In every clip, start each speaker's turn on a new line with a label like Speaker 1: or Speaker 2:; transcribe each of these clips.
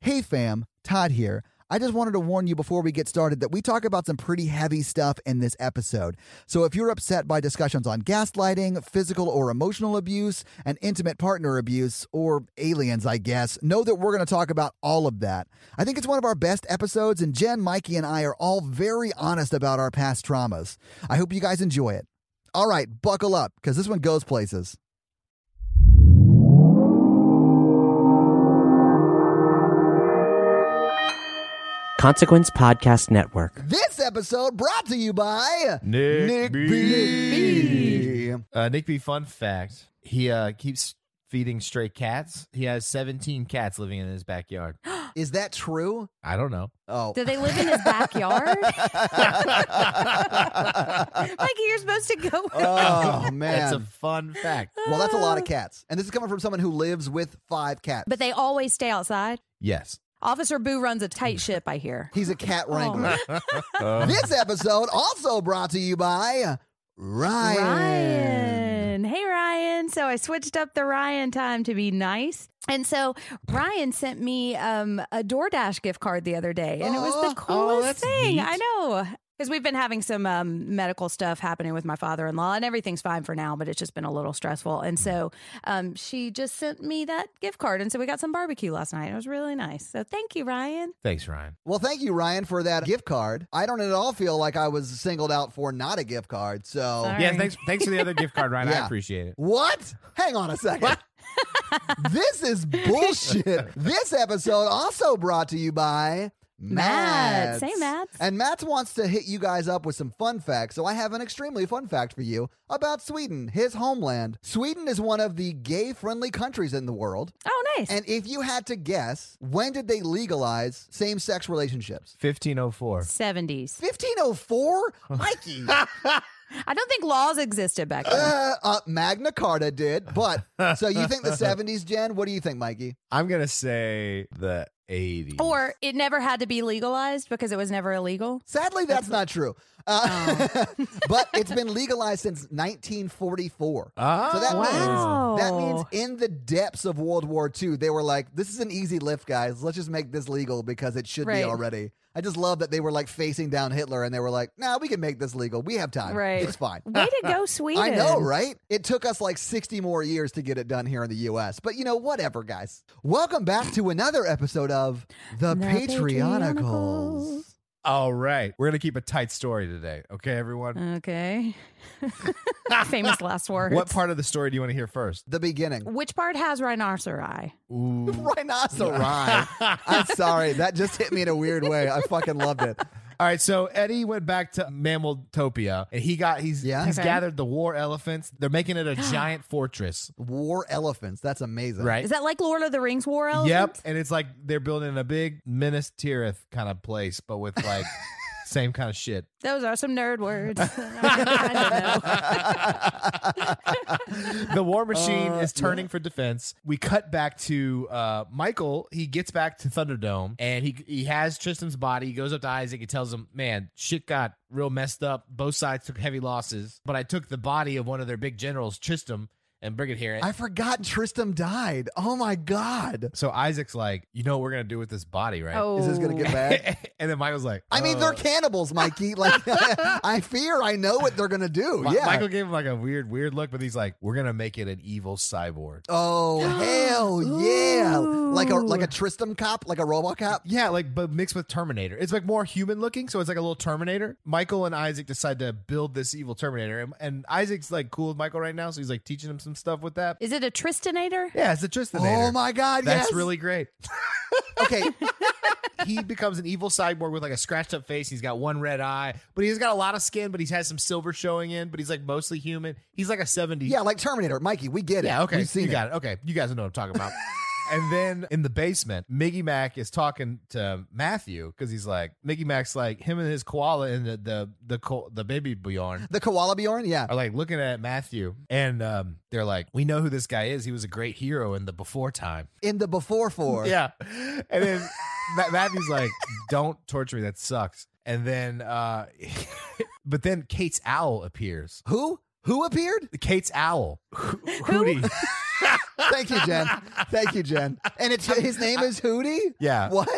Speaker 1: Hey fam, Todd here. I just wanted to warn you before we get started that we talk about some pretty heavy stuff in this episode. So if you're upset by discussions on gaslighting, physical or emotional abuse, and intimate partner abuse, or aliens, I guess, know that we're going to talk about all of that. I think it's one of our best episodes, and Jen, Mikey, and I are all very honest about our past traumas. I hope you guys enjoy it. All right, buckle up, because this one goes places.
Speaker 2: Consequence Podcast Network.
Speaker 1: This episode brought to you by
Speaker 3: Nick, B.
Speaker 1: B.
Speaker 3: Uh, Nick B. Fun fact: He uh, keeps feeding stray cats. He has 17 cats living in his backyard.
Speaker 1: Is that true?
Speaker 3: I don't know.
Speaker 1: Oh.
Speaker 4: Do they live in his backyard? Like you're supposed to go.
Speaker 1: oh
Speaker 3: That's
Speaker 1: man.
Speaker 3: a fun fact.
Speaker 1: well, that's a lot of cats. And this is coming from someone who lives with five cats.
Speaker 4: Uh. But they always stay outside.
Speaker 3: Yes.
Speaker 4: Officer Boo runs a
Speaker 1: Mm.
Speaker 4: tight ship, I hear.
Speaker 1: He's a cat
Speaker 4: Oh.
Speaker 1: wrangler.
Speaker 3: Uh.
Speaker 1: this episode also brought to you by Ryan.
Speaker 4: Ryan. Hey, Ryan. So I switched up the Ryan time to be nice. And so Ryan sent me um, a DoorDash gift card the other day, and it was
Speaker 1: Oh,
Speaker 4: the coolest
Speaker 3: oh, that's
Speaker 4: thing.
Speaker 3: neat.
Speaker 4: I know. Because we've been having some um, medical stuff happening with my father in law, and everything's fine for now, but it's just been a little stressful.
Speaker 1: Mm.
Speaker 4: And so um, she just sent me that gift card. And so we got some barbecue last night. It was really nice. So thank you, Ryan.
Speaker 3: Thanks, Ryan.
Speaker 1: Well, thank you, Ryan, for that gift card. I don't at all feel like I was singled out for not a gift card. So
Speaker 4: All
Speaker 3: Yeah.
Speaker 4: right.
Speaker 3: Thanks. Thanks for the other gift card, Ryan.
Speaker 1: Yeah.
Speaker 3: I appreciate it.
Speaker 1: What? Hang on a second. this is bullshit. this episode also brought to you by Matt.
Speaker 4: Matt's. Hey, Matt's.
Speaker 1: And Matt wants to hit you guys up with some fun facts, so I have an extremely fun fact for you about Sweden, his homeland. Sweden is one of the gay friendly countries in the world.
Speaker 4: Oh, nice.
Speaker 1: And if you had to guess, when did they legalize same sex relationships?
Speaker 3: 1504.
Speaker 4: 70s.
Speaker 1: 1504? Mikey.
Speaker 4: I don't think laws existed back then.
Speaker 1: Uh, uh, Magna Carta did, but so you think the 70s, Jen? What do you think, Mikey?
Speaker 3: I'm gonna say the 80s.
Speaker 4: Or it never had to be legalized because it was never illegal.
Speaker 1: Sadly, that's not true. Uh, but it's been legalized since 1944.
Speaker 3: Oh.
Speaker 1: So that
Speaker 4: Wow.
Speaker 1: means that means in the depths of World War II, they were like, "This is an easy lift, guys. Let's just make this legal because it should
Speaker 4: Right.
Speaker 1: be already." I just love that they were like facing down Hitler and they were like, "Nah, we can make this legal. We have time.
Speaker 4: Right.
Speaker 1: It's fine."
Speaker 4: Way to go, Sweden.
Speaker 1: I know, right? It took us like 60 more years to get it done here in the US. But you know, whatever, guys. Welcome back to another episode of The,
Speaker 4: The
Speaker 1: Patreonicals.
Speaker 3: All right. We're gonna keep a tight story today. Okay, everyone.
Speaker 4: Okay. Famous last words.
Speaker 3: What part of the story do you want to hear first?
Speaker 1: The beginning.
Speaker 4: Which part has rhinoceri?
Speaker 3: Ooh.
Speaker 1: Rhinoceri. I'm sorry. That just hit me in a weird way. I fucking loved it.
Speaker 3: All right, so Eddie went back to Mammaltopia, and he got he's
Speaker 1: Yeah.
Speaker 3: he's
Speaker 4: Okay.
Speaker 3: gathered the war elephants. They're making it a giant fortress,
Speaker 1: War elephants. That's amazing.
Speaker 3: right?
Speaker 4: Is that like Lord of the Rings war elephant?
Speaker 3: Yep, and it's like they're building a big Minas Tirith kind of place, but with like same kind of shit.
Speaker 4: Those are some nerd words. I don't know.
Speaker 3: The war machine
Speaker 1: Uh,
Speaker 3: is turning for defense. We cut back to uh, Michael. He gets back to Thunderdome, and he he has Tristram's body. He goes up to Isaac and tells him, "Man, shit got real messed up. Both sides took heavy losses, but I took the body of one of their big generals, Tristram." And bring it here.
Speaker 1: I forgot Tristram died. Oh my God.
Speaker 3: So Isaac's like, you know what we're gonna do with this body, right?
Speaker 4: Oh.
Speaker 1: Is this going to get bad?
Speaker 3: and then Michael's like,
Speaker 1: I mean, they're
Speaker 3: "Uh."
Speaker 1: cannibals, Mikey. Like, I fear I know what they're going to do.
Speaker 3: Mi-
Speaker 1: yeah.
Speaker 3: Michael gave him like a weird, weird look, but he's like, we're gonna make it an evil cyborg.
Speaker 1: Oh hell yeah! Like a like a
Speaker 4: Ooh.
Speaker 1: Tristram cop, like a RoboCop.
Speaker 3: Yeah, like but mixed with Terminator. It's like more human looking, so it's like a little Terminator. Michael and Isaac decide to build this evil Terminator, and, and Isaac's like cool with Michael right now, so he's like teaching him some stuff with that.
Speaker 4: Is it a Tristanator?
Speaker 3: Yeah, it's a Tristanator.
Speaker 1: Oh my god!
Speaker 3: That's
Speaker 1: yes.
Speaker 3: really great.
Speaker 1: okay.
Speaker 3: he becomes an evil cyborg with like a scratched up face. He's got one red eye, but he's got a lot of skin, but he's has some silver showing in, but he's like mostly human. He's like a 70s.
Speaker 1: Yeah, like Terminator, Mikey. We get it.
Speaker 3: Yeah, okay.
Speaker 1: We've seen
Speaker 3: you
Speaker 1: it.
Speaker 3: got it. Okay. You guys know what I'm talking about. and then in the basement, Miggy Mac is talking to Matthew because he's like, Miggy Mac's like, him and his koala and the the the, co- the baby Bjorn
Speaker 1: The koala Bjorn. Yeah.
Speaker 3: are like looking at Matthew and um, they're like, we know who this guy is. He was a great hero in the before time.
Speaker 1: In the before four.
Speaker 3: Yeah. And then Ma- Matthew's like, don't torture me. That sucks. And then, uh, but then Kate's owl appears.
Speaker 1: Who? Who appeared?
Speaker 3: Kate's owl, Ho-
Speaker 4: Who?
Speaker 3: Hootie.
Speaker 1: Thank you, Jen. Thank you, Jen. And it's his name is Hootie.
Speaker 3: Yeah.
Speaker 1: What?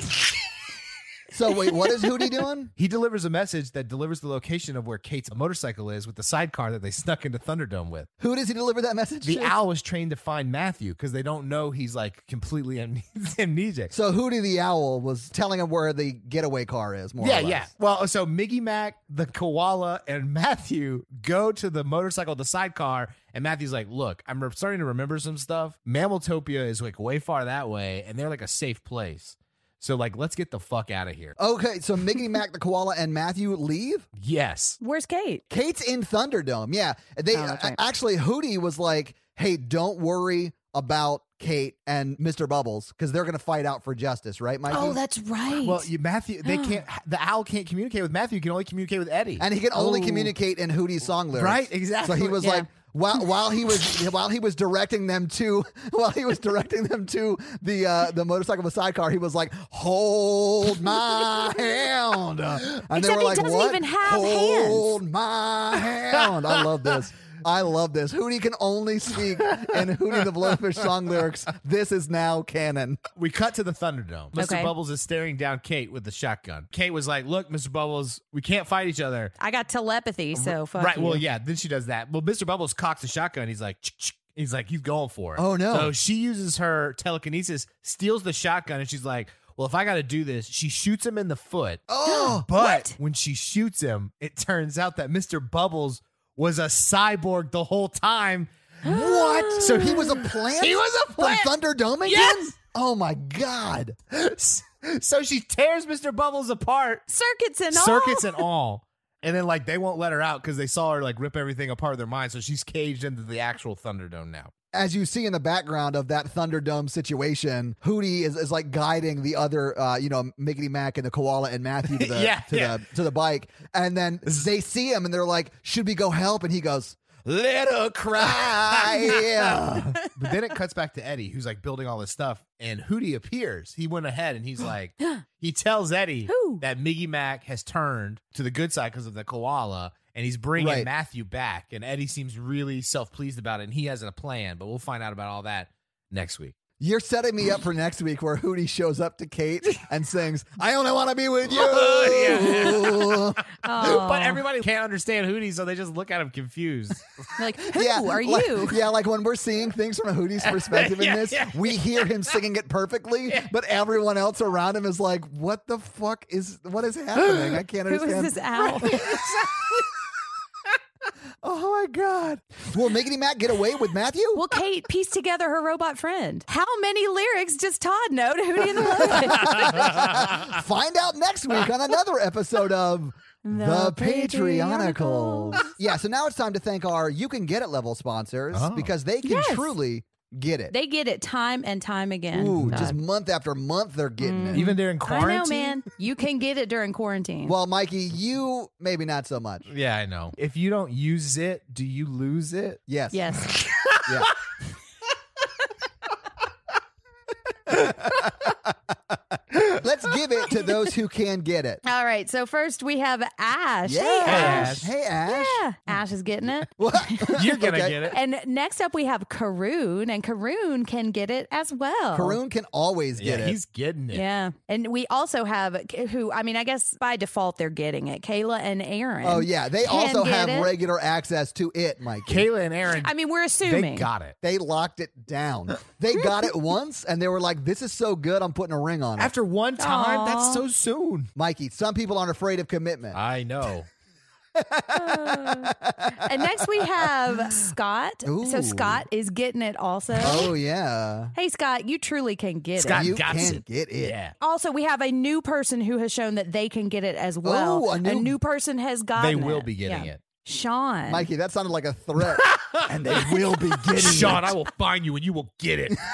Speaker 1: so wait, what is Hootie doing?
Speaker 3: He delivers a message that delivers the location of where Kate's motorcycle is with the sidecar that they snuck into Thunderdome with.
Speaker 1: Who does he deliver that message
Speaker 3: The
Speaker 1: to?
Speaker 3: owl is trained to find Matthew because they don't know he's like completely amne- amnesic.
Speaker 1: So Hootie the owl was telling him where the getaway car is. More
Speaker 3: yeah,
Speaker 1: or less.
Speaker 3: yeah. Well, so Miggy Mac, the koala, and Matthew go to the motorcycle, the sidecar, and Matthew's like, "Look, I'm re- starting to remember some stuff. Mammaltopia is like way far that way, and they're like a safe place. So like, let's get the fuck out of here."
Speaker 1: Okay, so Mickey Mac the koala and Matthew leave.
Speaker 3: Yes.
Speaker 4: Where's Kate?
Speaker 1: Kate's in Thunderdome. Yeah, they
Speaker 4: Oh, that's right.
Speaker 1: actually Hootie was like, "Hey, don't worry about Kate and Mister Bubbles because they're gonna fight out for justice, right, Mikey?"
Speaker 4: Oh, that's right. Ah.
Speaker 3: Well, you, Matthew, they can't. The owl can't communicate with Matthew. He can only communicate with Eddie.
Speaker 1: and he can only
Speaker 4: Oh.
Speaker 1: communicate in Hootie's song lyrics.
Speaker 3: Right, exactly.
Speaker 1: So he was
Speaker 4: Yeah.
Speaker 1: like while while he was while he was directing them to while he was directing them to the uh, the motorcycle with sidecar, he was like, "Hold my hand," and
Speaker 4: Except he doesn't even have hands."
Speaker 1: Hold my hand. I love this. I love this. Hootie can only speak in Hootie the Blowfish song lyrics. This is now canon.
Speaker 3: we cut to the Thunderdome. Mr.
Speaker 4: Okay.
Speaker 3: Bubbles is staring down Kate with the shotgun. Kate was like, "Look, Mr. Bubbles, we can't fight each other."
Speaker 4: I got telepathy, so fuck
Speaker 3: right.
Speaker 4: you.
Speaker 3: Well, yeah. Then she does that. Well, Mr. Bubbles cocks the shotgun. He's like, "Chick, chick." he's like, he's going for it.
Speaker 1: Oh, no.
Speaker 3: So she uses her telekinesis, steals the shotgun, and she's like, well, if I got to do this, she shoots him in the foot.
Speaker 1: Oh,
Speaker 3: But when she shoots him, it turns out that Mr. Bubbles was a cyborg the whole time.
Speaker 1: what? So he was a plant.
Speaker 3: He was a
Speaker 1: from
Speaker 3: plant!
Speaker 1: Thunderdome again.
Speaker 3: Yes!
Speaker 1: Oh my god.
Speaker 3: so she tears Mr. Bubbles apart,
Speaker 4: Circuits and all.
Speaker 3: circuits and all. And then, like, they won't let her out because they saw her, like, rip everything apart with their mind. So she's caged into the actual Thunderdome now.
Speaker 1: as you see in the background of that Thunderdome situation, Hootie is, is like guiding the other, uh, you know, Miggity Mac and the koala and Matthew to the
Speaker 3: Yeah,
Speaker 1: to
Speaker 3: yeah.
Speaker 1: the to the bike, and then they see him and they're like, "Should we go help?" And he goes,
Speaker 3: Let her
Speaker 1: "Cry." yeah.
Speaker 3: But then it cuts back to Eddie, who's like building all this stuff, and Hootie appears. He went ahead and he's like, he tells Eddie
Speaker 4: Who?
Speaker 3: that Miggy Mac has turned to the good side because of the koala, and he's bringing
Speaker 1: Right.
Speaker 3: Matthew back. And Eddie seems really self pleased about it, and he has a plan, but we'll find out about all that next week.
Speaker 1: You're setting me up for next week where Hootie shows up to Kate and sings, "I only want to be with you."
Speaker 4: Oh.
Speaker 3: But everybody can't understand Hootie, so they just look at him confused.
Speaker 4: like, who
Speaker 1: yeah,
Speaker 4: are
Speaker 1: like-
Speaker 4: you?
Speaker 1: yeah, like when we're seeing things from a Hootie's perspective in
Speaker 3: Yeah,
Speaker 1: this,
Speaker 3: yeah.
Speaker 1: we hear him singing it perfectly, but everyone else around him is like, "What the fuck is what is happening? I can't
Speaker 4: Who
Speaker 1: understand."
Speaker 4: is this owl?
Speaker 1: Oh my god! Will Miggity Mac get away with Matthew?
Speaker 4: Well, Kate pieced together her robot friend. How many lyrics does Todd know to Hootie and the Blowfish? uh,
Speaker 1: Find out next week on another episode of. The, Patreonicals.
Speaker 4: Patreonicals.
Speaker 1: yeah, so now it's time to thank our You Can Get It level sponsors
Speaker 3: Oh.
Speaker 1: because they can
Speaker 4: Yes.
Speaker 1: truly get it.
Speaker 4: They get it time and time again.
Speaker 1: Ooh,
Speaker 4: Todd.
Speaker 1: just month after month they're getting
Speaker 4: Mm.
Speaker 1: it.
Speaker 3: Even during
Speaker 4: I
Speaker 3: quarantine.
Speaker 4: know, man. You can get it during quarantine.
Speaker 1: Well, Mikey, you maybe not so much.
Speaker 3: Yeah, I know. If you don't use it, do you lose it?
Speaker 1: Yes.
Speaker 4: yes.
Speaker 1: Yeah. Let's give it to those who can get it.
Speaker 4: All right. So first we have Ash.
Speaker 1: Yeah.
Speaker 4: Hey, Ash.
Speaker 3: Ash.
Speaker 1: Hey, Ash.
Speaker 4: Yeah. Ash is getting it.
Speaker 3: You're going to
Speaker 1: Okay.
Speaker 3: get it.
Speaker 4: And next up, we have Karoon, and Karoon can get it as well.
Speaker 1: Karoon can always get
Speaker 3: yeah,
Speaker 1: it.
Speaker 3: he's getting it.
Speaker 4: Yeah. And we also have K- who, I mean, I guess by default they're getting it Kayla and Aaron.
Speaker 1: oh, yeah. They
Speaker 4: can
Speaker 1: also
Speaker 4: get
Speaker 1: have
Speaker 4: it.
Speaker 1: regular access to it, Mikey.
Speaker 3: Kayla and Aaron,
Speaker 4: I mean, we're
Speaker 3: they
Speaker 4: assuming.
Speaker 3: got it.
Speaker 1: They locked it down. They got it once and they were like, this is so good, I'm putting a ring on it.
Speaker 3: After one time,
Speaker 4: Aw.
Speaker 3: that's so soon.
Speaker 1: Mikey, some people aren't afraid of commitment.
Speaker 3: I know.
Speaker 4: and next we have Scott. So
Speaker 1: Ooh.
Speaker 4: Scott is getting it also.
Speaker 1: oh, yeah.
Speaker 4: Hey, Scott, you truly can get
Speaker 3: Scott
Speaker 4: it.
Speaker 1: You
Speaker 3: got
Speaker 1: can
Speaker 3: it.
Speaker 1: get it.
Speaker 3: Yeah.
Speaker 4: Also, we have a new person who has shown that they can get it as well.
Speaker 1: Oh, a new-
Speaker 4: person has gotten
Speaker 3: They
Speaker 4: it.
Speaker 3: will be getting
Speaker 4: Yeah.
Speaker 3: it.
Speaker 4: Sean.
Speaker 1: Mikey, that sounded like a threat. and they will be getting it.
Speaker 3: Sean, I will find you and you will get it.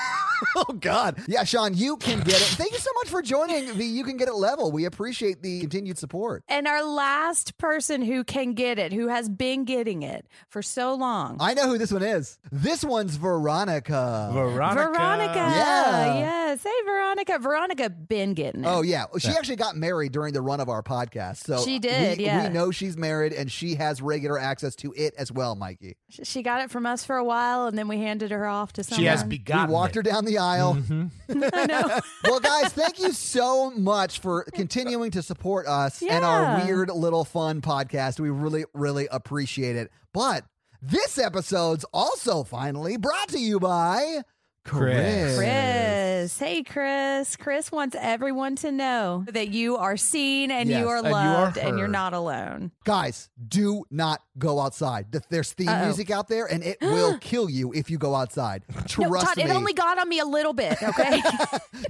Speaker 1: Oh God. Yeah, Sean, you can get it. Thank you so much for joining the You Can Get It level. We appreciate the continued support.
Speaker 4: And our last person who can get it, who has been getting it for so long.
Speaker 1: I know who this one is. This one's Veronica.
Speaker 3: Veronica.
Speaker 4: Veronica.
Speaker 1: Yeah.
Speaker 4: Yes. Hey, Veronica. Veronica been getting it.
Speaker 1: Oh yeah, she actually got married during the run of our podcast. So
Speaker 4: She did,
Speaker 1: We,
Speaker 4: yeah.
Speaker 1: we know she's married, and she has regular access to it as well, Mikey.
Speaker 4: Sh- She got it from us for a while, and then we handed her off to someone.
Speaker 3: She has begotten.
Speaker 1: we walked her
Speaker 3: it.
Speaker 1: down the aisle.
Speaker 4: I know.
Speaker 1: well, guys, thank you so much for continuing to support us and our
Speaker 4: Yeah.
Speaker 1: weird little fun podcast. We really, really appreciate it. But this episode's also finally brought to you by Chris.
Speaker 3: Chris.
Speaker 4: Chris. Hey, Chris. Chris wants everyone to know that you are seen and
Speaker 1: Yes,
Speaker 4: you are
Speaker 3: and you are
Speaker 4: loved and you're
Speaker 3: heard.
Speaker 4: not alone.
Speaker 1: Guys, do not go outside. Th- There's theme
Speaker 4: Uh-oh.
Speaker 1: music out there, and it will kill you if you go outside. Trust
Speaker 4: no, Todd,
Speaker 1: me.
Speaker 4: it only got on me a little bit, okay?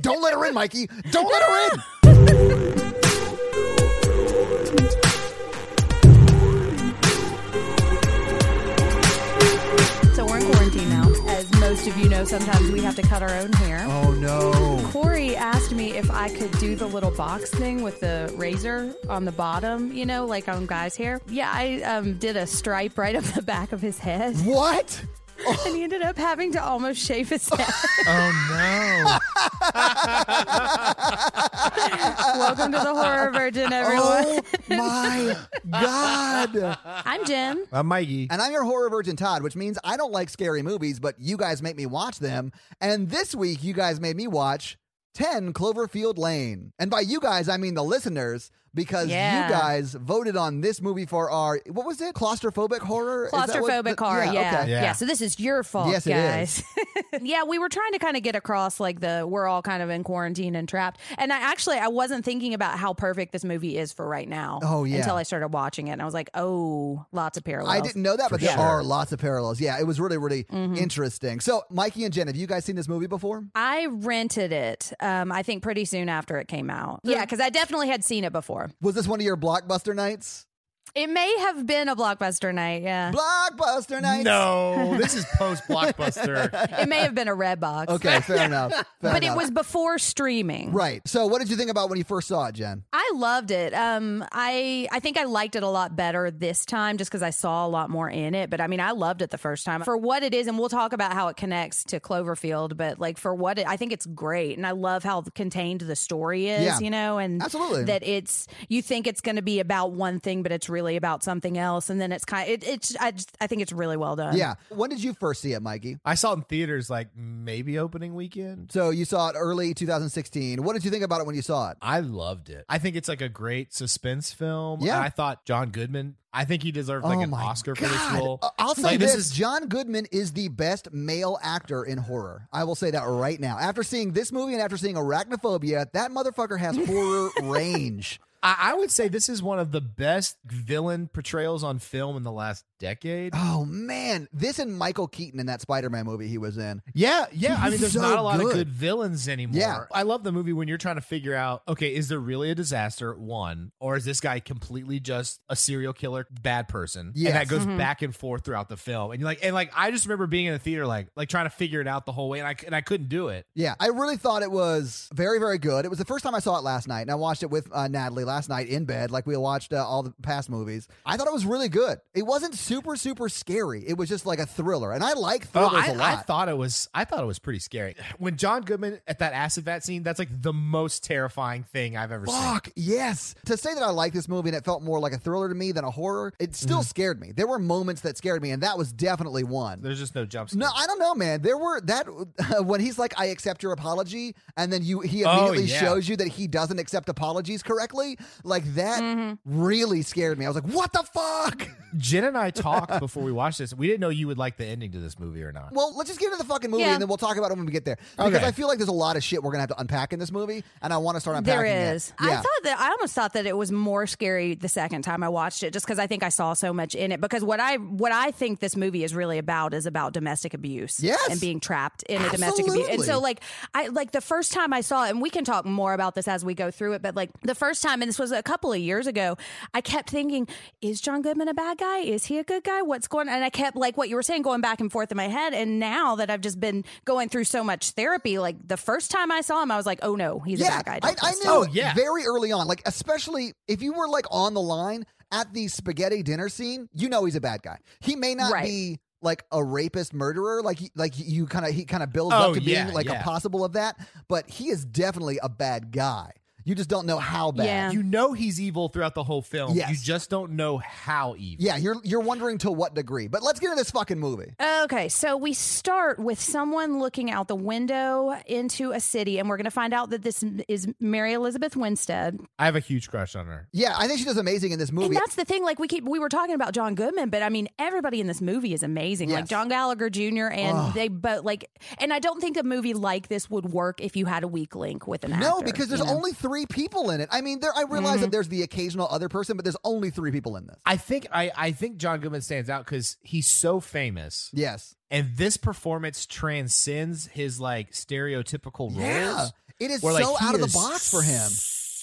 Speaker 1: Don't let her in, Mikey. Don't let her in.
Speaker 4: so we're in quarantine now. As most of you know, sometimes we have to cut our own hair.
Speaker 1: Oh no.
Speaker 4: Corey asked me if I could do the little box thing with the razor on the bottom, you know, like on guys' hair. Yeah, I um, did a stripe right up the back of his head,
Speaker 1: What?
Speaker 4: and he ended up having to almost shave his head.
Speaker 3: Oh
Speaker 4: Welcome to the Horror Virgin, everyone.
Speaker 1: Oh my god.
Speaker 4: I'm Jen.
Speaker 3: no, I'm Uh, Mikey.
Speaker 1: And I'm your horror virgin Todd, which means I don't like scary movies, but you guys make me watch them. And this week, you guys made me watch 10 Cloverfield Lane. And by you guys, I mean the listeners, because
Speaker 4: Yeah.
Speaker 1: you guys voted on this movie for our, what was it? Claustrophobic horror? Is that what-
Speaker 4: Claustrophobic horror. Yeah. Yeah.
Speaker 1: okay.
Speaker 3: Yeah.
Speaker 4: So this is your fault,
Speaker 1: Yes, it
Speaker 4: guys. yeah, we were trying to kind of get across like the we're all kind of in quarantine and trapped. And I actually I wasn't thinking about how perfect this movie is for right now.
Speaker 1: Oh, yeah.
Speaker 4: Until I started watching it, and I was like, oh, lots of parallels.
Speaker 1: I didn't know that, but there
Speaker 3: sure.
Speaker 1: are lots of parallels. Yeah, it was really, really
Speaker 4: Mm-hmm.
Speaker 1: interesting. So, Mikey and Jen, have you guys seen this movie before?
Speaker 4: I rented it. Um, I think pretty soon after it came out. Yeah, because I definitely had seen it before.
Speaker 1: Was this one of your blockbuster nights?
Speaker 4: It may have been a blockbuster night. Yeah,
Speaker 1: Blockbuster nights.
Speaker 3: No, this is post blockbuster.
Speaker 4: it may have been a red box.
Speaker 1: Okay, fair enough. Fair
Speaker 4: but it
Speaker 1: enough.
Speaker 4: was before streaming.
Speaker 1: right. So, what did you think about when you first saw it, Jen?
Speaker 4: I loved it. Um, I I think I liked it a lot better this time just because I saw a lot more in it. But I mean, I loved it the first time for what it is, and we'll talk about how it connects to Cloverfield. But like for what it, I think it's great, and I love how contained the story is.
Speaker 1: Yeah.
Speaker 4: You know, and
Speaker 1: Absolutely.
Speaker 4: that it's you think it's going to be about one thing, but it's really about something else, and then it's kind. It, it's I just, I think it's really well
Speaker 3: Um,
Speaker 4: done.
Speaker 1: Yeah. When did you first see it, Mikey?
Speaker 3: I saw it in theaters like maybe opening weekend.
Speaker 1: So you saw it early 2016. What did you think about it when you saw it?
Speaker 3: I loved it. I think it's like a great suspense film.
Speaker 1: Yeah.
Speaker 3: And I thought John Goodman. I think he deserved like
Speaker 1: Oh
Speaker 3: an
Speaker 1: my
Speaker 3: Oscar for this
Speaker 1: God.
Speaker 3: role.
Speaker 1: Uh, I'll say
Speaker 3: Like,
Speaker 1: this,
Speaker 3: this is-
Speaker 1: John Goodman is the best male actor in horror. I will say that right now. After seeing this movie and after seeing Arachnophobia, that motherfucker has horror range.
Speaker 3: I, I would say this is one of the best villain portrayals on film in the last decade.
Speaker 1: Oh man, this and Michael Keaton in that Spider-Man movie he was in.
Speaker 3: Yeah, yeah. I mean, there's
Speaker 1: So
Speaker 3: not a lot
Speaker 1: good.
Speaker 3: of good villains anymore.
Speaker 1: Yeah.
Speaker 3: I love the movie when you're trying to figure out, okay, is there really a disaster? One, or is this guy completely just a serial killer, bad person?
Speaker 1: Yes.
Speaker 3: And that goes
Speaker 4: Mhm.
Speaker 3: back and forth throughout the film. And you're like, and like, I just remember being in the theater, like, like trying to figure it out the whole way, and I and I couldn't do it.
Speaker 1: Yeah, I really thought it was very, very good. It was the first time I saw it last night, and I watched it with uh, Natalie last night in bed, like we watched uh, all the past movies. I thought it was really good. It wasn't super, super scary. It was just like a thriller, and I like
Speaker 3: Oh,
Speaker 1: thrillers
Speaker 3: I,
Speaker 1: a lot.
Speaker 3: I thought it was I thought it was pretty scary. When John Goodman at that acid vat scene, that's like the most terrifying thing I've ever seen.
Speaker 1: Fuck yes! To say that I like this movie and it felt more like a thriller to me than a horror, it still
Speaker 3: Mm-hmm.
Speaker 1: scared me. There were moments that scared me, and that was definitely one.
Speaker 3: There's just no jump
Speaker 1: No, I don't know, man. There were that when he's like, "I accept your apology," and then you he
Speaker 3: Oh,
Speaker 1: immediately
Speaker 3: yeah.
Speaker 1: shows you that he doesn't accept apologies correctly. Like that
Speaker 4: Mm-hmm.
Speaker 1: really scared me. I was like, "What the fuck?"
Speaker 3: Jen and I talked before we watched this. We didn't know you would like the ending to this movie or not.
Speaker 1: Well, let's just get into the fucking movie,
Speaker 4: Yeah.
Speaker 1: and then we'll talk about it when we get there. Because
Speaker 3: Okay.
Speaker 1: I feel like there's a lot of shit we're gonna have to unpack in this movie, and I want to start unpacking.
Speaker 4: There
Speaker 1: it.
Speaker 4: is. I
Speaker 1: Yeah.
Speaker 4: thought that I almost thought that it was more scary the second time I watched it, just because I think I saw so much in it. Because what I what I think this movie is really about is about domestic abuse,
Speaker 1: Yes.
Speaker 4: and being trapped in a domestic abuse. And
Speaker 1: Absolutely.
Speaker 4: so, like, I like the first time I saw it, and we can talk more about this as we go through it. But like the first time, and this was a couple of years ago, I kept thinking, "Is John Goodman a bad guy? Is he a good guy? What's going?" on? And I kept like what you were saying, going back and forth in my head. And now that I've just been going through so much therapy, like the first time I saw him, I was like, "Oh no, he's
Speaker 1: yeah,
Speaker 4: a bad guy."
Speaker 1: I,
Speaker 4: Don't
Speaker 1: I
Speaker 4: trust
Speaker 1: knew
Speaker 4: him.
Speaker 3: Oh, yeah.
Speaker 1: very early on, like especially if you were like on the line at the spaghetti dinner scene, you know he's a bad guy. He may not
Speaker 4: Right.
Speaker 1: be like a rapist murderer. Like he- like you kind of he kind of builds
Speaker 3: Oh,
Speaker 1: up to being
Speaker 3: yeah,
Speaker 1: like
Speaker 3: yeah.
Speaker 1: a possible of that, but he is definitely a bad guy. You just don't know how bad.
Speaker 4: Yeah.
Speaker 3: You know he's evil throughout the whole film.
Speaker 1: um, Yes.
Speaker 3: You just don't know how evil.
Speaker 1: Yeah, you're you're wondering to what degree. But let's get into this fucking movie.
Speaker 4: Okay, so we start with someone looking out the window into a city, and we're going to find out that this is Mary Elizabeth Winstead.
Speaker 3: I have a huge crush on her.
Speaker 1: Yeah, I think she does amazing in this
Speaker 4: And
Speaker 1: movie.
Speaker 4: that's the thing. Like we keep, we were talking about John Goodman, but I mean, everybody in this movie is amazing. Like
Speaker 1: Yes.
Speaker 4: John Gallagher Jr. and they both like. And I don't think a movie like this would work if you had a weak link with an actor.
Speaker 1: No, because there's
Speaker 4: you know? Mm-hmm.
Speaker 1: only three people in it. I mean, there. I realize that there's the occasional other person, but there's only three people in this.
Speaker 3: I think I, I think John Goodman stands out because he's so famous,
Speaker 1: Yes.
Speaker 3: and this performance transcends his like stereotypical roles.
Speaker 1: Yeah. It is
Speaker 3: where, like,
Speaker 1: so
Speaker 3: he
Speaker 1: out of the
Speaker 3: is
Speaker 1: box for him.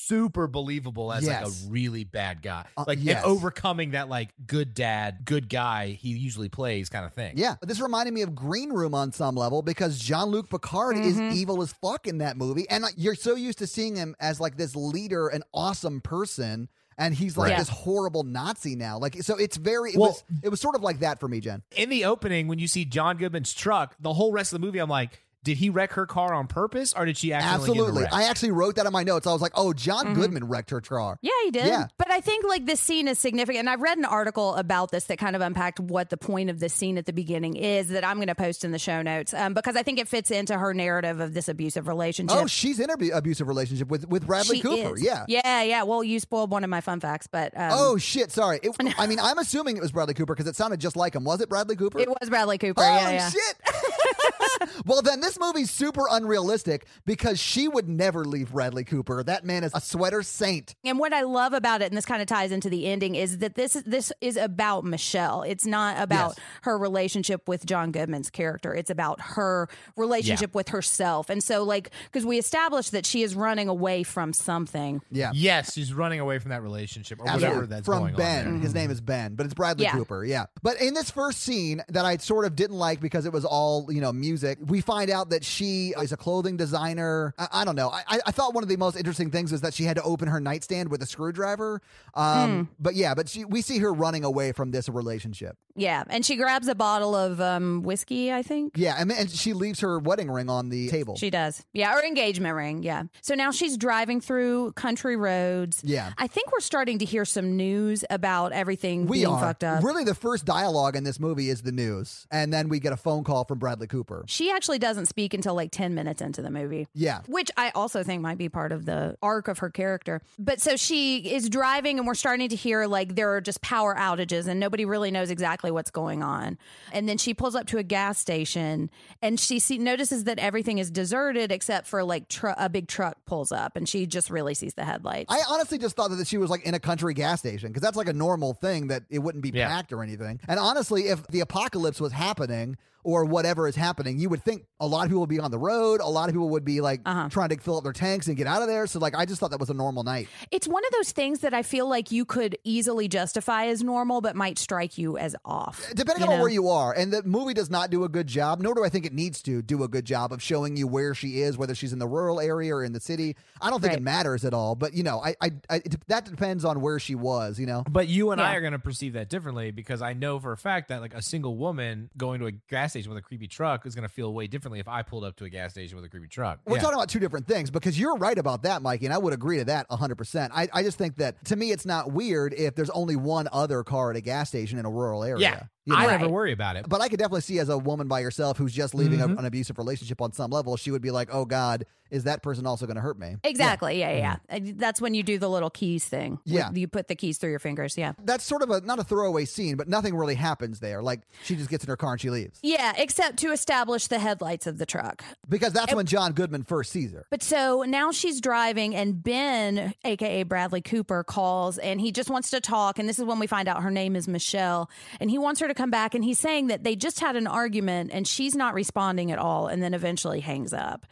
Speaker 3: Super believable as like
Speaker 1: Yes.
Speaker 3: a really bad guy,
Speaker 1: Uh,
Speaker 3: like
Speaker 1: yes.
Speaker 3: and overcoming that like good dad, good guy he usually plays kind of thing.
Speaker 1: Yeah. This reminded me of Green Room on some level because Jean Luc Picard
Speaker 4: Mhm.
Speaker 1: is evil as fuck in that movie. And like, you're so used to seeing him as like this leader, an awesome person. And he's like
Speaker 4: Right.
Speaker 1: this horrible Nazi now. Like, so it's very, it,
Speaker 3: Well-
Speaker 1: was, it was sort of like that for me, Jen.
Speaker 3: In the opening, when you see John Goodman's truck, the whole rest of the movie, I'm like, did he wreck her car on purpose, or did she accidentally get in a
Speaker 1: Absolutely.
Speaker 3: wreck?
Speaker 1: I actually wrote that in my notes. I was like, oh, John Goodman wrecked her car.
Speaker 4: Yeah, he did.
Speaker 1: Yeah.
Speaker 4: But I think like this scene is significant. And I've read an article about this that kind of unpacked what the point of this scene at the beginning is that I'm going to post in the show notes um, because I think it fits into her narrative of this abusive relationship.
Speaker 1: Oh, she's in an abu- abusive relationship with, with Bradley
Speaker 4: She
Speaker 1: Cooper.
Speaker 4: is.
Speaker 1: Yeah.
Speaker 4: Yeah, yeah. Well, you spoiled one of my fun facts, but um,
Speaker 1: Oh shit! Sorry. It, I mean, I'm assuming it was Bradley Cooper because it sounded just like him. Was it Bradley Cooper?
Speaker 4: it was Bradley Cooper.
Speaker 1: Oh
Speaker 4: yeah, yeah.
Speaker 1: shit! well, then this movie's super unrealistic because she would never leave Bradley Cooper. That man is a sweater saint.
Speaker 4: And what I love about it, and this kind of ties into the ending, is that this is this is about Michelle. It's not about
Speaker 1: Yes.
Speaker 4: her relationship with John Goodman's character. It's about her relationship with herself. And so, like, because we established that she is running away from something.
Speaker 1: Yeah,
Speaker 3: Yes, she's running away from that relationship or whatever
Speaker 1: Absolutely.
Speaker 3: that's
Speaker 1: From
Speaker 3: going
Speaker 1: Ben.
Speaker 3: on. there.
Speaker 1: His name is Ben, but it's Bradley
Speaker 4: Mm-hmm. Yeah.
Speaker 1: Cooper. Yeah. But in this first scene that I sort of didn't like because it was all, you know, music, we find out that she is a clothing designer. I, I don't know. I, I- I thought one of the most interesting things was that she had to open her nightstand with a screwdriver. Um,
Speaker 4: Hmm.
Speaker 1: But yeah, but she, we see her running away from this relationship.
Speaker 4: Yeah, and she grabs a bottle of um, whiskey. I think.
Speaker 1: Yeah. And, and she leaves her wedding ring on the table.
Speaker 4: She does. Yeah, or engagement ring. Yeah. So now she's driving through country roads.
Speaker 1: Yeah.
Speaker 4: I think we're starting to hear some news about everything
Speaker 1: we
Speaker 4: being
Speaker 1: are
Speaker 4: fucked up.
Speaker 1: really the first dialogue in this movie is the news, and then we get a phone call from Bradley Cooper.
Speaker 4: she actually doesn't speak until like 10 minutes into the movie.
Speaker 1: Yeah,
Speaker 4: Which I also think might be part of the arc of her character. But so she is driving, and we're starting to hear like there are just power outages, and nobody really knows exactly what's going on. And then she pulls up to a gas station, and she see, notices that everything is deserted except for like tru a big truck pulls up, and she just really sees the headlights.
Speaker 1: I honestly just thought that she was like in a country gas station because that's like a normal thing that it wouldn't be
Speaker 3: Yeah.
Speaker 1: packed or anything. And honestly, if the apocalypse was happening or whatever is happening, you would think a lot of people would be on the road. A lot of people would be like
Speaker 4: Uh-huh.
Speaker 1: trying to fill up their tanks and get out of there. So like, I just thought that was a normal night.
Speaker 4: It's one of those things that I feel like you could easily justify as normal, but might strike you as off.
Speaker 1: Depending
Speaker 4: you
Speaker 1: on
Speaker 4: know?
Speaker 1: where you are, and the movie does not do a good job, nor do I think it needs to do a good job of showing you where she is, whether she's in the rural area or in the city. I don't think
Speaker 4: Right.
Speaker 1: it matters at all, but you know, I, I, I it- that depends on where she was, you know.
Speaker 3: But you and I
Speaker 4: Yeah.
Speaker 3: are going to perceive that differently because I know for a fact that like a single woman going to a gas station with a creepy truck is going to feel way differently if I pulled up to a gas station with a creepy truck.
Speaker 1: We're
Speaker 3: Yeah.
Speaker 1: talking about two different things because you're right about that, Mikey, and I would agree to that 100%. I, I just think that to me, it's not weird if there's only one other car at a gas station in a rural area.
Speaker 3: yeah,
Speaker 1: you know?
Speaker 3: I
Speaker 4: Right.
Speaker 3: never worry about it.
Speaker 1: But I could definitely see as a woman by herself who's just leaving
Speaker 4: Mm-hmm.
Speaker 1: a, an abusive relationship on some level, she would be like, oh God, is that person also going to hurt me?
Speaker 4: Exactly. Yeah, yeah. yeah. And That's when you do the little keys thing.
Speaker 1: Yeah.
Speaker 4: You put the keys through your fingers. Yeah.
Speaker 1: That's sort of a not a throwaway scene, but nothing really happens there. Like she just gets in her car and she leaves
Speaker 4: Yeah, except to establish the headlights of the truck.
Speaker 1: because that's when John Goodman first sees her.
Speaker 4: But so now she's driving, and Ben, aka Bradley Cooper, calls and he just wants to talk. And this is when we find out her name is Michelle, and he wants her to come back. And he's saying that they just had an argument, and she's not responding at all, and then eventually hangs up.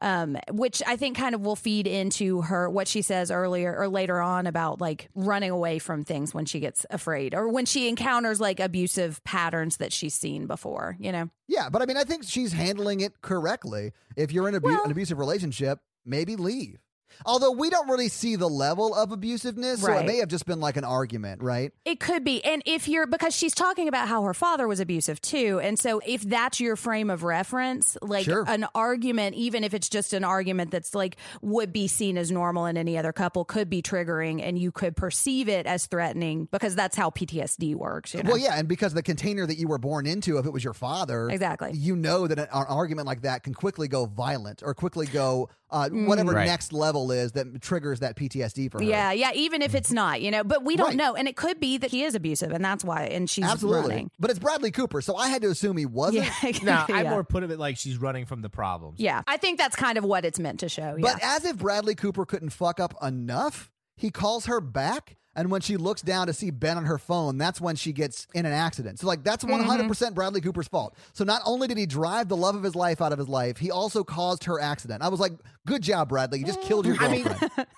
Speaker 4: Um, which I think kind of will feed into her what she says earlier or later on about like running away from things when she gets afraid or when she encounters like abusive patterns that she's seen before, you know?
Speaker 1: Yeah, but I mean, I think she's handling it correctly. If you're in abu-
Speaker 4: Well-
Speaker 1: an abusive relationship, maybe leave. Although we don't really see the level of abusiveness, so it
Speaker 4: Right.
Speaker 1: may have just been like an argument, right?
Speaker 4: It could be. And if you're, because she's talking about how her father was abusive too. And so if that's your frame of reference, like
Speaker 1: Sure.
Speaker 4: an argument, even if it's just an argument that's like would be seen as normal in any other couple, could be triggering and you could perceive it as threatening because that's how PTSD works. You know?
Speaker 1: Well, yeah, and because the container that you were born into, if it was your father,
Speaker 4: Exactly.
Speaker 1: you know that an, an argument like that can quickly go violent or quickly go uh, whatever
Speaker 3: Right.
Speaker 1: next level is that triggers that PTSD for her.
Speaker 4: Mm. Yeah, yeah, even if it's not, you know, but we don't
Speaker 1: Right.
Speaker 4: know. And it could be that he is abusive and that's why, and she's
Speaker 1: absolutely.
Speaker 4: running.
Speaker 1: But it's Bradley Cooper, so I had to assume he wasn't.
Speaker 4: Yeah.
Speaker 3: Now, I
Speaker 4: Yeah.
Speaker 3: more put it like she's running from the problems.
Speaker 4: yeah, I think that's kind of what it's meant to show.
Speaker 1: But
Speaker 4: yeah.
Speaker 1: as if Bradley Cooper couldn't fuck up enough, he calls her back. And when she looks down to see Ben on her phone, that's when she gets in an accident. So, like, that's 100% percent Bradley Cooper's fault. So, not only did he drive the love of his life out of his life, he also caused her accident. I was like, good job, Bradley. You just killed your
Speaker 3: I mean-
Speaker 1: girlfriend.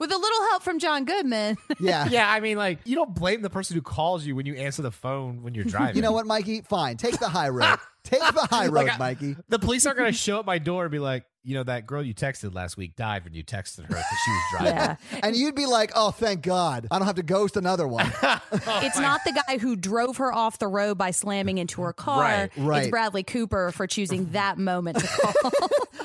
Speaker 4: With a little help from John Goodman.
Speaker 1: yeah.
Speaker 3: Yeah, I mean, like you don't blame the person who calls you when you answer the phone when you're driving.
Speaker 1: You know what, Mikey? Fine. Take the high road. Take the high road,
Speaker 3: Like, I-
Speaker 1: Mikey.
Speaker 3: The police aren't going to show up my door and be like, you know, that girl you texted last week died when you texted her because she was driving.
Speaker 4: yeah.
Speaker 1: And you'd be like, oh, thank God. I don't have to ghost another one.
Speaker 4: It's not the guy who drove her off the road by slamming into her car.
Speaker 3: Right,
Speaker 1: right.
Speaker 4: It's Bradley Cooper for choosing that moment to call.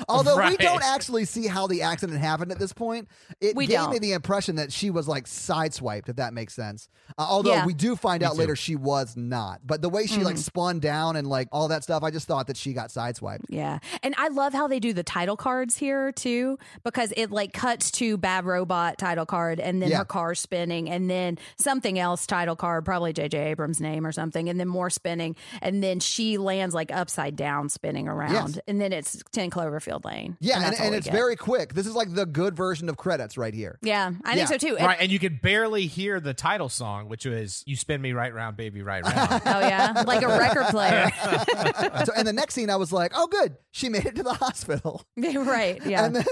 Speaker 1: Although we
Speaker 3: Right.
Speaker 1: don't actually see how the accident happened at this point, it
Speaker 4: We
Speaker 1: gave
Speaker 4: don't.
Speaker 1: me the impression that she was like sideswiped, if that makes sense. Uh, although
Speaker 4: Yeah. Mm.
Speaker 1: we do find out
Speaker 3: too.
Speaker 1: later she was not. But the way she like spun down and like all that stuff, I just thought that she got sideswiped.
Speaker 4: yeah. And I love how they do the title cards here too, because it like cuts to Bad Robot title card and then
Speaker 1: Yeah.
Speaker 4: her car spinning and then something else title card, probably JJ Abrams' name or something, and then more spinning. And then she lands like upside down spinning around.
Speaker 1: Yes.
Speaker 4: And then it's 10 Cloverfield Lane.
Speaker 1: Yeah, and,
Speaker 4: that's all
Speaker 1: and
Speaker 4: we
Speaker 1: it's
Speaker 4: get.
Speaker 1: very quick. This is like the good version of credits right here.
Speaker 4: Yeah, I
Speaker 1: Yeah.
Speaker 4: think so too. And-
Speaker 3: Right, and you could barely hear the title song, which was "You Spin Me Right Round, Baby, Right Round."
Speaker 4: Oh, yeah. Like a record player.
Speaker 1: so, and the next scene, I was like, oh, good. She made it to the hospital.
Speaker 4: right. Yeah.
Speaker 1: And then,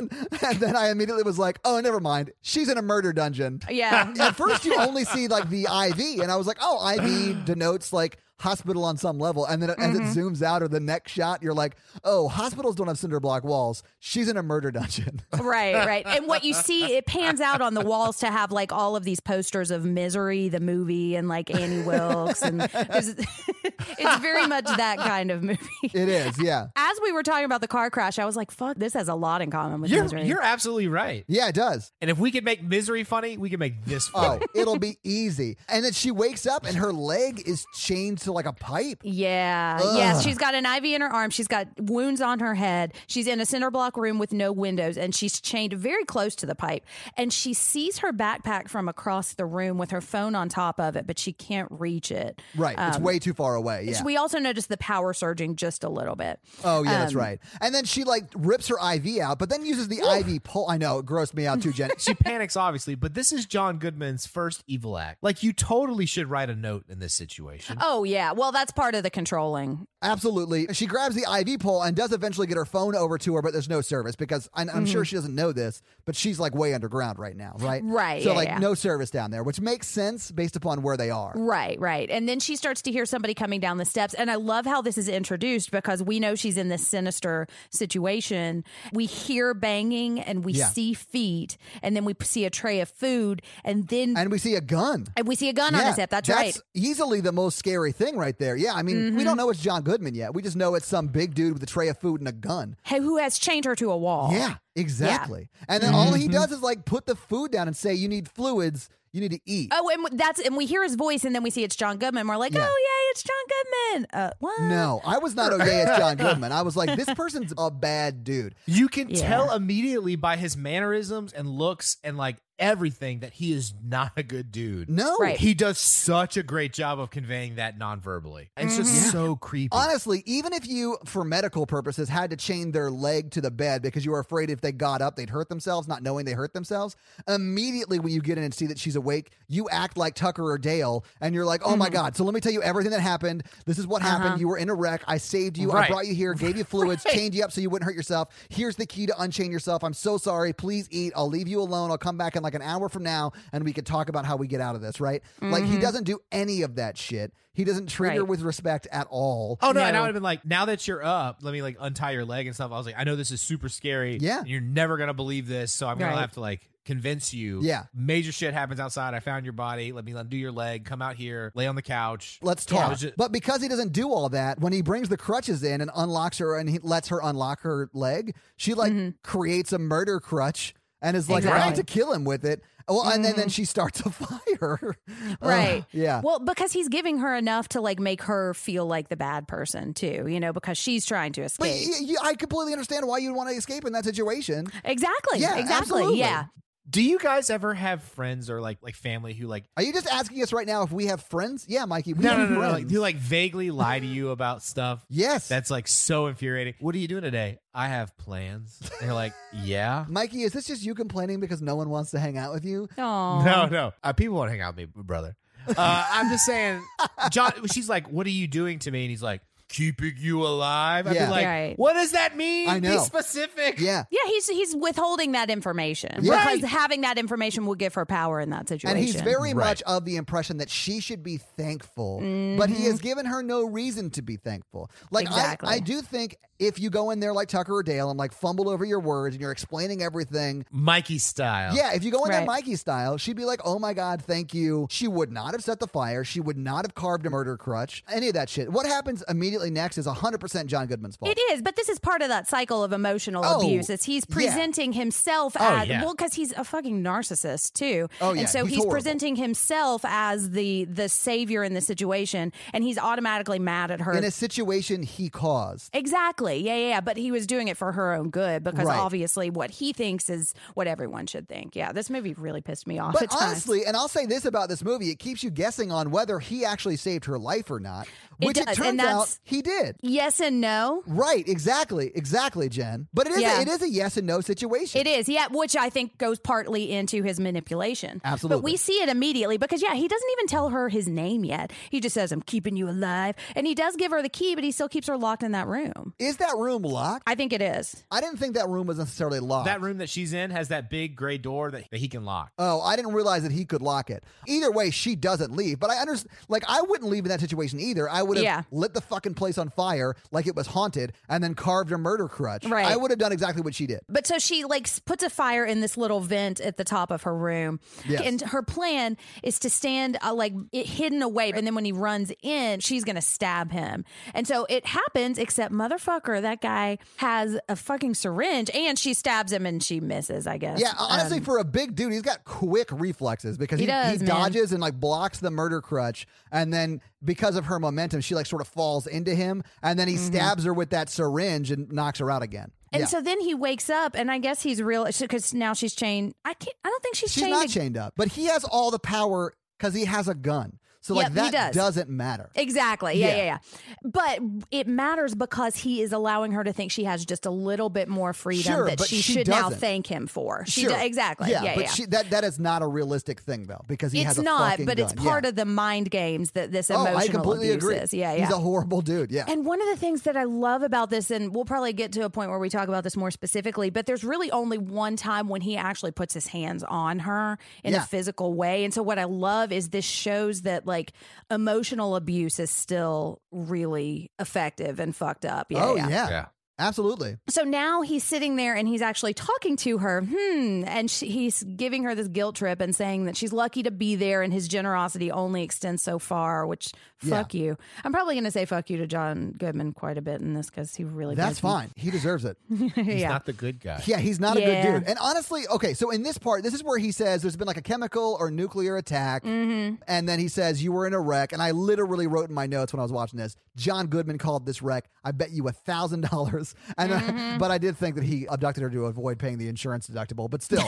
Speaker 1: and then I immediately was like, "Oh, never mind. She's in a murder dungeon."
Speaker 4: Yeah.
Speaker 1: At first, you only see like the IV, and I was like, "Oh, IV denotes like hospital on some level." And then as it zooms out or the next shot, you're like, "Oh, hospitals don't have cinder block walls. She's in a murder dungeon."
Speaker 4: Right, right. And what you see, it pans out on the walls to have like all of these posters of Misery, the movie, and like Annie Wilkes. And it's, it's very much that kind of movie.
Speaker 1: it is, yeah,
Speaker 4: As we were talking about the car crash, I was like, fuck, this has a lot in common with
Speaker 3: You're
Speaker 4: Misery.
Speaker 3: you're absolutely right.
Speaker 1: yeah, it does.
Speaker 3: And if we could make misery funny, we can make this
Speaker 1: Oh,
Speaker 3: funny.
Speaker 1: it'll be easy. And then she wakes up, and her leg is chained to like a pipe.
Speaker 4: yeah, yeah. She's got an IV in her arm. She's got wounds on her head. She's in a cinder block room with no windows, and she's chained very close to the pipe. And she sees her backpack from across the room with her phone on top of it, but she can't reach it.
Speaker 1: Right, it's way too far away. Yeah.
Speaker 4: We also noticed the power surging just a little bit.
Speaker 1: Oh yeah, that's right. And then she like rips her IV out, but then uses the IV pole. I know it grossed me out too, Jen.
Speaker 3: She panics, obviously, but this is John Goodman's first evil act. Like, you totally should write a note in this situation.
Speaker 4: Oh yeah, well that's part of the controlling.
Speaker 1: Absolutely. She grabs the IV pole and does eventually get her phone over to her, but there's no service because I'm, I'm
Speaker 4: Mm-hmm.
Speaker 1: sure she doesn't know this, but she's like way underground right now, right?
Speaker 4: Right,
Speaker 1: So,
Speaker 4: yeah,
Speaker 1: like,
Speaker 4: yeah.
Speaker 1: no service down there, which makes sense based upon where they are.
Speaker 4: Right, right. And then she starts to hear somebody coming down the steps and I love how this is introduced because we know she's in this sinister situation. We hear banging and we
Speaker 1: Yeah.
Speaker 4: see feet and then we p- see a tray of food and then and,
Speaker 1: And we see a gun.
Speaker 4: we see a gun on the step. That's, right. Mm-hmm.
Speaker 1: easily the most scary thing right there. Yeah, I mean, we don't know it's John Goodman yet. We just know it's some big dude with a tray of food and a gun.
Speaker 4: Hey, who has chained her to a wall?
Speaker 1: Yeah, exactly. And then all
Speaker 4: Mm-hmm.
Speaker 1: he does is like put the food down and say, "You need fluids. You need to eat."
Speaker 4: Oh, and w- that's and we hear his voice, and then we see it's John Goodman. We're like,
Speaker 1: Yeah.
Speaker 4: oh yeah, it's John Goodman. Uh, what?
Speaker 1: No, I was not okay as John Goodman. I was like, this person's a bad dude.
Speaker 3: You can
Speaker 4: Yeah.
Speaker 3: tell immediately by his mannerisms and looks and like everything that he is not a good dude.
Speaker 1: No.
Speaker 4: Right.
Speaker 3: He does such a great job of conveying that non-verbally. It's just
Speaker 1: Mm-hmm.
Speaker 3: so creepy.
Speaker 1: Honestly, even if you, for medical purposes, had to chain their leg to the bed because you were afraid if they got up, they'd hurt themselves, not knowing they hurt themselves, immediately when you get in and see that she's awake, you act like Tucker or Dale and you're like, oh
Speaker 3: Mm-hmm.
Speaker 1: my God. So let me tell you everything that happened. This is what happened. You were in a wreck. I saved you. I
Speaker 3: Uh-huh. Right.
Speaker 1: brought you here, gave you fluids, chained you up so you wouldn't hurt yourself. Here's the key to unchain yourself. I'm so sorry. Please eat. I'll leave you alone. I'll come back in in like an hour from now and we could talk about how we get out of this, right? Like
Speaker 3: Mm-hmm.
Speaker 1: he doesn't do any of that shit. He doesn't treat her
Speaker 4: Right.
Speaker 1: with respect at all.
Speaker 3: Oh no, and I
Speaker 4: No.
Speaker 3: would have been like, now that you're up, let me like untie your leg and stuff. I was like, I know this is super scary.
Speaker 1: Yeah.
Speaker 3: And you're never gonna believe this, so I'm gonna
Speaker 4: Right.
Speaker 3: have to like convince you.
Speaker 1: Yeah.
Speaker 3: Major shit happens outside. I found your body. Let me undo your leg. Come out here. Lay on the couch.
Speaker 1: Let's
Speaker 3: Yeah, I
Speaker 1: talk.
Speaker 3: was ju-
Speaker 1: but because he doesn't do all that, when he brings the crutches in and unlocks her and he lets her unlock her leg, she like creates a murder crutch and is like about
Speaker 4: Mm-hmm. Exactly. Mm-hmm.
Speaker 1: to kill him with it. Well, and then, then she starts a fire. Ugh,
Speaker 4: Right.
Speaker 1: yeah.
Speaker 4: Well, because he's giving her enough to like make her feel like the bad person too, you know, because she's trying to
Speaker 1: But
Speaker 4: escape.
Speaker 1: y- y- I completely understand why you'd want to escape in that situation.
Speaker 4: exactly.
Speaker 1: Yeah,
Speaker 4: exactly.
Speaker 1: absolutely.
Speaker 4: Yeah.
Speaker 3: Do you guys ever have friends or like like family who like
Speaker 1: Are you just asking us right now if we have friends? Yeah, Mikey. We
Speaker 3: no
Speaker 1: have
Speaker 3: no no, no,
Speaker 1: friends.
Speaker 3: like, who like vaguely lie to you about stuff?
Speaker 1: yes.
Speaker 3: That's like so infuriating. What are you doing today? I have plans. And you're like, yeah.
Speaker 1: Mikey, is this just you complaining because no one wants to hang out with you?
Speaker 4: Oh.
Speaker 3: No, no. Uh, people won't hang out with me, brother. Uh, I'm just saying, John. She's like, "What are you doing to me?" And he's like, "Keeping you alive." I'd
Speaker 1: Yeah.
Speaker 3: be like,
Speaker 4: Right.
Speaker 3: "What does that mean?
Speaker 1: I know.
Speaker 3: Be specific."
Speaker 1: Yeah.
Speaker 4: Yeah, he's he's withholding that information
Speaker 1: Yeah.
Speaker 4: because having that information will give her power in that situation.
Speaker 1: And he's very
Speaker 3: Right.
Speaker 1: much of the impression that she should be thankful, but he has given her no reason to be thankful. Like,
Speaker 4: Mm-hmm. Exactly.
Speaker 1: I, I do think if you go in there like Tucker or Dale and like fumble over your words and you're explaining everything.
Speaker 3: Mikey style.
Speaker 1: Yeah, if you go in there
Speaker 4: Right.
Speaker 1: Mikey style, she'd be like, oh my God, thank you. She would not have set the fire. She would not have carved a murder crutch, any of that shit. What happens immediately next is 100% John Goodman's fault.
Speaker 4: It is, but this is part of that cycle of emotional
Speaker 1: Oh,
Speaker 4: abuse. It's he's
Speaker 1: yeah.
Speaker 4: presenting himself
Speaker 3: Oh,
Speaker 4: as
Speaker 3: yeah.
Speaker 4: well because he's a fucking narcissist too.
Speaker 1: Oh, yeah,
Speaker 4: and so
Speaker 1: he's
Speaker 4: he's,
Speaker 1: horrible.
Speaker 4: presenting himself as the the savior in the situation, and he's automatically mad at her.
Speaker 1: In a situation he caused.
Speaker 4: exactly, yeah, yeah, yeah. But he was doing it for her own good because
Speaker 1: Right.
Speaker 4: obviously what he thinks is what everyone should think. Yeah, this movie really pissed me off. at
Speaker 1: But
Speaker 4: times.
Speaker 1: honestly, and I'll say this about this movie, it keeps you guessing on whether he actually saved her life or not,
Speaker 4: It
Speaker 1: which it
Speaker 4: does, and
Speaker 1: turns out
Speaker 4: that's-
Speaker 1: he did.
Speaker 4: yes and no.
Speaker 1: Right, exactly, exactly, Jen. But it is
Speaker 4: Yeah.
Speaker 1: a, it is a yes and no situation.
Speaker 4: It is, yeah, which I think goes partly into his manipulation.
Speaker 1: Absolutely.
Speaker 4: But we see it immediately because, yeah, he doesn't even tell her his name yet. He just says, I'm keeping you alive. And he does give her the key, but he still keeps her locked in that room.
Speaker 1: Is that room locked?
Speaker 4: I think it is.
Speaker 1: I didn't think that room was necessarily locked.
Speaker 3: That room that she's in has that big gray door that, that he can lock.
Speaker 1: Oh, I didn't realize that he could lock it. Either way, she doesn't leave. But I understand. Like I wouldn't leave in that situation either. I would have
Speaker 4: Yeah.
Speaker 1: lit the fucking place on fire like it was haunted, and then carved a murder crutch.
Speaker 4: Right.
Speaker 1: I would have done exactly what she did.
Speaker 4: But so she like s- puts a fire in this little vent at the top of her room,
Speaker 1: Yes.
Speaker 4: and her plan is to stand uh, like it hidden away. And then when he runs in, she's gonna stab him. And so it happens, except motherfucker, that guy has a fucking syringe, and she stabs him and she misses. I guess.
Speaker 1: Yeah, uh, honestly,
Speaker 4: Um,
Speaker 1: for a big dude, he's got quick reflexes because he,
Speaker 4: He
Speaker 1: he,
Speaker 4: does, man.
Speaker 1: dodges and like blocks the murder crutch, and then because of her momentum, she like sort of falls into him, and then he stabs her with that syringe and knocks her out again.
Speaker 4: Mm-hmm. and
Speaker 1: yeah.
Speaker 4: so then he wakes up, and I guess he's real because now she's chained. I can't. I don't think she's,
Speaker 1: she's
Speaker 4: chained.
Speaker 1: not
Speaker 4: ag-
Speaker 1: chained up, but he has all the power because he has a gun. So like
Speaker 4: Yep,
Speaker 1: that
Speaker 4: he does.
Speaker 1: doesn't matter.
Speaker 4: Exactly. Yeah,
Speaker 1: Yeah.
Speaker 4: yeah, yeah, But it matters because he is allowing her to think she has just a little bit more freedom
Speaker 1: Sure,
Speaker 4: that
Speaker 1: but
Speaker 4: she,
Speaker 1: she
Speaker 4: should now
Speaker 1: doesn't.
Speaker 4: thank him for. She
Speaker 1: Sure.
Speaker 4: do- exactly. Yeah, yeah.
Speaker 1: but
Speaker 4: yeah.
Speaker 1: She, that that is not a realistic thing though because he has a
Speaker 4: it's not,
Speaker 1: fucking
Speaker 4: but it's
Speaker 1: gun.
Speaker 4: part
Speaker 1: yeah.
Speaker 4: of the mind games that this
Speaker 1: oh,
Speaker 4: emotional
Speaker 1: I completely
Speaker 4: abuse
Speaker 1: agree.
Speaker 4: is. Yeah, yeah.
Speaker 1: He's a horrible dude. Yeah,
Speaker 4: And one of the things that I love about this, and we'll probably get to a point where we talk about this more specifically, but there's really only one time when he actually puts his hands on her in
Speaker 1: Yeah.
Speaker 4: a physical way. And so what I love is this shows that like emotional abuse is still really effective and fucked up. Yeah,
Speaker 1: oh
Speaker 4: yeah.
Speaker 3: Yeah.
Speaker 1: absolutely.
Speaker 4: So now he's sitting there and he's actually talking to her. Hmm. And she, he's giving her this guilt trip and saying that she's lucky to be there and his generosity only extends so far, which
Speaker 1: Yeah.
Speaker 4: fuck you. I'm probably going to say fuck you to John Goodman quite a bit in this because he really
Speaker 1: That's
Speaker 4: pissed me.
Speaker 1: fine. He deserves it.
Speaker 3: He's
Speaker 4: yeah.
Speaker 3: not the good guy.
Speaker 1: Yeah, he's not a
Speaker 4: Yeah.
Speaker 1: good dude. And honestly, okay, so in this part, this is where he says there's been like a chemical or nuclear attack.
Speaker 4: Mm-hmm.
Speaker 1: And then he says, You were in a wreck. And I literally wrote in my notes when I was watching this John Goodman called this wreck, I bet you a $1,000. And
Speaker 4: Mm-hmm.
Speaker 1: I, But I did think that he abducted her to avoid paying the insurance deductible. But still,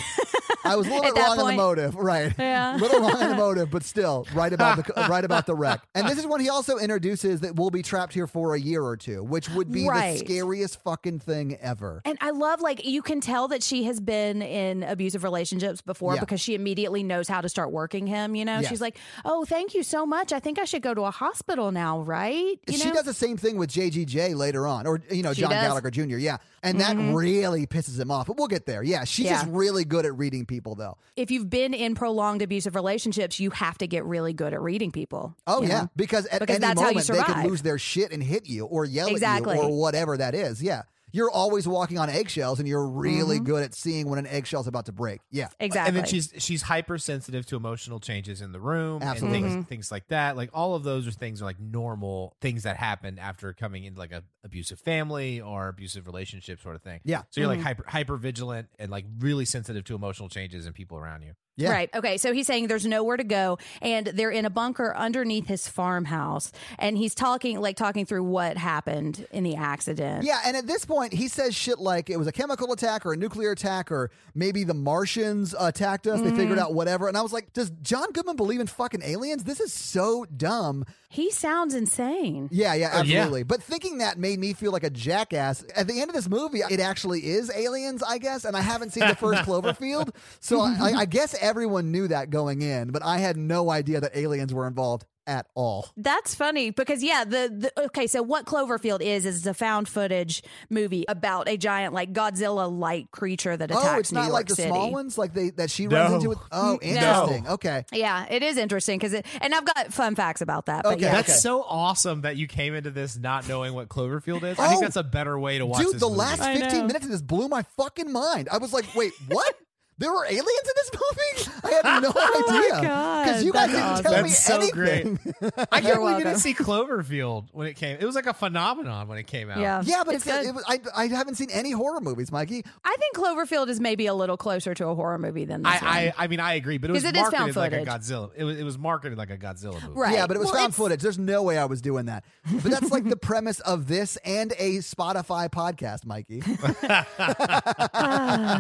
Speaker 1: I was a little bit
Speaker 4: At that
Speaker 1: wrong on the
Speaker 4: point.
Speaker 1: motive, right? A
Speaker 4: Yeah.
Speaker 1: little wrong on the motive, but still, right about the, right about the wreck. And this is when he also introduces that we'll be trapped here for a year or two, which would be
Speaker 4: Right.
Speaker 1: the scariest fucking thing ever.
Speaker 4: And I love like you can tell that she has been in abusive relationships before
Speaker 1: Yeah.
Speaker 4: because she immediately knows how to start working him, you know.
Speaker 1: Yes.
Speaker 4: She's like, "Oh, thank you so much. I think I should go to a hospital now, right?" You
Speaker 1: she
Speaker 4: know?
Speaker 1: does the same thing with JGJ later on, or you know
Speaker 4: She
Speaker 1: John
Speaker 4: does. Mm-hmm.
Speaker 1: Gallagher Jr. Yeah, and that really pisses him off. But we'll get there. Yeah, she's just
Speaker 4: Yeah.
Speaker 1: really good at reading people though.
Speaker 4: If you've been in prolonged abusive relationships, you have to get really good at reading people.
Speaker 1: Oh
Speaker 4: you
Speaker 1: yeah,
Speaker 4: know?
Speaker 1: because at
Speaker 4: Because
Speaker 1: any
Speaker 4: that's how you
Speaker 1: moment they could
Speaker 4: survive.
Speaker 1: lose their shit and hit you or yell
Speaker 4: Exactly.
Speaker 1: at you or whatever that is. Yeah, you're always walking on eggshells, and you're really
Speaker 4: Mm-hmm.
Speaker 1: good at seeing when an eggshell's about to break. Yeah,
Speaker 4: Exactly.
Speaker 3: And then she's she's hypersensitive to emotional changes in the room
Speaker 1: Absolutely. Mm-hmm.
Speaker 3: and things things like that. Like all of those are things are like normal things that happen after coming into like a abusive family or abusive relationship sort of thing.
Speaker 1: Yeah. Mm-hmm.
Speaker 3: So you're
Speaker 4: Mhm.
Speaker 3: like hyper hyper vigilant and like really sensitive to emotional changes in people around you.
Speaker 1: Yeah.
Speaker 4: Right. Okay. So he's saying there's nowhere to go, and they're in a bunker underneath his farmhouse, and he's talking like talking through what happened in the accident.
Speaker 1: Yeah, and at this point, he says shit like it was a chemical attack or a nuclear attack or maybe the Martians attacked us. They
Speaker 4: Mm.
Speaker 1: figured out whatever. And I was like, does John Goodman believe in fucking aliens? This is so dumb.
Speaker 4: He sounds insane.
Speaker 1: Yeah, yeah,
Speaker 3: Uh, yeah.
Speaker 1: absolutely. But thinking that made me feel like a jackass. At the end of this movie, it actually is aliens, I guess. And I haven't seen the first Cloverfield. So I, I guess everyone knew that going in, but I had no idea that aliens were involved at all.
Speaker 4: That's funny because yeah, the, the okay. So what Cloverfield is is it's a found footage movie about a giant like Godzilla like creature that attacks
Speaker 1: oh, it's
Speaker 4: New
Speaker 1: not
Speaker 4: York
Speaker 1: like the
Speaker 4: City.
Speaker 1: small ones like they that she runs
Speaker 3: No.
Speaker 1: into. With, oh,
Speaker 4: No.
Speaker 1: interesting. Okay.
Speaker 4: Yeah, it is interesting because it and I've got fun facts about that. But
Speaker 1: Okay.
Speaker 4: yeah.
Speaker 3: That's
Speaker 1: Okay.
Speaker 3: so awesome that you came into this not knowing what Cloverfield is. I
Speaker 1: Oh.
Speaker 3: think that's a better way to watch
Speaker 1: Dude,
Speaker 3: this
Speaker 1: the
Speaker 3: movie.
Speaker 1: last
Speaker 4: I
Speaker 1: 15
Speaker 4: know.
Speaker 1: minutes of this blew my fucking mind. I was like, wait, what? there were aliens in this movie? I had no
Speaker 4: Oh my
Speaker 1: idea.
Speaker 4: God,
Speaker 1: you guys
Speaker 4: that's
Speaker 1: didn't
Speaker 4: awesome.
Speaker 1: tell me
Speaker 3: That's so
Speaker 1: anything.
Speaker 3: I can't
Speaker 4: You're
Speaker 3: believe you
Speaker 4: welcome.
Speaker 3: didn't see Cloverfield when it came. It was like a phenomenon when it came
Speaker 1: Oh.
Speaker 3: out.
Speaker 4: yeah,
Speaker 1: yeah, but it's, uh,
Speaker 4: it's good.
Speaker 1: it was, I, I haven't seen any horror movies, Mikey.
Speaker 4: I think Cloverfield is maybe a little closer to a horror movie than this one.
Speaker 3: I, I I mean I agree, but it was
Speaker 4: 'Cause it is
Speaker 3: marketed
Speaker 4: found
Speaker 3: like a
Speaker 4: footage.
Speaker 3: Godzilla. It was it was marketed like a Godzilla movie.
Speaker 4: right.
Speaker 1: Yeah, but it was
Speaker 4: Well,
Speaker 1: found
Speaker 4: it's-
Speaker 1: footage. There's no way I was doing that. But that's like the premise of this and a Spotify podcast, Mikey.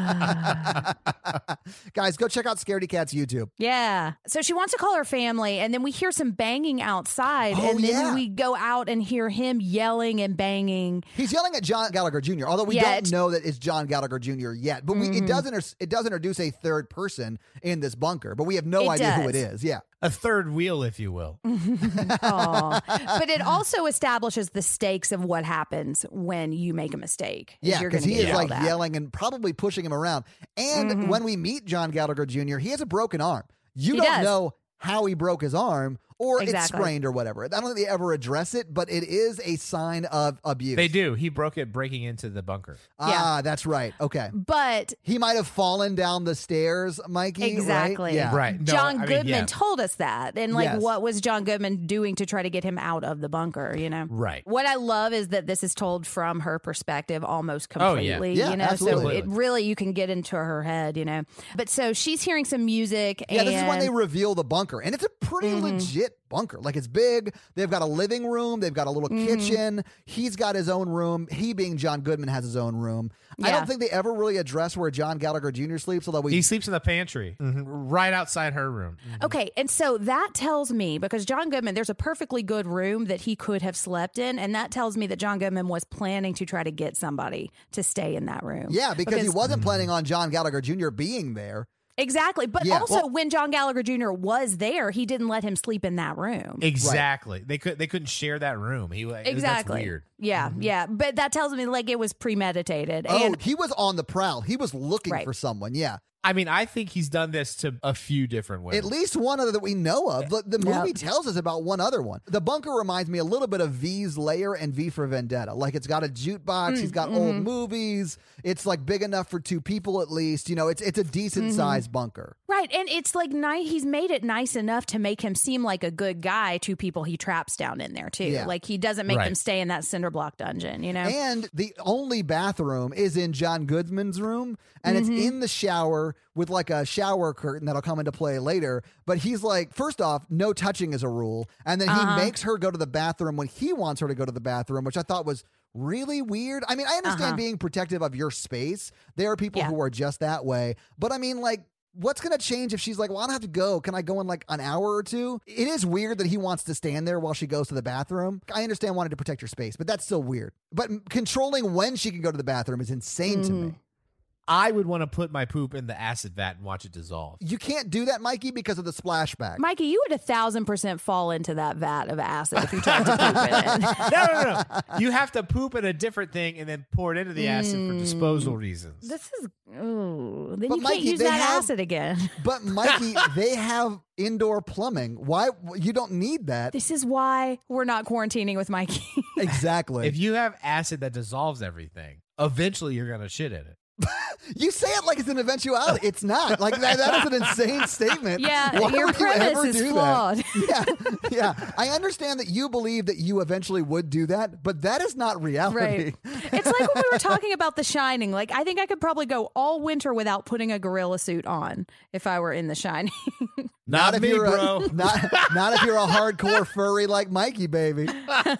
Speaker 4: Ah.
Speaker 1: guys, go check out Scaredy Cat's YouTube.
Speaker 4: Yeah. So she wants to call her family, and then we hear some banging outside,
Speaker 1: Oh,
Speaker 4: and then
Speaker 1: yeah.
Speaker 4: we go out and hear him yelling and banging.
Speaker 1: He's yelling at John Gallagher Jr. Although we
Speaker 4: Yeah,
Speaker 1: don't
Speaker 4: it's-
Speaker 1: know that it's John Gallagher Jr. yet, but we,
Speaker 4: Mm-hmm.
Speaker 1: it does inter- it does introduce a third person in this bunker, but we have no
Speaker 4: It
Speaker 1: idea who it
Speaker 4: does.
Speaker 1: is. Yeah,
Speaker 3: A third wheel, if you will.
Speaker 4: Aw. but it also establishes the stakes of what happens when you make a mistake.
Speaker 1: yeah,
Speaker 4: you're
Speaker 1: because
Speaker 4: gonna
Speaker 1: he
Speaker 4: get
Speaker 1: is like
Speaker 4: yelled at.
Speaker 1: yelling and probably pushing him around. And when we meet John Gallagher Jr., he has a broken arm. You
Speaker 4: Mm-hmm. He
Speaker 1: don't
Speaker 4: does.
Speaker 1: know how he broke his arm or it's
Speaker 4: Exactly.
Speaker 1: sprained or whatever. I don't think they ever address it, but it is a sign of abuse.
Speaker 3: They do. He broke it breaking into the bunker.
Speaker 1: Ah, that's right. Okay.
Speaker 4: But
Speaker 1: He might have fallen down the stairs, Mikey. right?
Speaker 4: Exactly.
Speaker 1: Yeah.
Speaker 3: Right. No,
Speaker 4: John
Speaker 3: I mean,
Speaker 4: Goodman
Speaker 3: yeah.
Speaker 4: told us that. And like,
Speaker 1: Yes.
Speaker 4: what was John Goodman doing to try to get him out of the bunker, you know?
Speaker 3: Right.
Speaker 4: What I love is that this is told from her perspective almost
Speaker 3: Oh, yeah.
Speaker 4: completely,
Speaker 1: Yeah,
Speaker 4: you know?
Speaker 1: absolutely.
Speaker 4: So it really, you can get into her head, you know? But so she's hearing some music.
Speaker 1: Yeah, this is when
Speaker 4: and- Mm-hmm.
Speaker 1: they reveal the bunker, and it's a pretty legit bunker. Like it's big. They've got a living room. They've got a little
Speaker 4: Mm-hmm.
Speaker 1: kitchen. He's got his own room. He, being John Goodman, has his own room. I
Speaker 4: Yeah.
Speaker 1: don't think they ever really address where John Gallagher Jr. sleeps, although we.
Speaker 4: Mm-hmm.
Speaker 3: He sleeps in the pantry, right outside her room.
Speaker 4: Okay, and so that tells me because John Goodman, there's a perfectly good room that he could have slept in, and that tells me that John Goodman was planning to try to get somebody to stay in that room.
Speaker 1: yeah, because, he wasn't planning on John Gallagher Jr. being there.
Speaker 4: Exactly. But
Speaker 1: Yeah.
Speaker 4: also, when John Gallagher Jr. was there, he didn't let him sleep in that room.
Speaker 3: Exactly. They could they couldn't share that room. He
Speaker 4: Exactly.
Speaker 3: That's weird. Mm-hmm.
Speaker 4: Yeah, yeah. But that tells me like it was premeditated.
Speaker 1: Oh,
Speaker 4: and
Speaker 1: he was on the prowl. He was looking
Speaker 4: Right.
Speaker 1: for someone. Yeah,
Speaker 3: I mean, I think he's done this to a few different women.
Speaker 1: at least one other that we know of. The, the
Speaker 4: Yep.
Speaker 1: movie tells us about one other one. The bunker reminds me a little bit of V's Lair and V for Vendetta. Like it's got a jukebox. he's got old movies. It's like big enough for two people at least. You know, it's it's a decent sized bunker.
Speaker 4: right, and it's like nice. He's made it nice enough to make him seem like a good guy to people he traps down in there too.
Speaker 1: Yeah.
Speaker 4: Like he doesn't make
Speaker 3: Right.
Speaker 4: them stay in that cinder block dungeon. You know.
Speaker 1: And the only bathroom is in John Goodman's room, and it's in the shower with like a shower curtain that'll come into play later. But he's like, first off, no touching is a rule, and then he makes her go to the bathroom when he wants her to go to the bathroom, which I thought was really weird. I mean, I understand being protective of your space. There are people
Speaker 4: Yeah.
Speaker 1: who are just that way, but I mean, like. What's gonna change if she's like, "Well, I don't have to go. Can I go in like an hour or two? It is weird that he wants to stand there while she goes to the bathroom. I understand wanting to protect your space, but that's still weird. But m- controlling when she can go to the bathroom is insane to me.
Speaker 3: I would want to put my poop in the acid vat and watch it dissolve.
Speaker 1: You can't do that, Mikey, because of the splashback.
Speaker 4: Mikey, you would a thousand percent fall into that vat of acid if you tried to poop in it.
Speaker 3: No, no, no. you have to poop in a different thing and then pour it into the acid for disposal reasons.
Speaker 4: Mm. This is ooh. Then
Speaker 1: But
Speaker 4: you
Speaker 1: Mikey,
Speaker 4: can't use
Speaker 1: they
Speaker 4: that
Speaker 1: have-
Speaker 4: acid again.
Speaker 1: But Mikey, they have indoor plumbing. Why you don't need that?
Speaker 4: This is why we're not quarantining with Mikey.
Speaker 1: Exactly.
Speaker 3: if you have acid that dissolves everything, eventually you're gonna shit in it.
Speaker 1: You say it like it's an eventuality. It's not. Like that, that is an insane statement.
Speaker 4: yeah,
Speaker 1: Why
Speaker 4: your
Speaker 1: would you
Speaker 4: premise
Speaker 1: ever
Speaker 4: is
Speaker 1: do that?
Speaker 4: flawed.
Speaker 1: Yeah, yeah. I understand that you believe that you eventually would do that, but that is not reality.
Speaker 4: Right. It's like when we were talking about The Shining. Like, I think I could probably go all winter without putting a gorilla suit on if I were in The Shining.
Speaker 3: Not,
Speaker 1: if
Speaker 3: me,
Speaker 1: you're
Speaker 3: bro.
Speaker 1: A, not not if you're a hardcore furry like Mikey, baby.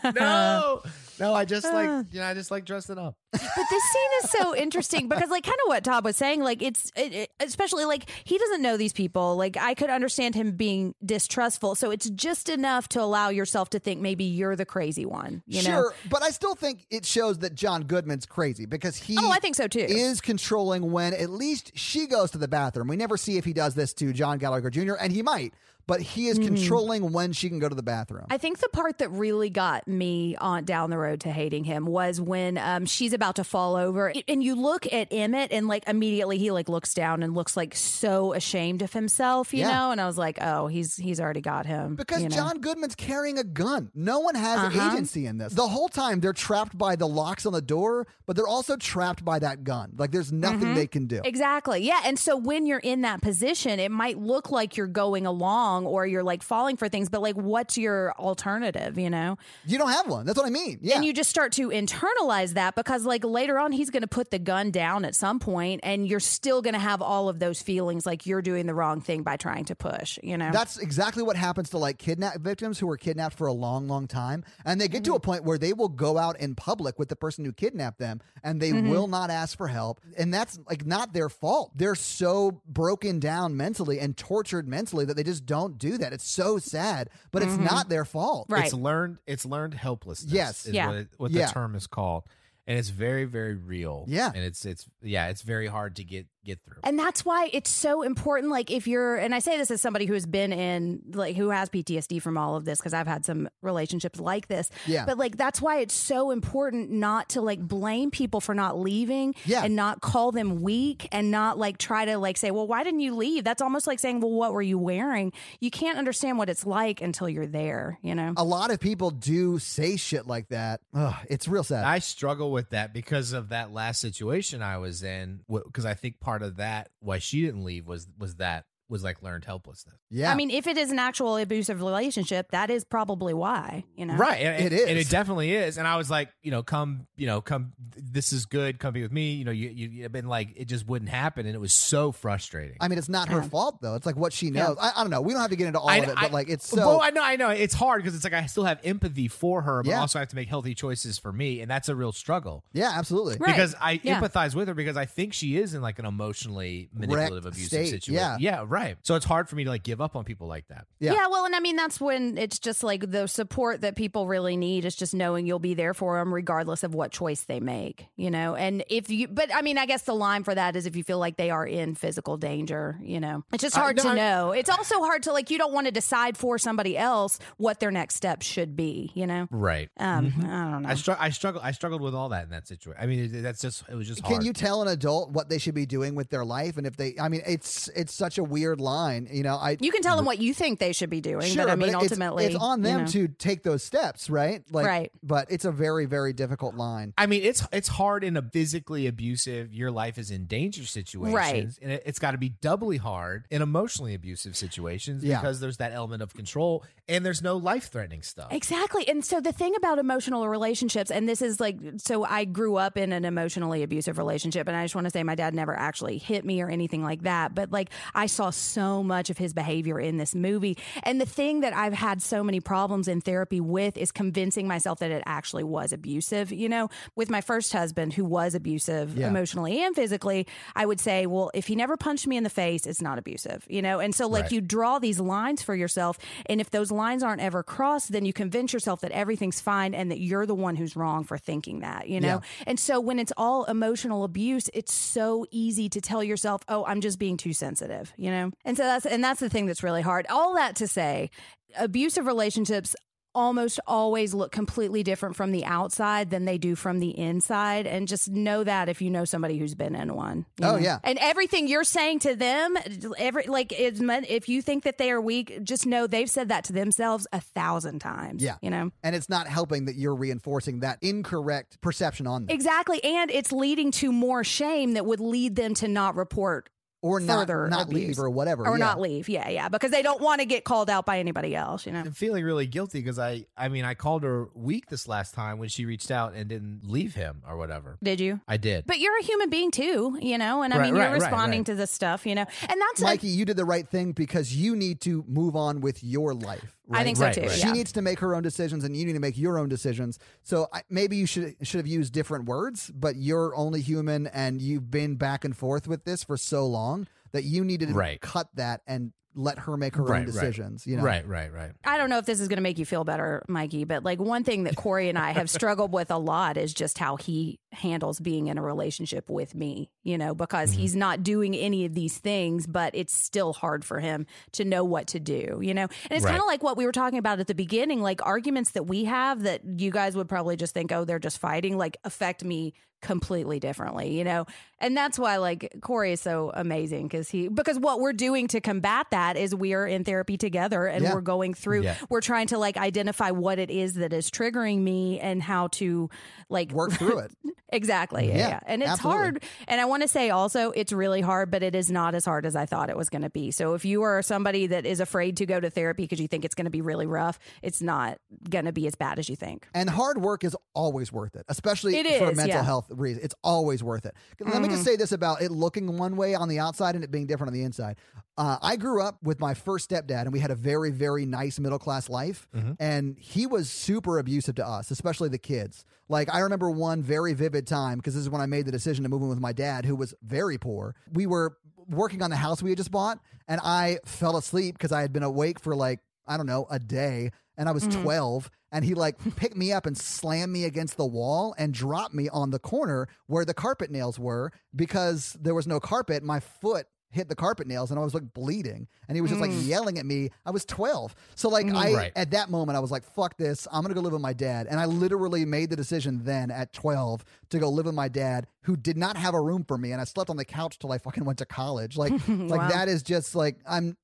Speaker 3: no, no. I just
Speaker 4: Ah.
Speaker 3: like you know. I just like dressing up.
Speaker 4: but this scene is so interesting because, like, kind of what Todd was saying. Like, it's it, it- especially like he doesn't know these people. Like, I could understand him being distrustful. So it's just enough to allow yourself to think maybe you're the crazy one. You
Speaker 1: sure,
Speaker 4: know?
Speaker 1: but I still think it shows that John Goodman's crazy because he
Speaker 4: Oh, I think so too.
Speaker 1: is controlling when at least she goes to the bathroom. We never see if he does this to John Gallagher Jr. and he might, but he is
Speaker 4: Mm-hmm.
Speaker 1: controlling when she can go to the bathroom.
Speaker 4: I think the part that really got me on down the road to hating him was when um, she's about to fall over, and you look at Emmett, and like immediately he like looks down and looks like so ashamed of himself, you
Speaker 1: Yeah.
Speaker 4: know. And I was like, oh, he's he's already got him
Speaker 1: Because
Speaker 4: you know?
Speaker 1: John Goodman's carrying a gun. No one has
Speaker 4: Uh-huh.
Speaker 1: agency in this. The whole time they're trapped by the locks on the door, but they're also trapped by that gun. Like there's nothing
Speaker 4: Mm-hmm.
Speaker 1: they can do.
Speaker 4: Exactly. Yeah. And so when you're in that position, it might look like you're going along or you're like falling for things, but like, what's your alternative, you know?
Speaker 1: You don't have one. That's what I mean. Yeah.
Speaker 4: And you just start to internalize that because, like, later on, he's going to put the gun down at some point, and you're still going to have all of those feelings like you're doing the wrong thing by trying to push, you know?
Speaker 1: That's exactly what happens to like kidnap victims who were kidnapped for a long, long time. And they get
Speaker 4: Mm-hmm.
Speaker 1: to a point where they will go out in public with the person who kidnapped them and they
Speaker 4: Mm-hmm.
Speaker 1: will not ask for help. And that's like not their fault. They're so broken down mentally and tortured mentally that they just don't do that. It's so sad, but
Speaker 4: Mm-hmm.
Speaker 1: it's not their fault.
Speaker 4: right.
Speaker 3: It's learned. It's learned helplessness.
Speaker 1: Yes.
Speaker 3: is
Speaker 4: Yeah.
Speaker 3: What, it, what
Speaker 1: Yeah.
Speaker 3: the term is called, and it's very, very real.
Speaker 1: Yeah.
Speaker 3: And it's it's yeah, it's very hard to get get through.
Speaker 4: And that's why it's so important. Like, if you're, and I say this as somebody who has been in, like, who has PTSD from all of this, because I've had some relationships like this.
Speaker 1: Yeah.
Speaker 4: But, like, that's why it's so important not to, like, blame people for not leaving
Speaker 1: Yeah.
Speaker 4: and not call them weak and not, like, try to, like, say, well, why didn't you leave? That's almost like saying, well, what were you wearing? You can't understand what it's like until you're there, you know?
Speaker 1: a lot of people do say shit like that. Ugh, it's real sad.
Speaker 3: I struggle with that because of that last situation I was in. Because I think part of that why she didn't leave was was that was like learned helplessness.
Speaker 1: yeah.
Speaker 4: I mean, if it is an actual abusive relationship, that is probably why, you know?
Speaker 3: Right. And,
Speaker 1: It
Speaker 3: and- And
Speaker 1: is.
Speaker 3: it definitely is. And I was like, you know, come, you know, come, this is good. Come be with me. You know, you, you, have been like, it just wouldn't happen. And it was so frustrating.
Speaker 1: I mean, it's not her
Speaker 4: Yeah.
Speaker 1: fault though. It's like what she
Speaker 4: Yeah.
Speaker 1: knows. I, I don't know. We don't have to get into all
Speaker 3: I-
Speaker 1: of it,
Speaker 3: I-
Speaker 1: but like it's so.
Speaker 3: well, I know, I know. It's hard because it's like I still have empathy for her, but
Speaker 1: Yeah.
Speaker 3: also I have to make healthy choices for me. And that's a real struggle.
Speaker 1: yeah, absolutely.
Speaker 4: Right.
Speaker 3: Because I
Speaker 4: Yeah.
Speaker 3: empathize with her because I think she is in like an emotionally manipulative, abusive
Speaker 1: state,
Speaker 3: situation.
Speaker 1: yeah.
Speaker 3: yeah, right. So it's hard for me to like give up on people like that.
Speaker 1: Yeah.
Speaker 4: Yeah. well, and I mean that's when it's just like the support that people really need is just knowing you'll be there for them regardless of what choice they make, you know. And if you, but I mean, I guess the line for that is if you feel like they are in physical danger, you know, it's just
Speaker 3: I-
Speaker 4: hard
Speaker 3: no,
Speaker 4: to
Speaker 3: I-
Speaker 4: know. It's also hard to like you don't want to decide for somebody else what their next step should be, you know.
Speaker 3: Right.
Speaker 4: Um,
Speaker 1: Mm-hmm.
Speaker 4: I don't know.
Speaker 3: I, str- I struggle. I struggled with all that in that situation. I mean, it, that's just it was just
Speaker 1: Can
Speaker 3: hard.
Speaker 1: you tell an adult what they should be doing with their life? And if they, I mean, it's it's such a weird line. You know, I
Speaker 4: you can tell them what you think they should be doing,
Speaker 1: sure,
Speaker 4: but I mean,
Speaker 1: it's-
Speaker 4: ultimately,
Speaker 1: it's, on
Speaker 4: you
Speaker 1: them
Speaker 4: know.
Speaker 1: to take those steps, right? Like,
Speaker 4: Right.
Speaker 1: But it's a very very difficult line.
Speaker 3: I mean, it's it's hard in a physically abusive, your life is in danger situations, and it, it's got to be doubly hard in emotionally abusive situations
Speaker 1: Yeah.
Speaker 3: because there's that element of control and there's no life threatening stuff.
Speaker 4: Exactly. And so the thing about emotional relationships, and this is like, so I grew up in an emotionally abusive relationship. And I just want to say my dad never actually hit me or anything like that. But like, I saw so much of his behavior in this movie. And the thing that I've had so many problems in therapy with is convincing myself that it actually was abusive. You know, with my first husband, who was abusive
Speaker 1: Yeah.
Speaker 4: emotionally and physically, I would say, well, if he never punched me in the face, it's not abusive. You know, and so like
Speaker 3: Right.
Speaker 4: you draw these lines for yourself. And if those lines aren't ever crossed, then you convince yourself that everything's fine and that you're the one who's wrong for thinking that, you know? And so when it's all emotional abuse, it's so easy to tell yourself, oh, I'm just being too sensitive, you know? And so that's, and that's the thing that's really hard. All that to say, abusive relationships almost always look completely different from the outside than they do from the inside and just know that if you know somebody who's been in one you
Speaker 1: Oh,
Speaker 4: know?
Speaker 1: yeah.
Speaker 4: and everything you're saying to them every like it's meant- if you think that they are weak just know they've said that to themselves a thousand times
Speaker 1: Yeah.
Speaker 4: you know
Speaker 1: And it's not helping that you're reinforcing that incorrect perception on them
Speaker 4: exactly and it's leading to more shame that would lead them to not report
Speaker 1: or not,
Speaker 4: further
Speaker 1: not
Speaker 4: abuse.
Speaker 1: leave or whatever.
Speaker 4: or
Speaker 1: yeah.
Speaker 4: not leave yeah yeah because they don't want to get called out by anybody else you know
Speaker 3: I'm feeling really guilty because I, I mean, I called her weak this last time when she reached out and didn't leave him or whatever.
Speaker 4: did you
Speaker 3: I did.
Speaker 4: But you're a human being too, you know, and I
Speaker 3: Right,
Speaker 4: mean,
Speaker 3: right,
Speaker 4: you're
Speaker 3: right,
Speaker 4: responding
Speaker 3: right.
Speaker 4: to this stuff, you know, and that's a-
Speaker 1: Mikey, you did the right thing because you need to move on with your life. Right?
Speaker 4: I think so
Speaker 3: Right,
Speaker 4: too.
Speaker 3: right.
Speaker 1: She
Speaker 4: Yeah.
Speaker 1: needs to make her own decisions, and you need to make your own decisions. So I, maybe you should should have used different words, but you're only human, and you've been back and forth with this for so long that you needed to
Speaker 3: Right.
Speaker 1: cut that and let her make her
Speaker 3: Right,
Speaker 1: own
Speaker 3: right.
Speaker 1: decisions. You know,
Speaker 3: Right, right, right.
Speaker 4: I don't know if this is going to make you feel better, Mikey, but like one thing that Corey and I have struggled with a lot is just how he handles being in a relationship with me, you know, because he's not doing any of these things, but it's still hard for him to know what to do, you know? And it's
Speaker 3: Right.
Speaker 4: kind of like what we were talking about at the beginning, like arguments that we have that you guys would probably just think, oh, they're just fighting, like affect me completely differently, you know? And that's why like Corey is so amazing because he, because what we're doing to combat that is we're in therapy together and
Speaker 1: Yeah.
Speaker 4: we're going through
Speaker 3: Yeah.
Speaker 4: we're trying to like identify what it is that is triggering me and how to like
Speaker 1: Work through it.
Speaker 4: exactly yeah,
Speaker 1: Yeah,
Speaker 4: yeah. and it's
Speaker 1: absolutely.
Speaker 4: hard and i want to say also it's really hard but it is not as hard as i thought it was going to be so if you are somebody that is afraid to go to therapy because you think it's going to be really rough it's not going to be as bad as you think
Speaker 1: And hard work is always worth it, especially
Speaker 4: It
Speaker 1: for
Speaker 4: is,
Speaker 1: mental
Speaker 4: yeah. Mm-hmm.
Speaker 1: health reasons. It's always worth it. Let me just say this about it looking one way on the outside and it being different on the inside. Uh, I grew up with my first stepdad, and we had a very, very nice middle class life. And he was super abusive to us, especially the kids. Like, I remember one very vivid time because this is when I made the decision to move in with my dad, who was very poor. We were working on the house we had just bought, and I fell asleep because I had been awake for like, I don't know, a day and I was 12 and he like picked me up and slammed me against the wall and dropped me on the corner where the carpet nails were because there was no carpet my foot hit the carpet nails and I was like bleeding and he was just like yelling at me I was 12 so like I
Speaker 3: Right.
Speaker 1: at that moment I was like fuck this I'm going to go live with my dad and I literally made the decision then at 12 to go live with my dad who did not have a room for me and I slept on the couch till I fucking went to college like like
Speaker 4: Wow.
Speaker 1: that is just like I'm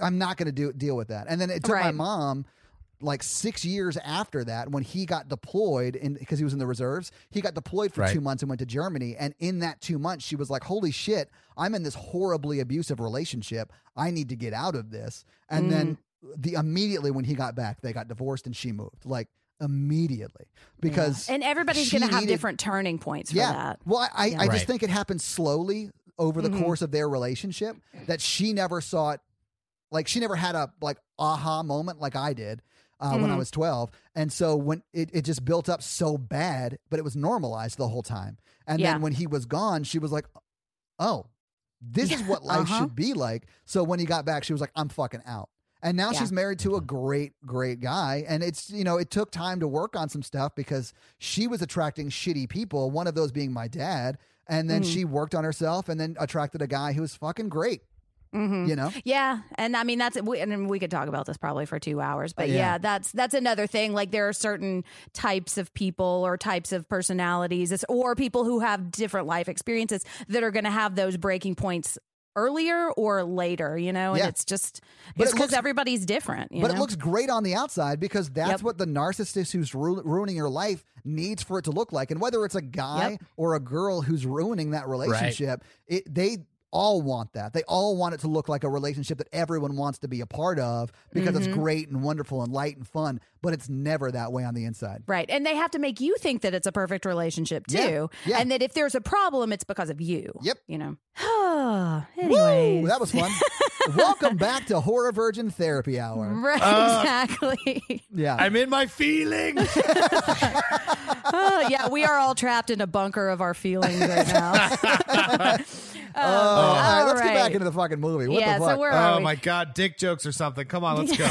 Speaker 1: I'm not going to do deal with that and then it took my
Speaker 4: Right.
Speaker 1: mom like six years after that when he got deployed in because he was in the reserves he got deployed for
Speaker 3: Right.
Speaker 1: two months and went to germany and in that two months she was like holy shit i'm in this horribly abusive relationship i need to get out of this and
Speaker 4: Mm.
Speaker 1: then the immediately when he got back they got divorced and she moved like immediately because
Speaker 4: and everybody's
Speaker 1: she
Speaker 4: going to have
Speaker 1: needed-
Speaker 4: different turning points for
Speaker 1: yeah
Speaker 4: that Mm-hmm.
Speaker 1: well i, I, I just
Speaker 3: Right.
Speaker 1: think it happened slowly over the course of their relationship that she never saw it like she never had a like aha moment like I did uh, when
Speaker 4: Mm-hmm.
Speaker 1: I was 12. And so when it, it just built up so bad, but it was normalized the whole time. And
Speaker 4: Yeah.
Speaker 1: then when he was gone, she was like, oh, this is what life
Speaker 4: Uh-huh.
Speaker 1: should be like. So when he got back, she was like, I'm fucking out. And now
Speaker 4: Yeah.
Speaker 1: she's married to a great, great guy. And it's, you know, it took time to work on some stuff because she was attracting shitty people, one of those being my dad. And then
Speaker 4: Mhm.
Speaker 1: she worked on herself and then attracted a guy who was fucking great,
Speaker 4: hmm
Speaker 1: you know?
Speaker 4: Yeah, and I mean that's we, and we could talk about this probably for two hours, but
Speaker 1: Uh, Yeah.
Speaker 4: yeah. that's that's another thing. Like there are certain types of people or types of personalities, it's- or people who have different life experiences that are going to have those breaking points earlier or later. You know, and
Speaker 1: Yeah.
Speaker 4: it's just
Speaker 1: But
Speaker 4: it's
Speaker 1: it
Speaker 4: because
Speaker 1: looks-
Speaker 4: everybody's different. You
Speaker 1: But
Speaker 4: know?
Speaker 1: it looks great on the outside because that's
Speaker 4: Yep.
Speaker 1: what the narcissist who's ru- ruining your life needs for it to look like. And whether it's a guy
Speaker 4: Yep.
Speaker 1: or a girl who's ruining that relationship, it, they all want that. They all want it to look like a relationship that everyone wants to be a part of because it's
Speaker 4: Mm-hmm.
Speaker 1: great and wonderful and light and fun, but it's never that way on the inside.
Speaker 4: Right. And they have to make you think that it's a perfect relationship
Speaker 1: Yeah.
Speaker 4: too.
Speaker 1: Yeah.
Speaker 4: And that if there's a problem, it's because of you.
Speaker 1: Yep.
Speaker 4: You know. Oh,
Speaker 1: Woo!
Speaker 4: anyways.
Speaker 1: That was fun. Welcome back to Horror Virgin Therapy Hour.
Speaker 4: Right, exactly.
Speaker 1: Yeah.
Speaker 3: I'm in my feelings.
Speaker 4: oh, yeah, we are all trapped in a bunker of our feelings right now. Um,
Speaker 1: Oh, all right, let's get back
Speaker 4: right.
Speaker 1: into the fucking movie. What
Speaker 4: yeah,
Speaker 1: the fuck?
Speaker 4: so where are
Speaker 3: oh
Speaker 4: we?
Speaker 3: my god, dick jokes or something. Come on, let's go.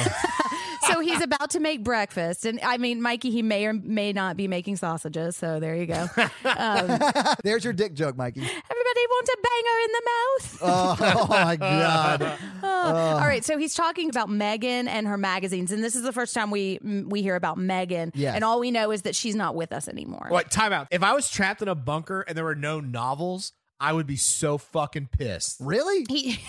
Speaker 4: so he's about to make breakfast, and I mean, Mikey, he may or may not be making sausages. So there you go.
Speaker 1: There's your dick joke, Mikey.
Speaker 4: Everybody wants a banger in the mouth.
Speaker 1: Oh, my god. uh.
Speaker 4: All right, so he's talking about Megan and her magazines, and this is the first time we m- we hear about Megan.
Speaker 1: Yes.
Speaker 4: and all we know is that she's not with us anymore.
Speaker 3: Wait, time out. If I was trapped in a bunker and there were no novels, I would be so fucking pissed.
Speaker 1: Really?
Speaker 4: He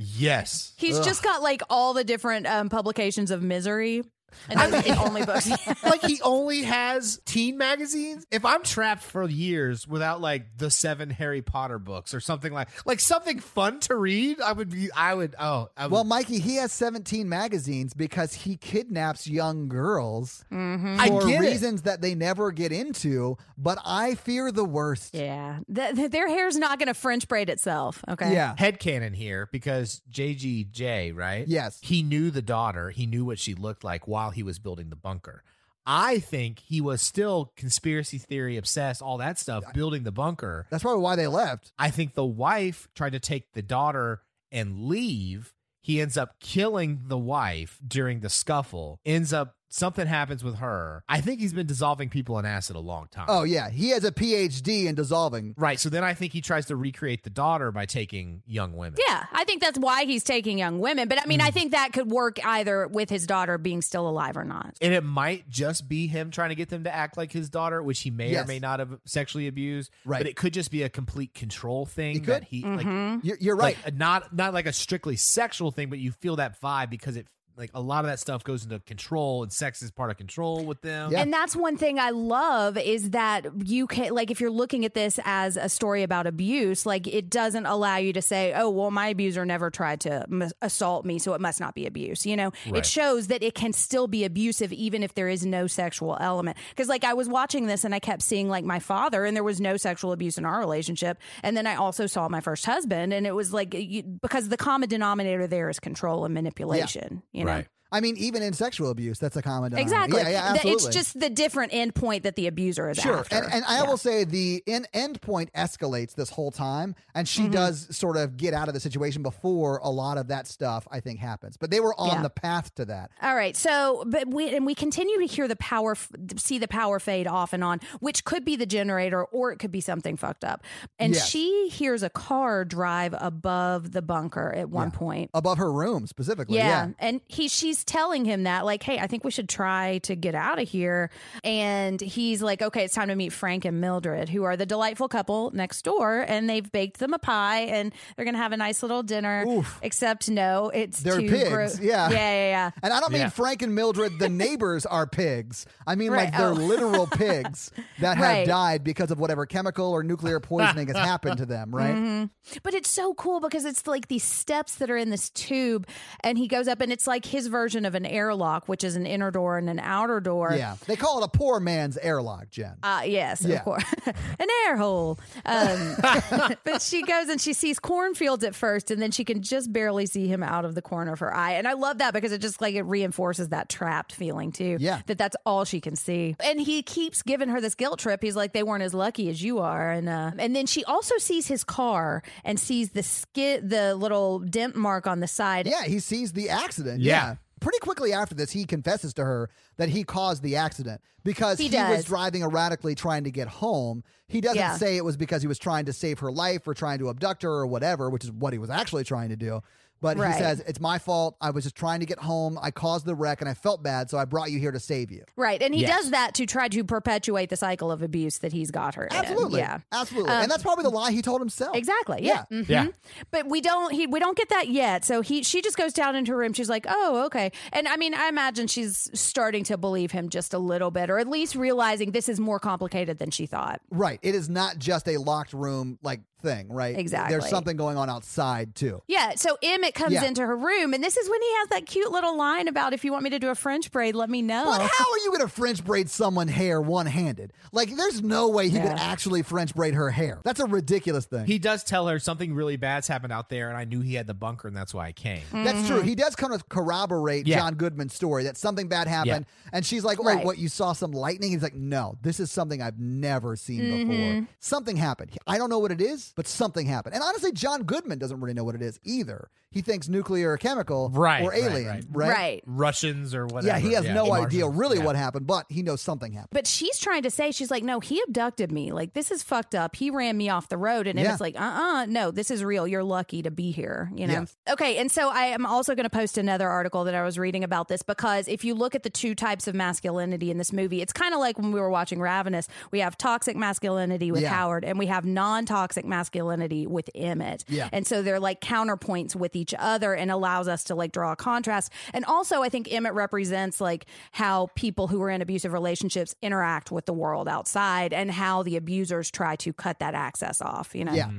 Speaker 3: Yes.
Speaker 4: he's just got like all the different um, publications of misery, and those are the only books.
Speaker 3: like he only has teen magazines. If I'm trapped for years without like the seven Harry Potter books or something like like something fun to read, I would be I would oh I would,
Speaker 1: Well, Mikey, he has 17 magazines because he kidnaps young girls
Speaker 4: Mm.
Speaker 3: I
Speaker 1: for
Speaker 3: get it.
Speaker 1: reasons that they never get into, but I fear the worst.
Speaker 4: yeah, Th- th- their hair's not going to French braid itself. Okay.
Speaker 1: Yeah.
Speaker 3: headcanon here because JGJ, right?
Speaker 1: Yes.
Speaker 3: He knew the daughter, he knew what she looked like while he was building the bunker. I think he was still conspiracy theory obsessed, all that stuff, building the bunker.
Speaker 1: That's probably why they left.
Speaker 3: I think the wife tried to take the daughter and leave. He ends up killing the wife during the scuffle. Ends up something happens with her. I think he's been dissolving people in acid a long time.
Speaker 1: Oh, yeah. He has a PhD in dissolving.
Speaker 3: Right, so then I think he tries to recreate the daughter by taking young women.
Speaker 4: Yeah, I think that's why he's taking young women. But I mean, I think that could work either with his daughter being still alive or not.
Speaker 3: And it might just be him trying to get them to act like his daughter, which he may
Speaker 1: Yes.
Speaker 3: or may not have sexually abused.
Speaker 1: Right.
Speaker 3: But it could just be a complete control thing
Speaker 1: It
Speaker 3: that
Speaker 1: could.
Speaker 3: he like
Speaker 4: Mhm.
Speaker 1: You're, you're right.
Speaker 3: like, not not like a strictly sexual thing, but you feel that vibe because it like a lot of that stuff goes into control, and sex is part of control with them.
Speaker 1: Yeah.
Speaker 4: And that's one thing I love is that you can, like, if you're looking at this as a story about abuse, like, it doesn't allow you to say, oh, well, my abuser never tried to m- assault me, so it must not be abuse. You know, it
Speaker 3: Right.
Speaker 4: shows that it can still be abusive even if there is no sexual element. Because, like, I was watching this and I kept seeing, like, my father, and there was no sexual abuse in our relationship. And then I also saw my first husband, and it was like, you, because the common denominator there is control and manipulation, you know?
Speaker 1: I mean, even in sexual abuse, that's a common denominator.
Speaker 4: Exactly.
Speaker 1: Uh, Yeah, yeah,
Speaker 4: Th-
Speaker 1: absolutely.
Speaker 4: It's just the different end point that the abuser is
Speaker 1: Sure,
Speaker 4: after.
Speaker 1: and, and I will say the in, end point escalates this whole time, and
Speaker 4: Mm-hmm.
Speaker 1: she does sort of get out of the situation before a lot of that stuff I think happens. But they were on
Speaker 4: Yeah.
Speaker 1: the path to that.
Speaker 4: All right. So, but we and we continue to hear the power, f- see the power fade off and on, which could be the generator or it could be something fucked up. And
Speaker 1: Yes.
Speaker 4: she hears a car drive above the bunker at one point.
Speaker 1: above her room specifically.
Speaker 4: Yeah.
Speaker 1: Yeah.
Speaker 4: And he she's telling him that, like, hey, I think we should try to get out of here. And he's like, Okay, it's time to meet Frank and Mildred, who are the delightful couple next door, and they've baked them a pie and they're gonna have a nice little dinner. Except no, it's
Speaker 1: They're
Speaker 4: too
Speaker 1: pigs,
Speaker 4: gross.
Speaker 1: yeah.
Speaker 4: Yeah, yeah, yeah.
Speaker 1: And I don't mean
Speaker 3: Yeah.
Speaker 1: Frank and Mildred, the neighbors are pigs. I mean, like,
Speaker 4: Right,
Speaker 1: they're
Speaker 4: oh.
Speaker 1: literal pigs that have
Speaker 4: Right.
Speaker 1: died because of whatever chemical or nuclear poisoning has happened to them, right?
Speaker 4: Mm-hmm. But it's so cool because it's like these steps that are in this tube, and he goes up, and it's like his version of an airlock, which is an inner door and an outer door.
Speaker 1: Yeah. They call it a poor man's airlock, Jen.
Speaker 4: Uh, yes,
Speaker 1: Yeah.
Speaker 4: of course. An air hole. Um, but she goes and she sees cornfields at first, and then she can just barely see him out of the corner of her eye. And I love that because it just like it reinforces that trapped feeling too.
Speaker 1: Yeah.
Speaker 4: That that's all she can see. And he keeps giving her this guilt trip. He's like, they weren't as lucky as you are. And uh, and then she also sees his car and sees the skid, the little dent mark on the side.
Speaker 1: yeah, he sees the accident.
Speaker 3: Yeah.
Speaker 1: Pretty quickly after this, he confesses to her that he caused the accident because
Speaker 4: He
Speaker 1: he was
Speaker 4: does.
Speaker 1: driving erratically trying to get home. He doesn't
Speaker 4: Yeah.
Speaker 1: say it was because he was trying to save her life or trying to abduct her or whatever, which is what he was actually trying to do. But
Speaker 4: Right.
Speaker 1: he says, It's my fault. I was just trying to get home. I caused the wreck and I felt bad, so I brought you here to save you.
Speaker 4: Right. And he
Speaker 3: Yes.
Speaker 4: does that to try to perpetuate the cycle of abuse that he's got her in.
Speaker 1: Absolutely.
Speaker 4: Yeah. Um,
Speaker 1: Absolutely. and that's probably the lie he told himself.
Speaker 4: Exactly. Yeah. Mhm.
Speaker 3: Yeah.
Speaker 4: But we don't he we don't get that yet. So he she just goes down into her room. She's like, "Oh, okay." And I mean, I imagine she's starting to believe him just a little bit or at least realizing this is more complicated than she thought.
Speaker 1: Right. It is not just a locked room like thing, right? There's
Speaker 4: Exactly.
Speaker 1: something going on outside too.
Speaker 4: Yeah, so Emmett comes
Speaker 1: Yeah.
Speaker 4: into her room, and this is when he has that cute little line about if you want me to do a French braid, let me know.
Speaker 3: Oh.
Speaker 1: But how are you going to French braid someone hair one handed? Like, there's no way he could
Speaker 4: Yeah.
Speaker 1: actually French braid her hair. That's a ridiculous thing.
Speaker 3: He does tell her something really bad's happened out there, and I knew he had the bunker, and that's why I came.
Speaker 4: Mm.
Speaker 1: That's true. He does kind of corroborate
Speaker 3: Mm-hmm. Yeah.
Speaker 1: John Goodman's story that something bad happened. And she's like, Oh,
Speaker 4: Right.
Speaker 1: what? You saw some lightning? He's like, No, this is something I've never seen
Speaker 3: Mm-hmm.
Speaker 1: before. Something happened. I don't know what it is, but something happened. And honestly, John Goodman doesn't really know what it is either. He thinks nuclear or chemical
Speaker 3: Right,
Speaker 1: or
Speaker 3: right,
Speaker 1: alien, right?
Speaker 3: right. Russians or whatever.
Speaker 1: Yeah, he has no
Speaker 3: Martians.
Speaker 1: idea really
Speaker 3: Yeah.
Speaker 1: what happened, but he knows something happened.
Speaker 4: But she's trying to say, she's like, no, he abducted me. Like, this is fucked up. He ran me off the road. And
Speaker 1: Yeah.
Speaker 4: Emmett's like, uh uh no, this is real. You're lucky to be here, you know?
Speaker 1: Yes.
Speaker 4: Okay. And so I am also going to post another article that I was reading about this because if you look at the two types of masculinity in this movie, it's kind of like when we were watching Ravenous. We have toxic masculinity with
Speaker 1: Yeah.
Speaker 4: Howard and we have non toxic masculinity with Emmett.
Speaker 1: Yeah.
Speaker 4: And so they're like counterpoints with each other and allows us to like draw a contrast. And also, I think Emmett represents like how people who are in abusive relationships interact with the world outside and how the abusers try to cut that access off, you know?
Speaker 1: Yeah.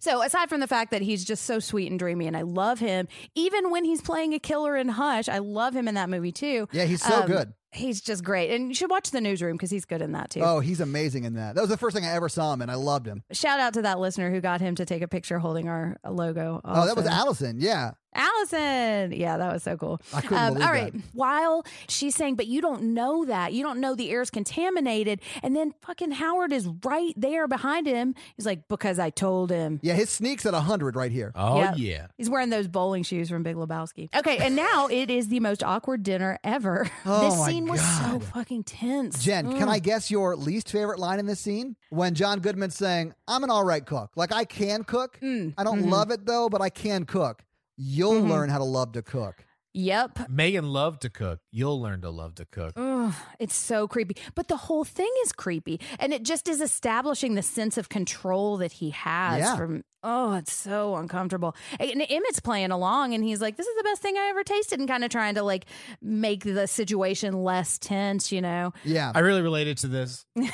Speaker 4: So, aside from the fact that he's just so sweet and dreamy and I love him, even when he's playing a killer in Hush, I love him in that movie too.
Speaker 1: Yeah, he's so
Speaker 4: Um,
Speaker 1: good.
Speaker 4: He's just great. And you should watch The Newsroom because he's good in that too.
Speaker 1: Oh, he's amazing in that. That was the first thing I ever saw him, and I loved him.
Speaker 4: Shout out to that listener who got him to take a picture holding our logo.
Speaker 1: Oh, that was
Speaker 4: also.
Speaker 1: Allison. Yeah.
Speaker 4: Allison. Yeah, that was so cool. Um,
Speaker 1: I couldn't believe
Speaker 4: all
Speaker 1: that.
Speaker 4: right. While she's saying, but you don't know that. You don't know the air's contaminated. And then fucking Howard is right there behind him. He's like, because I told him.
Speaker 1: Yeah, his sneak's at 100 right here.
Speaker 3: Oh
Speaker 4: Yeah.
Speaker 3: yeah.
Speaker 4: He's wearing those bowling shoes from Big Lebowski. Okay, and now it is the most awkward dinner ever.
Speaker 1: Oh,
Speaker 4: this
Speaker 1: my
Speaker 4: scene was so
Speaker 1: God.
Speaker 4: fucking tense.
Speaker 1: Jen, can
Speaker 4: Mm.
Speaker 1: I guess your least favorite line in this scene? When John Goodman's saying, I'm an all right cook. Like, I can cook.
Speaker 4: Mm,
Speaker 1: I don't
Speaker 4: mhm.
Speaker 1: love it though, but I can cook. You'll
Speaker 4: Mhm.
Speaker 1: learn how to love to cook.
Speaker 4: Yep.
Speaker 3: Megan loved to cook. You'll learn to love to cook.
Speaker 4: Ugh, it's so creepy. But the whole thing is creepy. And it just is establishing the sense of control that he has
Speaker 1: Yeah.
Speaker 4: from oh, it's so uncomfortable. And Emmett's playing along and he's like, This is the best thing I ever tasted, and kind of trying to like make the situation less tense, you know.
Speaker 1: Yeah.
Speaker 3: I really related to this. I'm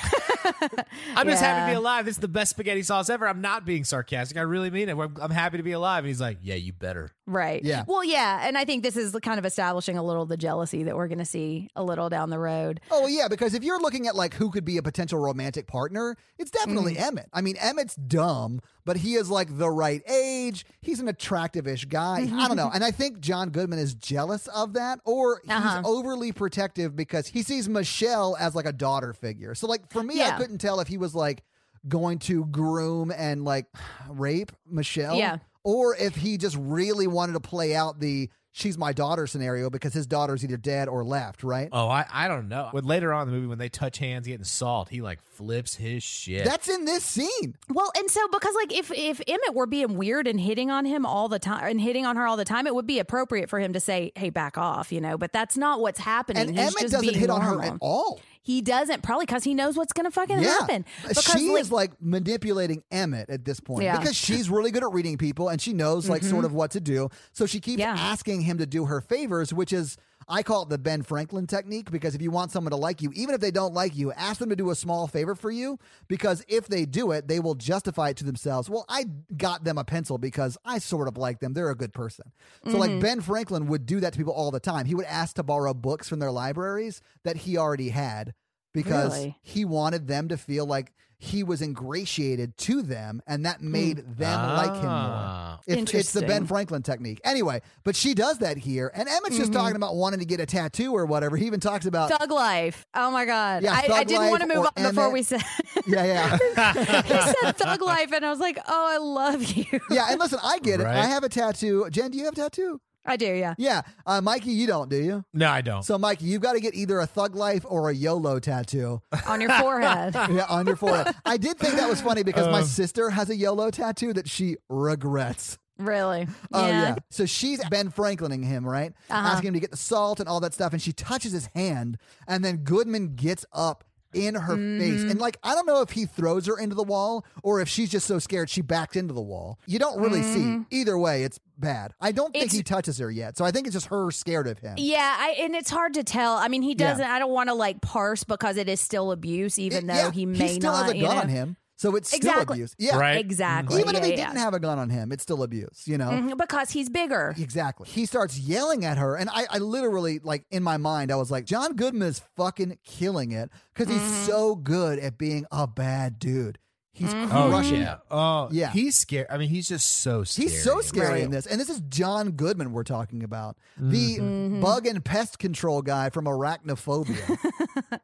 Speaker 3: just happy to be
Speaker 4: Yeah.
Speaker 3: alive. This is the best spaghetti sauce ever. I'm not being sarcastic. I really mean it. I'm, I'm happy to be alive. And he's like, yeah, you better.
Speaker 4: Right.
Speaker 1: Yeah.
Speaker 4: Well, yeah. And I think this is kind of establishing a little of the jealousy that we're going to see a little down the road.
Speaker 1: Oh well, yeah, because if you're looking at like who could be a potential romantic partner, it's definitely
Speaker 4: Mm-hmm.
Speaker 1: Emmett. I mean, Emmett's dumb, but he is like the right age. He's an attractive-ish guy. I don't know,
Speaker 4: Mm-hmm.
Speaker 1: and I think John Goodman is jealous of that, or he's
Speaker 4: Uh-huh.
Speaker 1: overly protective because he sees Michelle as like a daughter figure. So like for me, I
Speaker 4: Yeah.
Speaker 1: couldn't tell if he was like going to groom and like rape Michelle,
Speaker 4: Yeah.
Speaker 1: or if he just really wanted to play out the. She's my daughter scenario because his daughter's either dead or left, right?
Speaker 3: Oh, I, I don't know. When later on in the movie, when they touch hands getting salt, he like flips his shit.
Speaker 1: That's in this scene.
Speaker 4: Well, and so because like if if Emmett were being weird and hitting on him all the time and hitting on her all the time, it would be appropriate for him to say, "Hey, back off," you know. But that's not what's happening.
Speaker 1: And
Speaker 4: He's
Speaker 1: Emmett
Speaker 4: just
Speaker 1: doesn't
Speaker 4: being
Speaker 1: hit on her
Speaker 4: normal.
Speaker 1: at all.
Speaker 4: He doesn't probably because he knows what's going to fucking happen. Because
Speaker 1: she
Speaker 4: like,
Speaker 1: is like manipulating Emmett at this point
Speaker 4: Yeah. Mm-hmm.
Speaker 1: because she's really good at reading people and she knows like sort of what to do. So she keeps
Speaker 4: Yeah.
Speaker 1: asking him to do her favors, which is I call it the Ben Franklin technique because if you want someone to like you, even if they don't like you, ask them to do a small favor for you because if they do it, they will justify it to themselves. Well, I got them a pencil because I sort of like them. They're a good person. So
Speaker 4: Mm-hmm.
Speaker 1: like Ben Franklin would do that to people all the time. He would ask to borrow books from their libraries that he already had because
Speaker 4: Really?
Speaker 1: he wanted them to feel like he was ingratiated to them and that made them like him more.
Speaker 3: Ah.
Speaker 1: It's, it's the Ben
Speaker 4: Interesting.
Speaker 1: Franklin technique. Anyway, but she does that here. And Emmett's just talking about wanting to get a tattoo or whatever. He even talks about.
Speaker 4: thug life. Oh my god,
Speaker 1: Yeah,
Speaker 4: I, I
Speaker 1: Thug
Speaker 4: didn't want to
Speaker 1: Life
Speaker 4: move
Speaker 1: or
Speaker 4: on before
Speaker 1: Emmett.
Speaker 4: we said
Speaker 1: Yeah, yeah.
Speaker 4: he said thug life, and I was like, "Oh, I love you."
Speaker 1: yeah, and listen, I get
Speaker 3: Right.
Speaker 1: it. I have a tattoo. Jen, do you have a tattoo?
Speaker 4: I do, yeah.
Speaker 1: Yeah. Uh, Mikey, you don't, do you?
Speaker 3: No, I don't.
Speaker 1: So, Mikey, you've got to get either a thug life or a YOLO tattoo.
Speaker 4: On your forehead.
Speaker 1: Yeah, on your forehead. I did think that was funny because my sister has a YOLO tattoo that she regrets.
Speaker 4: Really?
Speaker 1: Oh yeah. So she's Ben Franklining him, right?
Speaker 4: Uh-huh.
Speaker 1: Asking him to get the salt and all that stuff, and she touches his hand, and then Goodman gets up in her face,
Speaker 4: Mm-hmm.
Speaker 1: and like I don't know if he throws her into the wall or if she's just so scared she backed into the wall. You don't really see. Either way, it's bad. I don't think
Speaker 4: Mm-hmm. It's-
Speaker 1: he touches her yet, so I think it's just her scared of him.
Speaker 4: Yeah, I, and it's hard to tell. I mean, he doesn't. I don't want to like parse because it is still abuse, even
Speaker 1: It-
Speaker 4: though
Speaker 1: yeah,
Speaker 4: he may
Speaker 1: still
Speaker 4: not.
Speaker 1: has a gun
Speaker 4: you know?
Speaker 1: on him. So it's still
Speaker 4: Exactly.
Speaker 1: abuse. Yeah.
Speaker 3: Right.
Speaker 4: Exactly.
Speaker 1: Even if
Speaker 4: Yeah,
Speaker 1: he
Speaker 4: yeah.
Speaker 1: didn't have a gun on him, it's still abuse, you know?
Speaker 4: Mhm, because he's bigger.
Speaker 1: Exactly. He starts yelling at her. And I, I literally, like, in my mind, I was like, John Goodman is fucking killing it because he's
Speaker 4: Mhm.
Speaker 1: so good at being a bad dude. He's
Speaker 4: Mhm.
Speaker 3: Oh
Speaker 1: crushing it.
Speaker 3: yeah. Oh
Speaker 1: Yeah.
Speaker 3: He's scared. I mean, he's just so scary.
Speaker 1: He's so scary
Speaker 4: Right.
Speaker 1: in this. And this is John Goodman we're talking about. The
Speaker 4: Mhm.
Speaker 1: bug and pest control guy from Arachnophobia.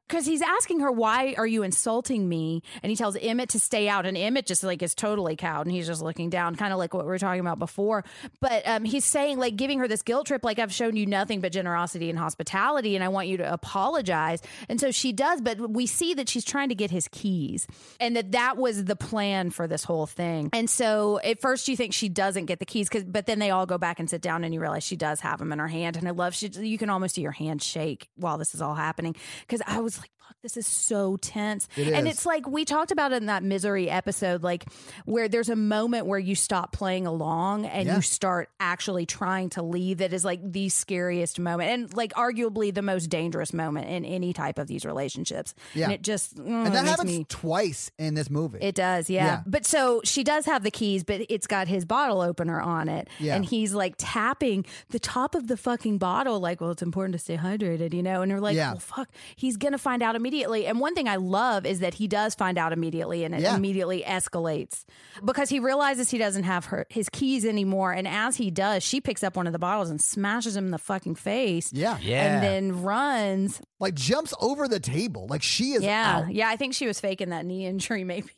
Speaker 4: Because he's asking her, "Why are you insulting me?" And he tells Emmett to stay out, and Emmett just like is totally cowed, and he's just looking down, kind of like what we were talking about before. But um, he's saying, like, giving her this guilt trip, like, "I've shown you nothing but generosity and hospitality, and I want you to apologize." And so she does, but we see that she's trying to get his keys, and that that was the plan for this whole thing. And so at first you think she doesn't get the keys, because but then they all go back and sit down, and you realize she does have them in her hand. And I love she, you can almost see your hand shake while this is all happening because I was like, fuck, this is so tense.
Speaker 1: It
Speaker 4: and
Speaker 1: is.
Speaker 4: it's like we talked about in that misery episode, like where there's a moment where you stop playing along and
Speaker 1: Yeah.
Speaker 4: you start actually trying to leave. That is like the scariest moment and like arguably the most dangerous moment in any type of these relationships.
Speaker 1: Yeah.
Speaker 4: And it just, mm, it
Speaker 1: and that
Speaker 4: makes
Speaker 1: happens
Speaker 4: me-
Speaker 1: twice in this movie.
Speaker 4: it does, yeah.
Speaker 1: Yeah.
Speaker 4: But so she does have the keys, but it's got his bottle opener on it.
Speaker 1: Yeah.
Speaker 4: And he's like tapping the top of the fucking bottle, like, well, it's important to stay hydrated, you know? And they're like,
Speaker 1: Yeah.
Speaker 4: well, fuck, he's going to find out immediately. And one thing I love is that he does find out immediately and it
Speaker 1: Yeah.
Speaker 4: immediately escalates because he realizes he doesn't have her his keys anymore. And as he does, she picks up one of the bottles and smashes him in the fucking face.
Speaker 1: yeah.
Speaker 3: Yeah.
Speaker 4: And then runs.
Speaker 1: Like jumps over the table. Like she is
Speaker 4: Yeah,
Speaker 1: out.
Speaker 4: yeah. I think she was faking that knee injury, maybe,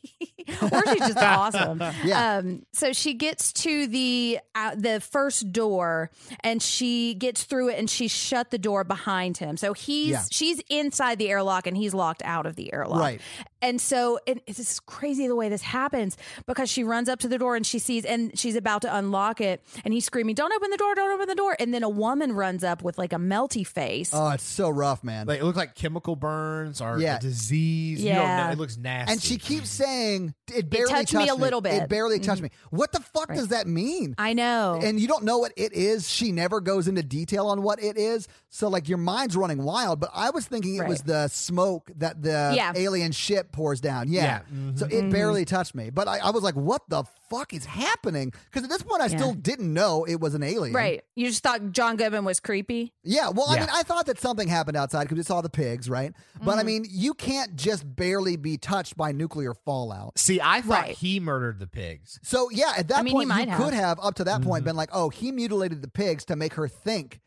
Speaker 4: or she's just awesome.
Speaker 1: Yeah.
Speaker 4: Um, so she gets to the uh, the first door, and she gets through it, and she shut the door behind him. So he's
Speaker 1: Yeah.
Speaker 4: she's inside the airlock, and he's locked out of the airlock.
Speaker 1: Right.
Speaker 4: And so and it's just crazy the way this happens because she runs up to the door and she sees and she's about to unlock it, and he's screaming, "Don't open the door! Don't open the door!" And then a woman runs up with like a melty face.
Speaker 1: Oh, it's so rough, man.
Speaker 3: Like it looked like chemical burns or
Speaker 1: Yeah.
Speaker 3: a disease. You don't
Speaker 4: Yeah.
Speaker 3: know. It looks nasty.
Speaker 1: and she keeps saying, "It barely
Speaker 4: touched me a little bit." Mm-hmm.
Speaker 1: It barely touched me." What the fuck does that mean?
Speaker 4: I know.
Speaker 1: and you don't know what it is. She never goes into detail on what it is. So like your mind's running wild. But I was thinking it was
Speaker 4: Right.
Speaker 1: the smoke that the
Speaker 4: Yeah. Mm-hmm.
Speaker 1: alien ship pours down. Yeah.
Speaker 3: Yeah. Mhm.
Speaker 1: So it barely touched me. But I, I was like, what the fuck is happening? Because at this point I still didn't know it was an alien.
Speaker 4: Right. You just thought John Goodman was creepy.
Speaker 1: Yeah. Well, I
Speaker 3: Yeah.
Speaker 1: mean, I thought that something happened outside because we saw the pigs, right? But
Speaker 4: Mm-hmm.
Speaker 1: I mean, you can't just barely be touched by nuclear fallout.
Speaker 3: See, I thought
Speaker 4: Right.
Speaker 3: he murdered the pigs.
Speaker 1: So yeah, at that
Speaker 4: I mean, he
Speaker 1: point, you
Speaker 4: might have.
Speaker 1: could have up to that point been like, "Oh, he mutilated the pigs to make her think."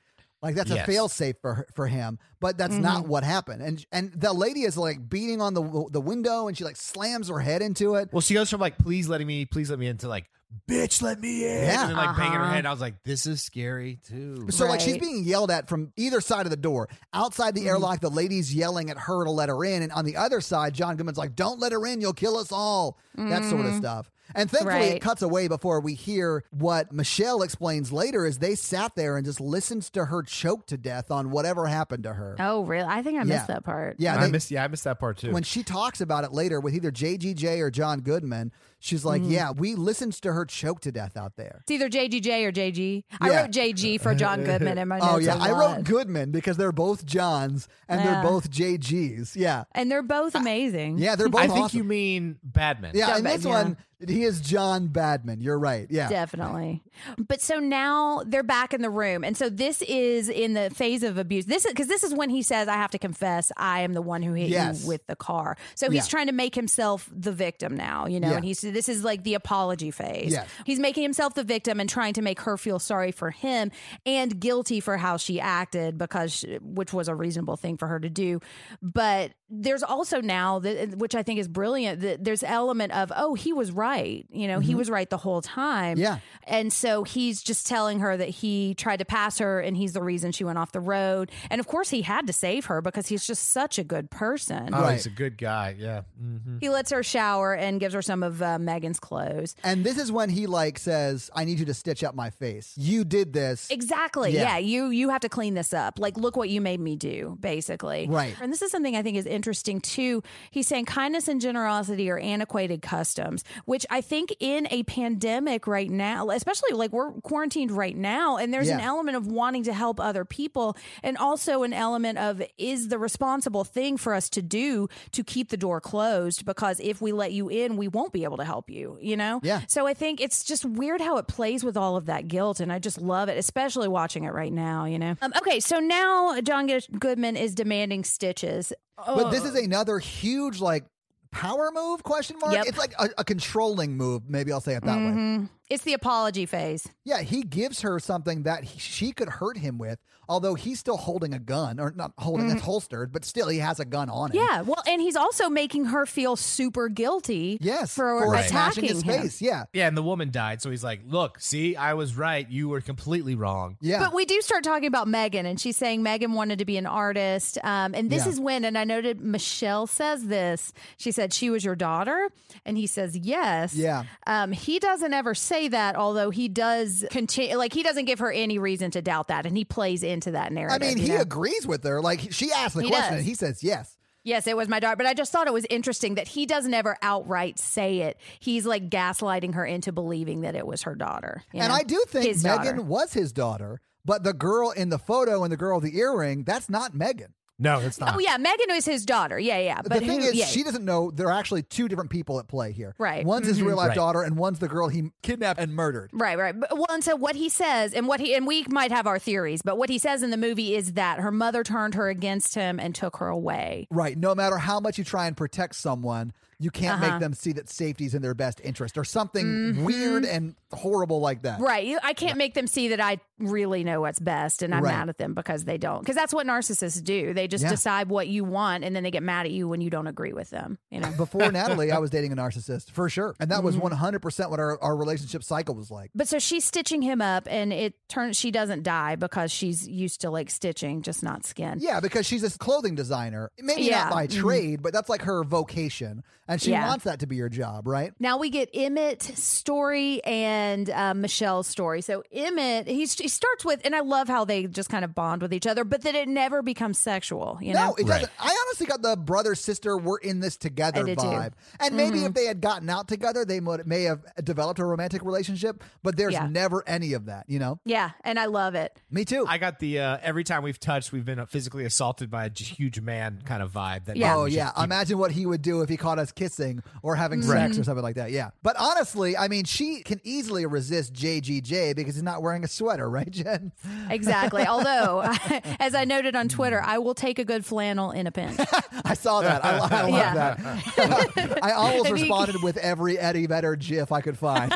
Speaker 1: Like that's
Speaker 3: Yes.
Speaker 1: a failsafe for her- for him, but that's
Speaker 4: Mm-hmm.
Speaker 1: not what happened. And and the lady is like beating on the the window, and she like slams her head into it.
Speaker 3: Well, she goes from like, please letting me, please let me in to like, bitch, let me in.
Speaker 1: Yeah.
Speaker 3: And then, like banging her
Speaker 4: Uh-huh.
Speaker 3: head. I was like, this is scary too.
Speaker 1: So like she's
Speaker 4: Right. Mm-hmm.
Speaker 1: being yelled at from either side of the door. Outside the airlock, the lady's yelling at her to let her in, and on the other side, John Goodman's like, "Don't let her in, you'll kill us all." That sort of stuff. And thankfully, it
Speaker 4: Mm-hmm. Right.
Speaker 1: cuts away before we hear what Michelle explains later. Is they sat there and just listened to her choke to death on whatever happened to her.
Speaker 4: Oh, really? I think I
Speaker 1: missed
Speaker 4: missed
Speaker 1: Yeah.
Speaker 4: that part.
Speaker 1: Yeah,
Speaker 3: I
Speaker 1: they-
Speaker 3: missed, yeah, I missed that part too.
Speaker 1: when she talks about it later with either JGJ or John Goodman, she's
Speaker 4: Mm-hmm.
Speaker 1: like, "Yeah, we listened to her choke to death out there."
Speaker 4: It's either JGJ or JG.
Speaker 1: Yeah.
Speaker 4: I wrote JG for John Goodman in my notes.
Speaker 1: Oh yeah,
Speaker 4: a
Speaker 1: I
Speaker 4: lot.
Speaker 1: wrote Goodman because they're both Johns and
Speaker 4: Yeah.
Speaker 1: they're both JGs. Yeah.
Speaker 4: and they're both amazing.
Speaker 1: Yeah, they're both
Speaker 3: I think
Speaker 1: awesome.
Speaker 3: you mean Badman.
Speaker 1: yeah,
Speaker 4: John
Speaker 1: in
Speaker 4: Bad-
Speaker 1: this
Speaker 4: yeah.
Speaker 1: one, he is John Badman. You're right. Yeah.
Speaker 4: Definitely. But so now they're back in the room. And so this is in the phase of abuse. This is because this is when he says, I have to confess, I am the one who hit
Speaker 1: Yes.
Speaker 4: you with the car. So he's
Speaker 1: Yeah.
Speaker 4: trying to make himself the victim now, you know,
Speaker 1: Yeah.
Speaker 4: and he's this is like the apology phase.
Speaker 1: Yes.
Speaker 4: He's making himself the victim and trying to make her feel sorry for him and guilty for how she acted because she- which was a reasonable thing for her to do. But there's also now that which I think is brilliant that there's element of oh he was right, you know,
Speaker 1: Mm-hmm.
Speaker 4: he was right the whole time.
Speaker 1: Yeah.
Speaker 4: And so he's just telling her that he tried to pass her and he's the reason she went off the road. And of course he had to save her because he's just such a good person.
Speaker 3: Oh,
Speaker 1: Right.
Speaker 3: he's a good guy. Yeah. hmm
Speaker 4: He lets her shower and gives her some of uh, Megan's clothes.
Speaker 1: And this is when he like says, "I need you to stitch up my face. You did this."
Speaker 4: Exactly.
Speaker 1: Yeah.
Speaker 4: Yeah. You you have to clean this up. Like look what you made me do, basically.
Speaker 1: Right.
Speaker 4: And this is something I think is interesting too. He's saying kindness and generosity are antiquated customs, which I think in a pandemic right now, especially like we're quarantined right now, and there's an
Speaker 1: Yeah.
Speaker 4: element of wanting to help other people, and also an element of is the responsible thing for us to do to keep the door closed because if we let you in, we won't be able to help you, you know?
Speaker 1: Yeah.
Speaker 4: So I think it's just weird how it plays with all of that guilt, and I just love it, especially watching it right now, you know? Um, okay, so now John G- Goodman is demanding stitches.
Speaker 1: But
Speaker 4: Oh.
Speaker 1: this is another huge like power move question mark.
Speaker 4: Yep.
Speaker 1: It's like a, a controlling move. Maybe I'll say it that way.
Speaker 4: Mhm. It's the apology phase.
Speaker 1: Yeah, he gives her something that he, she could hurt him with, although he's still holding a gun, or not holding, it's holstered, but still he has a gun on him.
Speaker 4: Mm-hmm. Yeah, well, and he's also making her feel super guilty.
Speaker 1: Yes.
Speaker 4: for,
Speaker 1: smashing
Speaker 4: attacking
Speaker 1: his
Speaker 4: him.
Speaker 1: face. Yeah.
Speaker 3: Yeah, and the woman died, so he's like, "Look, see, I was right. You were completely wrong."
Speaker 1: Yeah.
Speaker 4: But we do start talking about Megan, and she's saying Megan wanted to be an artist. Um, and this
Speaker 1: Yeah.
Speaker 4: is when, and I noted Michelle says this. She said, She was your daughter. And he says, Yes.
Speaker 1: Yeah.
Speaker 4: Um, he doesn't ever say that, although he does continue, like, he doesn't give her any reason to doubt that. And he plays into that
Speaker 1: I
Speaker 4: narrative.
Speaker 1: mean,
Speaker 4: you
Speaker 1: he
Speaker 4: know?
Speaker 1: agrees with her. Like she asked the
Speaker 4: He
Speaker 1: question
Speaker 4: does.
Speaker 1: and he says yes.
Speaker 4: Yes, it was my daughter, but I just thought it was interesting that he doesn't ever outright say it. He's like gaslighting her into believing that it was her daughter. you
Speaker 1: And
Speaker 4: know?
Speaker 1: I do think
Speaker 4: His
Speaker 1: Megan
Speaker 4: daughter.
Speaker 1: was his daughter, but the girl in the photo and the girl with the earring, that's not Megan.
Speaker 3: No, it's not.
Speaker 4: Oh yeah, Megan is his daughter. Yeah, yeah. But
Speaker 1: the thing
Speaker 4: who,
Speaker 1: is,
Speaker 4: yeah.
Speaker 1: she doesn't know there are actually two different people at play here.
Speaker 4: Right. Mm-hmm.
Speaker 1: One's his real life
Speaker 3: Right.
Speaker 1: daughter, and one's the girl he kidnapped and murdered.
Speaker 4: Right, right. But, well, and so what he says, and what he, and we might have our theories, but what he says in the movie is that her mother turned her against him and took her away.
Speaker 1: Right. No matter how much you try and protect someone, you can't
Speaker 4: Uh-huh.
Speaker 1: make them see that safety's in their best interest or something weird
Speaker 4: Mm-hmm.
Speaker 1: and horrible like that.
Speaker 4: Right. You- I can't make them see that I really know what's best and I'm
Speaker 1: Right.
Speaker 4: mad at them because they don't. Because that's what narcissists do. They just
Speaker 1: Yeah.
Speaker 4: decide what you want and then they get mad at you when you don't agree with them. You know?
Speaker 1: Before Natalie, I was dating a narcissist for sure. And that was
Speaker 4: Mm-hmm.
Speaker 1: 100% what our, our relationship cycle was like.
Speaker 4: But so she's stitching him up, and it turns she doesn't die because she's used to like stitching, just not skin.
Speaker 1: Yeah, because she's a clothing designer. Maybe
Speaker 4: Yeah.
Speaker 1: not by
Speaker 4: Mhm.
Speaker 1: trade, but that's like her vocation. And she
Speaker 4: Yeah.
Speaker 1: wants that to be your job, right?
Speaker 4: Now we get Emmett's story and uh, Michelle's story. So Emmett, he's, he starts with, and I love how they just kind of bond with each other, but that it never becomes sexual. You
Speaker 1: no,
Speaker 4: know,
Speaker 1: it
Speaker 3: Right.
Speaker 1: doesn't. I honestly got the brother sister we're in this together
Speaker 4: I did too. Mm-hmm.
Speaker 1: vibe. And maybe if they had gotten out together, they would, may have developed a romantic relationship. But there's
Speaker 4: Yeah.
Speaker 1: never any of that, you know.
Speaker 4: yeah, and I love it.
Speaker 1: Me too.
Speaker 3: I got the uh, every time we've touched, we've been physically assaulted by a j- huge man kind of vibe. That
Speaker 4: Yeah.
Speaker 1: Oh
Speaker 3: we should
Speaker 1: yeah,
Speaker 3: keep-
Speaker 1: imagine what he would do if he caught us kissing or having
Speaker 4: Mm-hmm.
Speaker 1: sex or something like that. Yeah, but honestly, I mean, she can easily resist JGJ because he's not wearing a sweater, right, Jen?
Speaker 4: Exactly. Although, as I noted on Twitter,
Speaker 1: Hmm.
Speaker 4: I will take a good flannel in a pinch.
Speaker 1: I saw that. I, I love
Speaker 4: Yeah.
Speaker 1: that. I almost
Speaker 4: And he-
Speaker 1: responded with every Eddie Vedder gif I could find.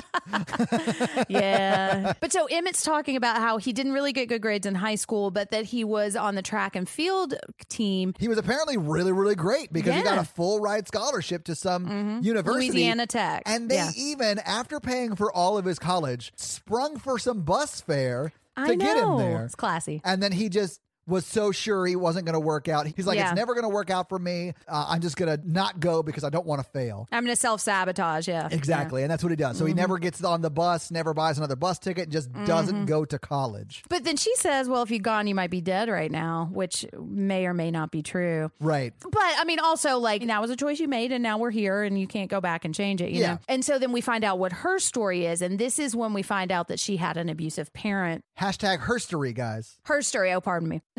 Speaker 4: yeah. But so Emmett's talking about how he didn't really get good grades in high school, but that he was on the track and field team
Speaker 1: He was apparently really, really great because he got
Speaker 4: Yeah. Mm-hmm.
Speaker 1: a full ride scholarship to some university,
Speaker 4: Louisiana Tech.
Speaker 1: and they
Speaker 4: Yeah.
Speaker 1: even, after paying for all of his college, sprung for some bus fare to
Speaker 4: I know.
Speaker 1: get him there.
Speaker 4: It's classy.
Speaker 1: And then he just was so sure he wasn't going to work out. He's like,
Speaker 4: Yeah.
Speaker 1: it's never going to work out for me. Uh, I'm just going to not go because I don't want to fail.
Speaker 4: I'm gonna self sabotage. Yeah, Mm-hmm.
Speaker 1: Exactly. And that's what he does. So he never gets on the bus, never buys another bus ticket, and just
Speaker 4: Mm-hmm.
Speaker 1: doesn't go to college.
Speaker 4: But then she says, "Well, if you're gone, you might be dead right now," which may or may not be true.
Speaker 1: Right.
Speaker 4: But I mean, also like that was a choice you made, and now we're here, and you can't go back and change it. You
Speaker 1: Yeah.
Speaker 4: know. And so then we find out what her story is, and this is when we find out that she had an abusive parent.
Speaker 1: Hashtag herstory, guys.
Speaker 4: Her story. Oh, pardon me.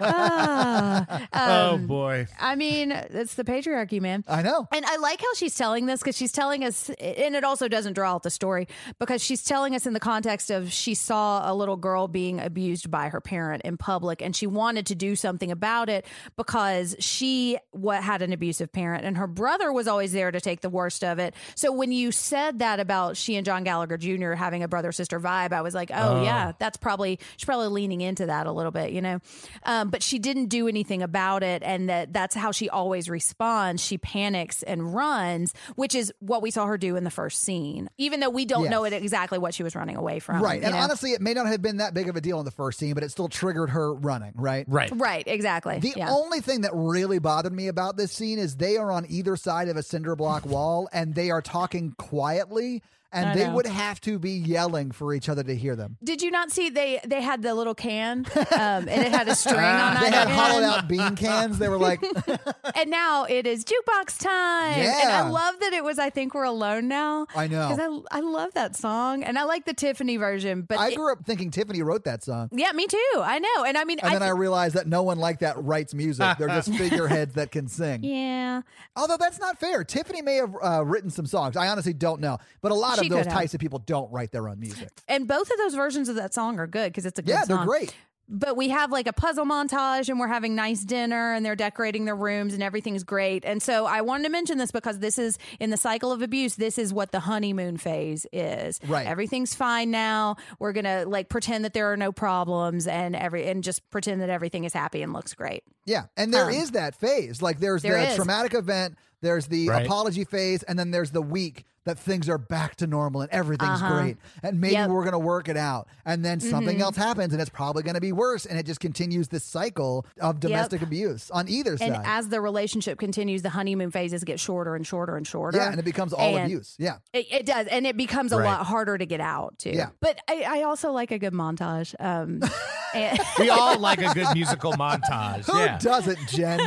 Speaker 4: Ah,
Speaker 3: Oh
Speaker 4: um,
Speaker 3: boy.
Speaker 4: I mean, it's the patriarchy, man.
Speaker 1: I know.
Speaker 4: And I like how she's telling this because she's telling us, and it also doesn't draw out the story because she's telling us in the context of she saw a little girl being abused by her parent in public and she wanted to do something about it because she what had an abusive parent and her brother was always there to take the worst of it. So when you said that about she and John Gallagher Jr. having a brother sister vibe, I was like, oh, yeah, that's probably she's probably leaning into that a little bit, you know. Um, but she didn't do anything about it, and that that's how she always responds. She panics and runs, which is what we saw her do in the first scene, even though we don't
Speaker 1: Yes.
Speaker 4: know it exactly what she was running away from.
Speaker 1: Right.
Speaker 4: you
Speaker 1: And
Speaker 4: know?
Speaker 1: honestly, it may not have been that big of a deal in the first scene, but it still triggered her running, right?
Speaker 3: Right.
Speaker 4: right, exactly.
Speaker 1: The
Speaker 4: yeah.
Speaker 1: only thing that really bothered me about this scene is they are on either side of a cinder block wall and they are talking quietly. and
Speaker 4: I
Speaker 1: they
Speaker 4: know.
Speaker 1: would have to be yelling for each other to hear them.
Speaker 4: Did you not see they they had the little can um, and it had a string on
Speaker 1: Uh-huh. They
Speaker 4: either
Speaker 1: had hollowed
Speaker 4: end.
Speaker 1: out bean cans. They were like,
Speaker 4: and now it is jukebox time. And
Speaker 1: Yeah.
Speaker 4: I love that it was I think we're alone now.
Speaker 1: I know.
Speaker 4: Because I, I love that song and I like the Tiffany version. But
Speaker 1: I
Speaker 4: it-
Speaker 1: grew up thinking Tiffany wrote that song.
Speaker 4: yeah, me too. I know. And I mean
Speaker 1: And
Speaker 4: I,
Speaker 1: then I realized that no one like that writes music. They're just figureheads that can sing.
Speaker 4: Yeah.
Speaker 1: Although that's not fair. Tiffany may have uh, written some songs. I honestly don't know. But a lot
Speaker 4: She
Speaker 1: of those
Speaker 4: could have.
Speaker 1: types of people don't write their own music.
Speaker 4: And both of those versions of that song are good because it's a good
Speaker 1: Yeah,
Speaker 4: song.
Speaker 1: they're great.
Speaker 4: but we have like a puzzle montage and we're having nice dinner and they're decorating their rooms and everything's great. And so I wanted to mention this because this is in the cycle of abuse, this is what the honeymoon phase is.
Speaker 1: Right.
Speaker 4: Everything's fine now. We're going to like pretend that there are no problems and every and just pretend that everything is happy and looks great.
Speaker 1: Yeah. And there
Speaker 4: Um,
Speaker 1: is that phase. Like there's
Speaker 4: there
Speaker 1: the
Speaker 4: is.
Speaker 1: traumatic event, there's the
Speaker 3: Right.
Speaker 1: apology phase, and then there's the week that things are back to normal and everything's
Speaker 4: Uh-huh.
Speaker 1: great. And maybe
Speaker 4: Yep. Mm-hmm.
Speaker 1: we're going to work it out. And then something else happens and it's probably going to be worse. And it just continues this cycle of domestic abuse on either
Speaker 4: And
Speaker 1: side.
Speaker 4: as the relationship continues, the honeymoon phases get shorter and shorter and shorter.
Speaker 1: yeah. And it becomes all
Speaker 4: And-
Speaker 1: abuse. Yeah.
Speaker 4: It, it does, and it becomes a
Speaker 3: Right.
Speaker 4: lot harder to get out too.
Speaker 1: Yeah.
Speaker 4: But I, I also like a good montage. Um, and-
Speaker 3: We all like a good musical montage.
Speaker 1: Who
Speaker 3: yeah.
Speaker 1: doesn't, Jen?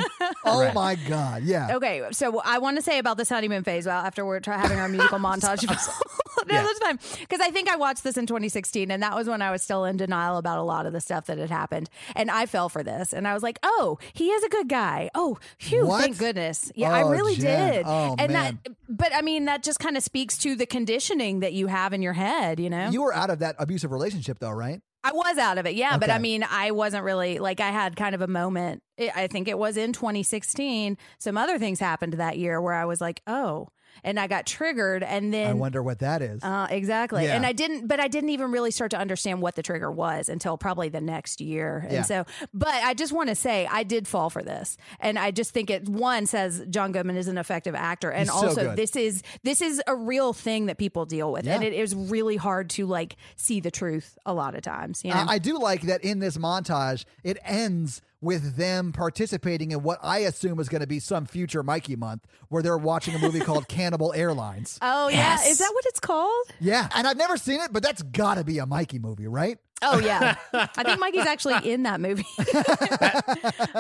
Speaker 1: oh
Speaker 3: Right.
Speaker 1: my God. Yeah.
Speaker 4: Okay, so I want to say about this honeymoon phase. Well, after we're try- having our musical montage, no,
Speaker 3: Yeah.
Speaker 4: that's fine. Because I think I watched this in 2016, and that was when I was still in denial about a lot of the stuff that had happened, and I fell for this, and I was like, "Oh, he is a good guy. Oh, phew,
Speaker 1: What?
Speaker 4: thank goodness. Yeah, I
Speaker 1: Oh,
Speaker 4: really
Speaker 1: Jen.
Speaker 4: did.
Speaker 1: Oh,
Speaker 4: and
Speaker 1: man.
Speaker 4: that, but I mean, that just kind of speaks to the conditioning that you have in your head, you know.
Speaker 1: You were out of that abusive relationship, though, right?
Speaker 4: I was out of it, yeah. But
Speaker 1: Okay.
Speaker 4: I mean, I wasn't really like I had kind of a moment. I I think it was in 2016. Some other things happened that year where I was like, oh, and I got triggered, and
Speaker 1: I
Speaker 4: then.
Speaker 1: wonder what that is.
Speaker 4: uh, exactly,
Speaker 1: Yeah.
Speaker 4: and I didn't, but I didn't even really start to understand what the trigger was until probably the next year.
Speaker 1: Yeah.
Speaker 4: And so, but I just want to say I did fall for this, and I just think it one says John Goodman is an effective actor, and
Speaker 1: He's so
Speaker 4: also
Speaker 1: good.
Speaker 4: this is this is a real thing that people deal with, and
Speaker 1: Yeah.
Speaker 4: it is really hard to like see the truth a lot of times. You know?
Speaker 1: I, I do like that in this montage, it ends with them participating in what I assume is going to be some future Mikey month where they're watching a movie called Cannibal Airlines.
Speaker 4: Oh yeah, is that what it's called?
Speaker 1: Yeah. Uh, And I've never seen it, but that's got to be a Mikey movie, right?
Speaker 4: Oh yeah, I think Mikey's actually in that movie.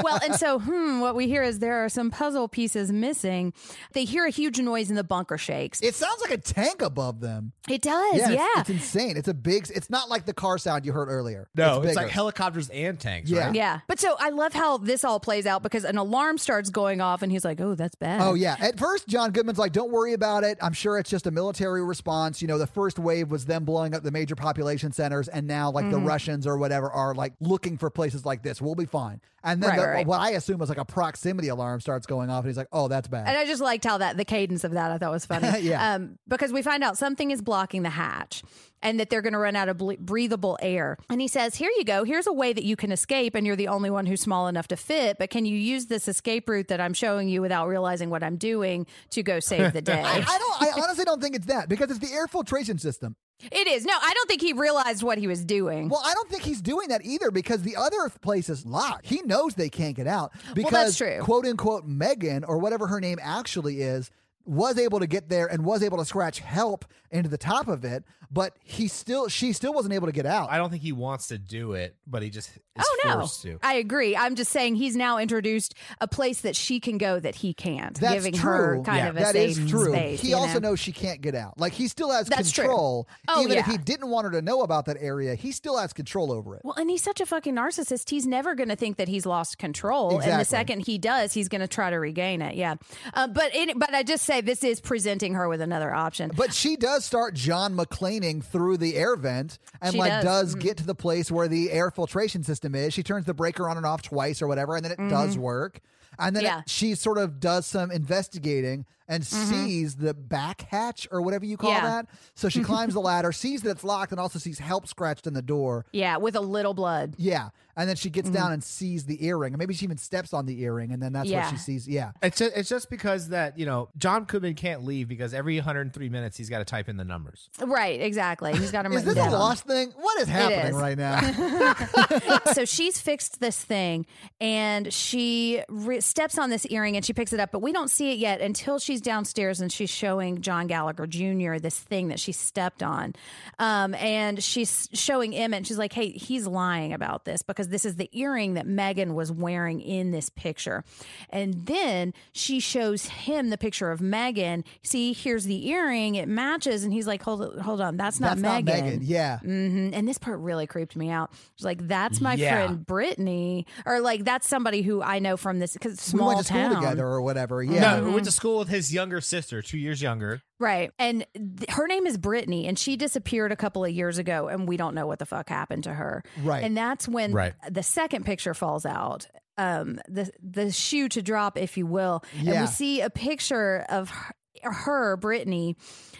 Speaker 4: well, and so hmm, what we hear is there are some puzzle pieces missing. They hear a huge noise and the bunker shakes. It,
Speaker 1: It sounds like a tank above them.
Speaker 4: does,
Speaker 1: Yeah.
Speaker 4: yeah.
Speaker 1: It's, it's insane. It's a big, it's not like the car sound you heard earlier.
Speaker 3: No, it's,
Speaker 1: bigger.
Speaker 3: like helicopters and tanks.
Speaker 1: Yeah.
Speaker 3: Right?
Speaker 4: yeah, but so I love how this all plays out because an alarm starts going off and he's like, "Oh, that's bad."
Speaker 1: Oh yeah. At first, John Goodman's like, "Don't worry about it. I'm sure it's just a military response." You know, the first wave was them blowing up the major population centers, and now like
Speaker 4: Mm-hmm.
Speaker 1: the Russians or whatever are like looking for places like this. We'll be fine. And then
Speaker 4: Right,
Speaker 1: the,
Speaker 4: right, right.
Speaker 1: what I assume is like a proximity alarm starts going off, and he's like, "Oh, that's bad."
Speaker 4: And I just liked how that the cadence of that I thought was funny.
Speaker 1: Yeah.
Speaker 4: Um, because we find out something is blocking the hatch and that they're going to run out of ble- breathable air. And he says, Here you go. Here's a way that you can escape. And you're the only one who's small enough to fit. But can you use this escape route that I'm showing you without realizing what I'm doing to go save the day?
Speaker 1: I, I don't. I honestly don't think it's that because it's the air filtration system.
Speaker 4: it is. No, I don't think he realized what he was doing.
Speaker 1: Well, I don't think he's doing that either because the other place is locked. He knows they can't get out because
Speaker 4: that's true.
Speaker 1: quote unquote Megan or whatever her name actually is was able to get there and was able to scratch help into the top of it, but he still she still wasn't able to get out.
Speaker 3: I don't think he wants to do it, but he just is
Speaker 4: Oh no!
Speaker 3: forced to.
Speaker 4: I agree. I'm just saying he's now introduced a place that she can go that he can't,
Speaker 1: That's
Speaker 4: giving
Speaker 1: true.
Speaker 4: her kind
Speaker 3: Yeah.
Speaker 4: of a
Speaker 1: That
Speaker 4: safe
Speaker 1: is true.
Speaker 4: space.
Speaker 1: he
Speaker 4: you
Speaker 1: also
Speaker 4: know?
Speaker 1: knows she can't get out. Like he still has
Speaker 4: That's true.
Speaker 1: control.
Speaker 4: Oh,
Speaker 1: Even if
Speaker 4: yeah.
Speaker 1: he didn't want her to know about that area, he still has control over it.
Speaker 4: Well, and he's such a fucking narcissist. He's never going to think that he's lost control, and
Speaker 1: Exactly.
Speaker 4: the second he does, he's going to try to regain it. Yeah, uh, but it, but I just say this is presenting her with another option.
Speaker 1: But she does start John McClaning through the air vent and
Speaker 4: She
Speaker 1: like does,
Speaker 4: does. Mm-hmm.
Speaker 1: get to the place where the air filtration system is. She turns the breaker on and off twice or whatever, and then it does work. And then it-
Speaker 4: Mm-hmm. Yeah. Mm-hmm.
Speaker 1: she sort of does some investigating and sees the back hatch or whatever you call
Speaker 4: Yeah.
Speaker 1: that. So she climbs the ladder, sees that it's locked, and also sees help scratched in the door.
Speaker 4: yeah, with a little blood.
Speaker 1: Yeah. And then she
Speaker 4: Mm-hmm.
Speaker 1: gets down and sees the earring. And maybe she even steps on the earring, and then that's what
Speaker 4: Yeah.
Speaker 1: she sees. Yeah.
Speaker 3: It's just, it's just because that you know John Koopman can't leave because every 103 minutes he's got to type in the numbers.
Speaker 4: Right, exactly. He's got him
Speaker 1: Is
Speaker 4: written
Speaker 1: this
Speaker 4: down.
Speaker 1: a lost thing? What is happening
Speaker 4: is.
Speaker 1: right now?
Speaker 4: so she's fixed this thing and she re- steps on this earring and she picks it up, but we don't see it yet until she's she's downstairs and she's showing John Gallagher Jr. this thing that she stepped on. Um, and she's showing Emmett, and she's like, hey, he's lying about this because this is the earring that Megan was wearing in this picture. And then she shows him the picture of Megan. See, here's the earring, it matches. And he's like, hold, hold on, that's not
Speaker 1: That's
Speaker 4: Megan.
Speaker 1: not Megan. Yeah.
Speaker 4: hmm And this part really creeped me out. She's like, "That's my
Speaker 3: Yeah.
Speaker 4: friend Brittany," or like, "That's somebody who I know from this because small
Speaker 1: we went to
Speaker 4: town."
Speaker 1: school together or whatever. Yeah.
Speaker 3: No, we went to school with his younger sister, two years younger.
Speaker 4: Right. And th- her name is Brittany, and she disappeared a couple of years ago, and we don't know what the fuck happened to her.
Speaker 1: Right.
Speaker 4: And that's when
Speaker 3: Right.
Speaker 4: the second picture falls out. Um, the the shoe to drop, if you will. And
Speaker 1: Yeah.
Speaker 4: we see a picture of her, her, Brittany,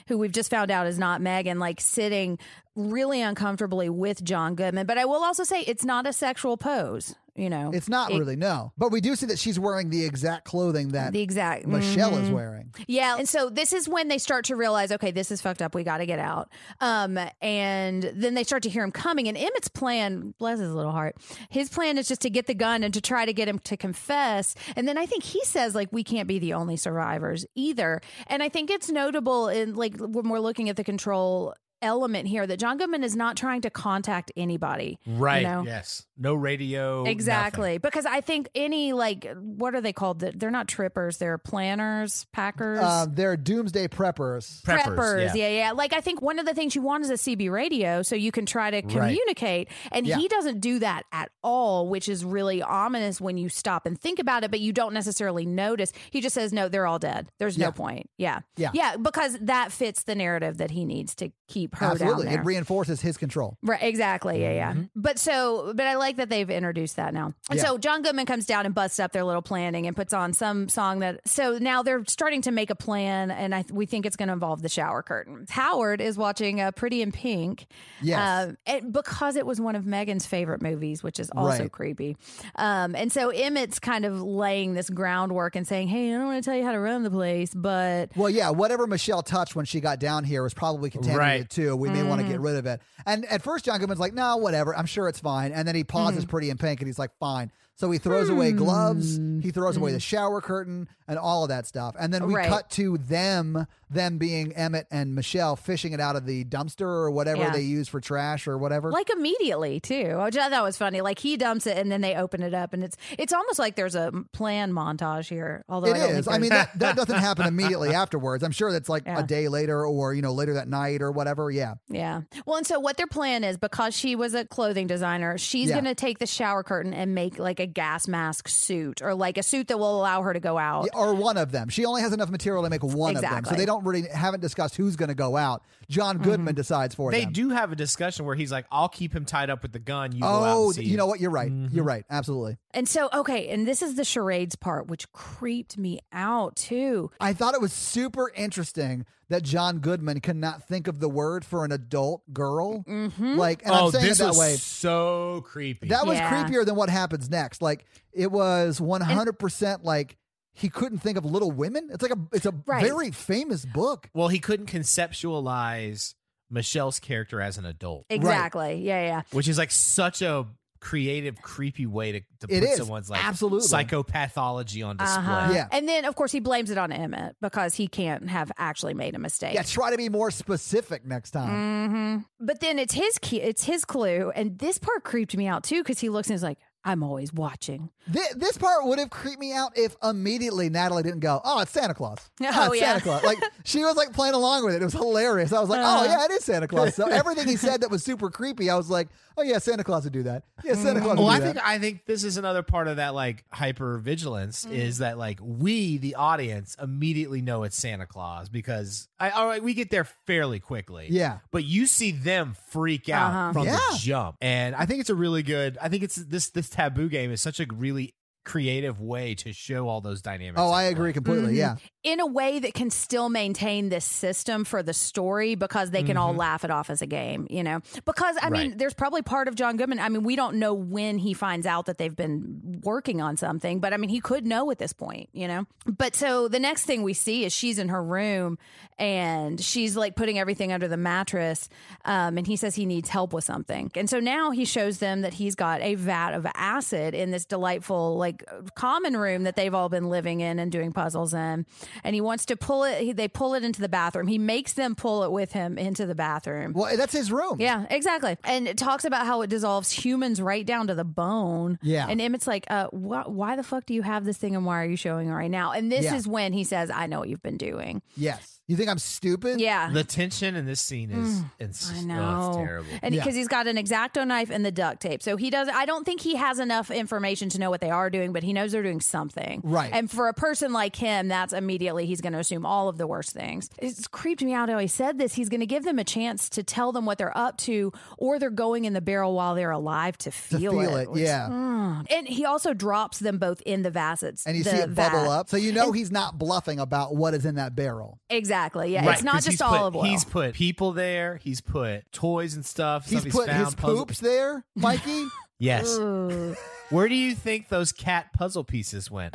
Speaker 4: who we've just found out is not Megan, like sitting really uncomfortably with John Goodman. But I will also say it's not a sexual pose, you know.
Speaker 1: It's not
Speaker 4: It-
Speaker 1: really, no. But we do see that she's wearing the exact clothing that
Speaker 4: the exact
Speaker 1: Michelle
Speaker 4: Mhm.
Speaker 1: is wearing.
Speaker 4: Yeah, and so this is when they start to realize, okay, this is fucked up. We got to get out. Um, and then they start to hear him coming. And Emmett's plan, bless his little heart, his plan is just to get the gun and to try to get him to confess. And then I think he says, like, we can't be the only survivors either. And I think it's notable in like when we're looking at the control element here that John Goodman is not trying to contact anybody.
Speaker 3: Right.
Speaker 4: know?
Speaker 3: Yes. No radio.
Speaker 4: Exactly. Because I think any like what are they called? They're they're not trippers, they're planners, packers
Speaker 1: Uh, they're doomsday preppers.
Speaker 3: nothing.
Speaker 4: preppers. yeah. yeah, Like I think one of the things you want is a CB radio so you can try to communicate. And
Speaker 1: Yeah.
Speaker 4: he doesn't do that at all, which is really ominous when you stop and think about it, but you don't necessarily notice. He just says, No, they're all dead. There's
Speaker 1: Yeah.
Speaker 4: no point. Yeah.
Speaker 1: Yeah.
Speaker 4: Yeah. Because that fits the narrative that he needs to keep her
Speaker 1: Absolutely.
Speaker 4: down there.
Speaker 1: It reinforces his control.
Speaker 4: Right, exactly. Yeah, yeah. But so, but I like that they've introduced that now.
Speaker 1: Mm-hmm.
Speaker 4: And
Speaker 1: Yeah.
Speaker 4: so John Goodman comes down and busts up their little planning and puts on some song that. So now they're starting to make a plan, and I we think it's going to involve the shower curtain. Howard is watching uh, Pretty in Pink,
Speaker 1: Yes.
Speaker 4: um, and because it was one of Megan's favorite movies, which is also
Speaker 1: Right.
Speaker 4: creepy. Um, and so Emmett's kind of laying this groundwork and saying, "Hey, I don't want to tell you how to run the place, but
Speaker 1: Well, yeah, whatever Michelle touched when she got down here was probably contaminated
Speaker 3: Right.
Speaker 1: too. We may want to
Speaker 4: Mm.
Speaker 1: get rid of it. And at first, John Goodman's like, no, whatever. I'm sure it's fine. And then he pauses
Speaker 4: Mm.
Speaker 1: pretty in pink and he's like, fine. So he throws away
Speaker 4: Hmm.
Speaker 1: gloves, he throws away the shower curtain and all of that stuff. And then we
Speaker 4: Mm. Right.
Speaker 1: cut to them, them being Emmett and Michelle fishing it out of the dumpster or whatever
Speaker 4: Yeah.
Speaker 1: they use for trash or whatever.
Speaker 4: like immediately too. I thought that was funny. Like he dumps it and then they open it up, and it's it's almost like there's a plan montage here. Although
Speaker 1: It
Speaker 4: I don't
Speaker 1: is.
Speaker 4: think
Speaker 1: I mean,
Speaker 4: there's-
Speaker 1: that, that doesn't happen immediately afterwards. I'm sure that's like a day later or, you know, later that night or whatever. Yeah.
Speaker 4: yeah. Well, and so what their plan is because she was a clothing designer, she's
Speaker 1: Yeah.
Speaker 4: going to take the shower curtain and make like a gas mask suit or like a suit that will allow her to go out.
Speaker 1: Yeah, or one of them. She only has enough material to make one of them. So
Speaker 4: Exactly. Mm-hmm.
Speaker 1: they don't really haven't discussed who's going to go out. John Goodman decides for
Speaker 3: They
Speaker 1: them.
Speaker 3: do have a discussion where he's like, "I'll keep him tied up with the gun. You go out
Speaker 1: Oh,
Speaker 3: and see
Speaker 1: you
Speaker 3: him."
Speaker 1: know what? You're right.
Speaker 4: Mm-hmm.
Speaker 1: You're right. Absolutely.
Speaker 4: And so okay, and this is the charades part which creeped me out too.
Speaker 1: I thought it was super interesting that John Goodman cannot think of the word for an adult girl.
Speaker 4: Mm-hmm.
Speaker 1: Like, and
Speaker 3: oh,
Speaker 1: I'm saying
Speaker 3: this
Speaker 1: it that
Speaker 3: was
Speaker 1: way.
Speaker 3: so creepy.
Speaker 1: That was
Speaker 4: Yeah.
Speaker 1: creepier than what happens next. Like, it was 100 percent like he couldn't think of Little Women. It's like a it's a
Speaker 4: Right.
Speaker 1: very famous book.
Speaker 3: well, he couldn't conceptualize Michelle's character as an adult,
Speaker 4: Exactly. Yeah, yeah.
Speaker 3: which is like such a creative, creepy way to, to
Speaker 1: It
Speaker 3: put
Speaker 1: is.
Speaker 3: someone's like
Speaker 1: Absolutely.
Speaker 3: psychopathology on display.
Speaker 4: Uh-huh.
Speaker 1: Yeah.
Speaker 4: And then of course he blames it on Emmett because he can't have actually made a mistake.
Speaker 1: Yeah, try to be more specific next time.
Speaker 4: hmm But then it's his key, it's his clue, and this part creeped me out too because he looks and he's like, "I'm always watching."
Speaker 1: This, this part would have creeped me out if immediately Natalie didn't go, "Oh, it's Santa Claus."
Speaker 4: Oh,
Speaker 1: Ah, it's
Speaker 4: yeah.
Speaker 1: Santa Claus. Like she was like playing along with it. It was hilarious. I was like,
Speaker 4: Uh.
Speaker 1: "Oh yeah, it is Santa Claus." So everything he said that was super creepy, I was like, "Oh yeah, Santa Claus would do that." Yeah,
Speaker 4: Mm.
Speaker 1: Santa Claus. Would
Speaker 3: Well, Oh, I
Speaker 1: do
Speaker 3: think
Speaker 1: that.
Speaker 3: I think this is another part of that like hyper vigilance
Speaker 4: Mm-hmm.
Speaker 3: is that like we the audience immediately know it's Santa Claus because I all right we get there fairly quickly.
Speaker 1: Yeah.
Speaker 3: But you see them freak out
Speaker 4: Uh-huh.
Speaker 3: from
Speaker 1: Yeah.
Speaker 3: the jump. And I think it's a really good I think it's this this taboo game is such a really creative way to show all those dynamics.
Speaker 1: Oh,
Speaker 3: at
Speaker 1: I agree
Speaker 3: play.
Speaker 1: completely.
Speaker 4: Mhm.
Speaker 1: Yeah.
Speaker 4: In a way that can still maintain this system for the story because they can all laugh it off as a game, you know. Because I mean,
Speaker 3: Right.
Speaker 4: there's probably part of John Goodman. I mean, we don't know when he finds out that they've been working on something, but I mean, he could know at this point, you know. But so the next thing we see is she's in her room and she's like putting everything under the mattress, um, and he says he needs help with something, and so now he shows them that he's got a vat of acid in this delightful like like common room that they've all been living in and doing puzzles in. And he wants to pull it. He, they pull it into the bathroom. He makes them pull it with him into the bathroom.
Speaker 1: Well, that's his room.
Speaker 4: Yeah, exactly. And it talks about how it dissolves humans right down to the bone.
Speaker 1: Yeah.
Speaker 4: And Emmett's like, uh, wh- why the fuck do you have this thing and why are you showing it right now? And this
Speaker 1: Yeah.
Speaker 4: is when he says, I know what you've been doing.
Speaker 1: Yes. You think I'm stupid?
Speaker 4: Yeah.
Speaker 3: The tension in this scene is it's,
Speaker 4: Uh-huh. Mm,
Speaker 3: Oh,
Speaker 4: I know.
Speaker 3: it's terrible.
Speaker 4: And
Speaker 1: Yeah.
Speaker 4: because he's got an exacto knife and the duct tape. So he does I don't think he has enough information to know what they are doing, but he knows they're doing something.
Speaker 1: Right.
Speaker 4: And for a person like him, that's immediately he's gonna assume all of the worst things. It's creeped me out how he said this. He's gonna give them a chance to tell them what they're up to, or they're going in the barrel while they're alive to
Speaker 1: To
Speaker 4: feel,
Speaker 1: feel, it.
Speaker 4: which-
Speaker 1: Yeah.
Speaker 4: And he also drops them both in the vasets.
Speaker 1: And you
Speaker 4: the
Speaker 1: see it bubble
Speaker 4: vat.
Speaker 1: up. So you know he's not bluffing about what is in that barrel.
Speaker 4: Exactly. Yeah.
Speaker 3: Right,
Speaker 4: It's not
Speaker 3: 'cause he's
Speaker 4: just
Speaker 3: put-
Speaker 4: olive oil.
Speaker 3: He's put people there. He's put toys and stuff.
Speaker 1: He's
Speaker 3: stuff
Speaker 1: put
Speaker 3: found,
Speaker 1: his
Speaker 3: puzzle-
Speaker 1: poops there, Mikey.
Speaker 3: Yes.
Speaker 4: Ooh.
Speaker 3: Where do you think those cat puzzle pieces went?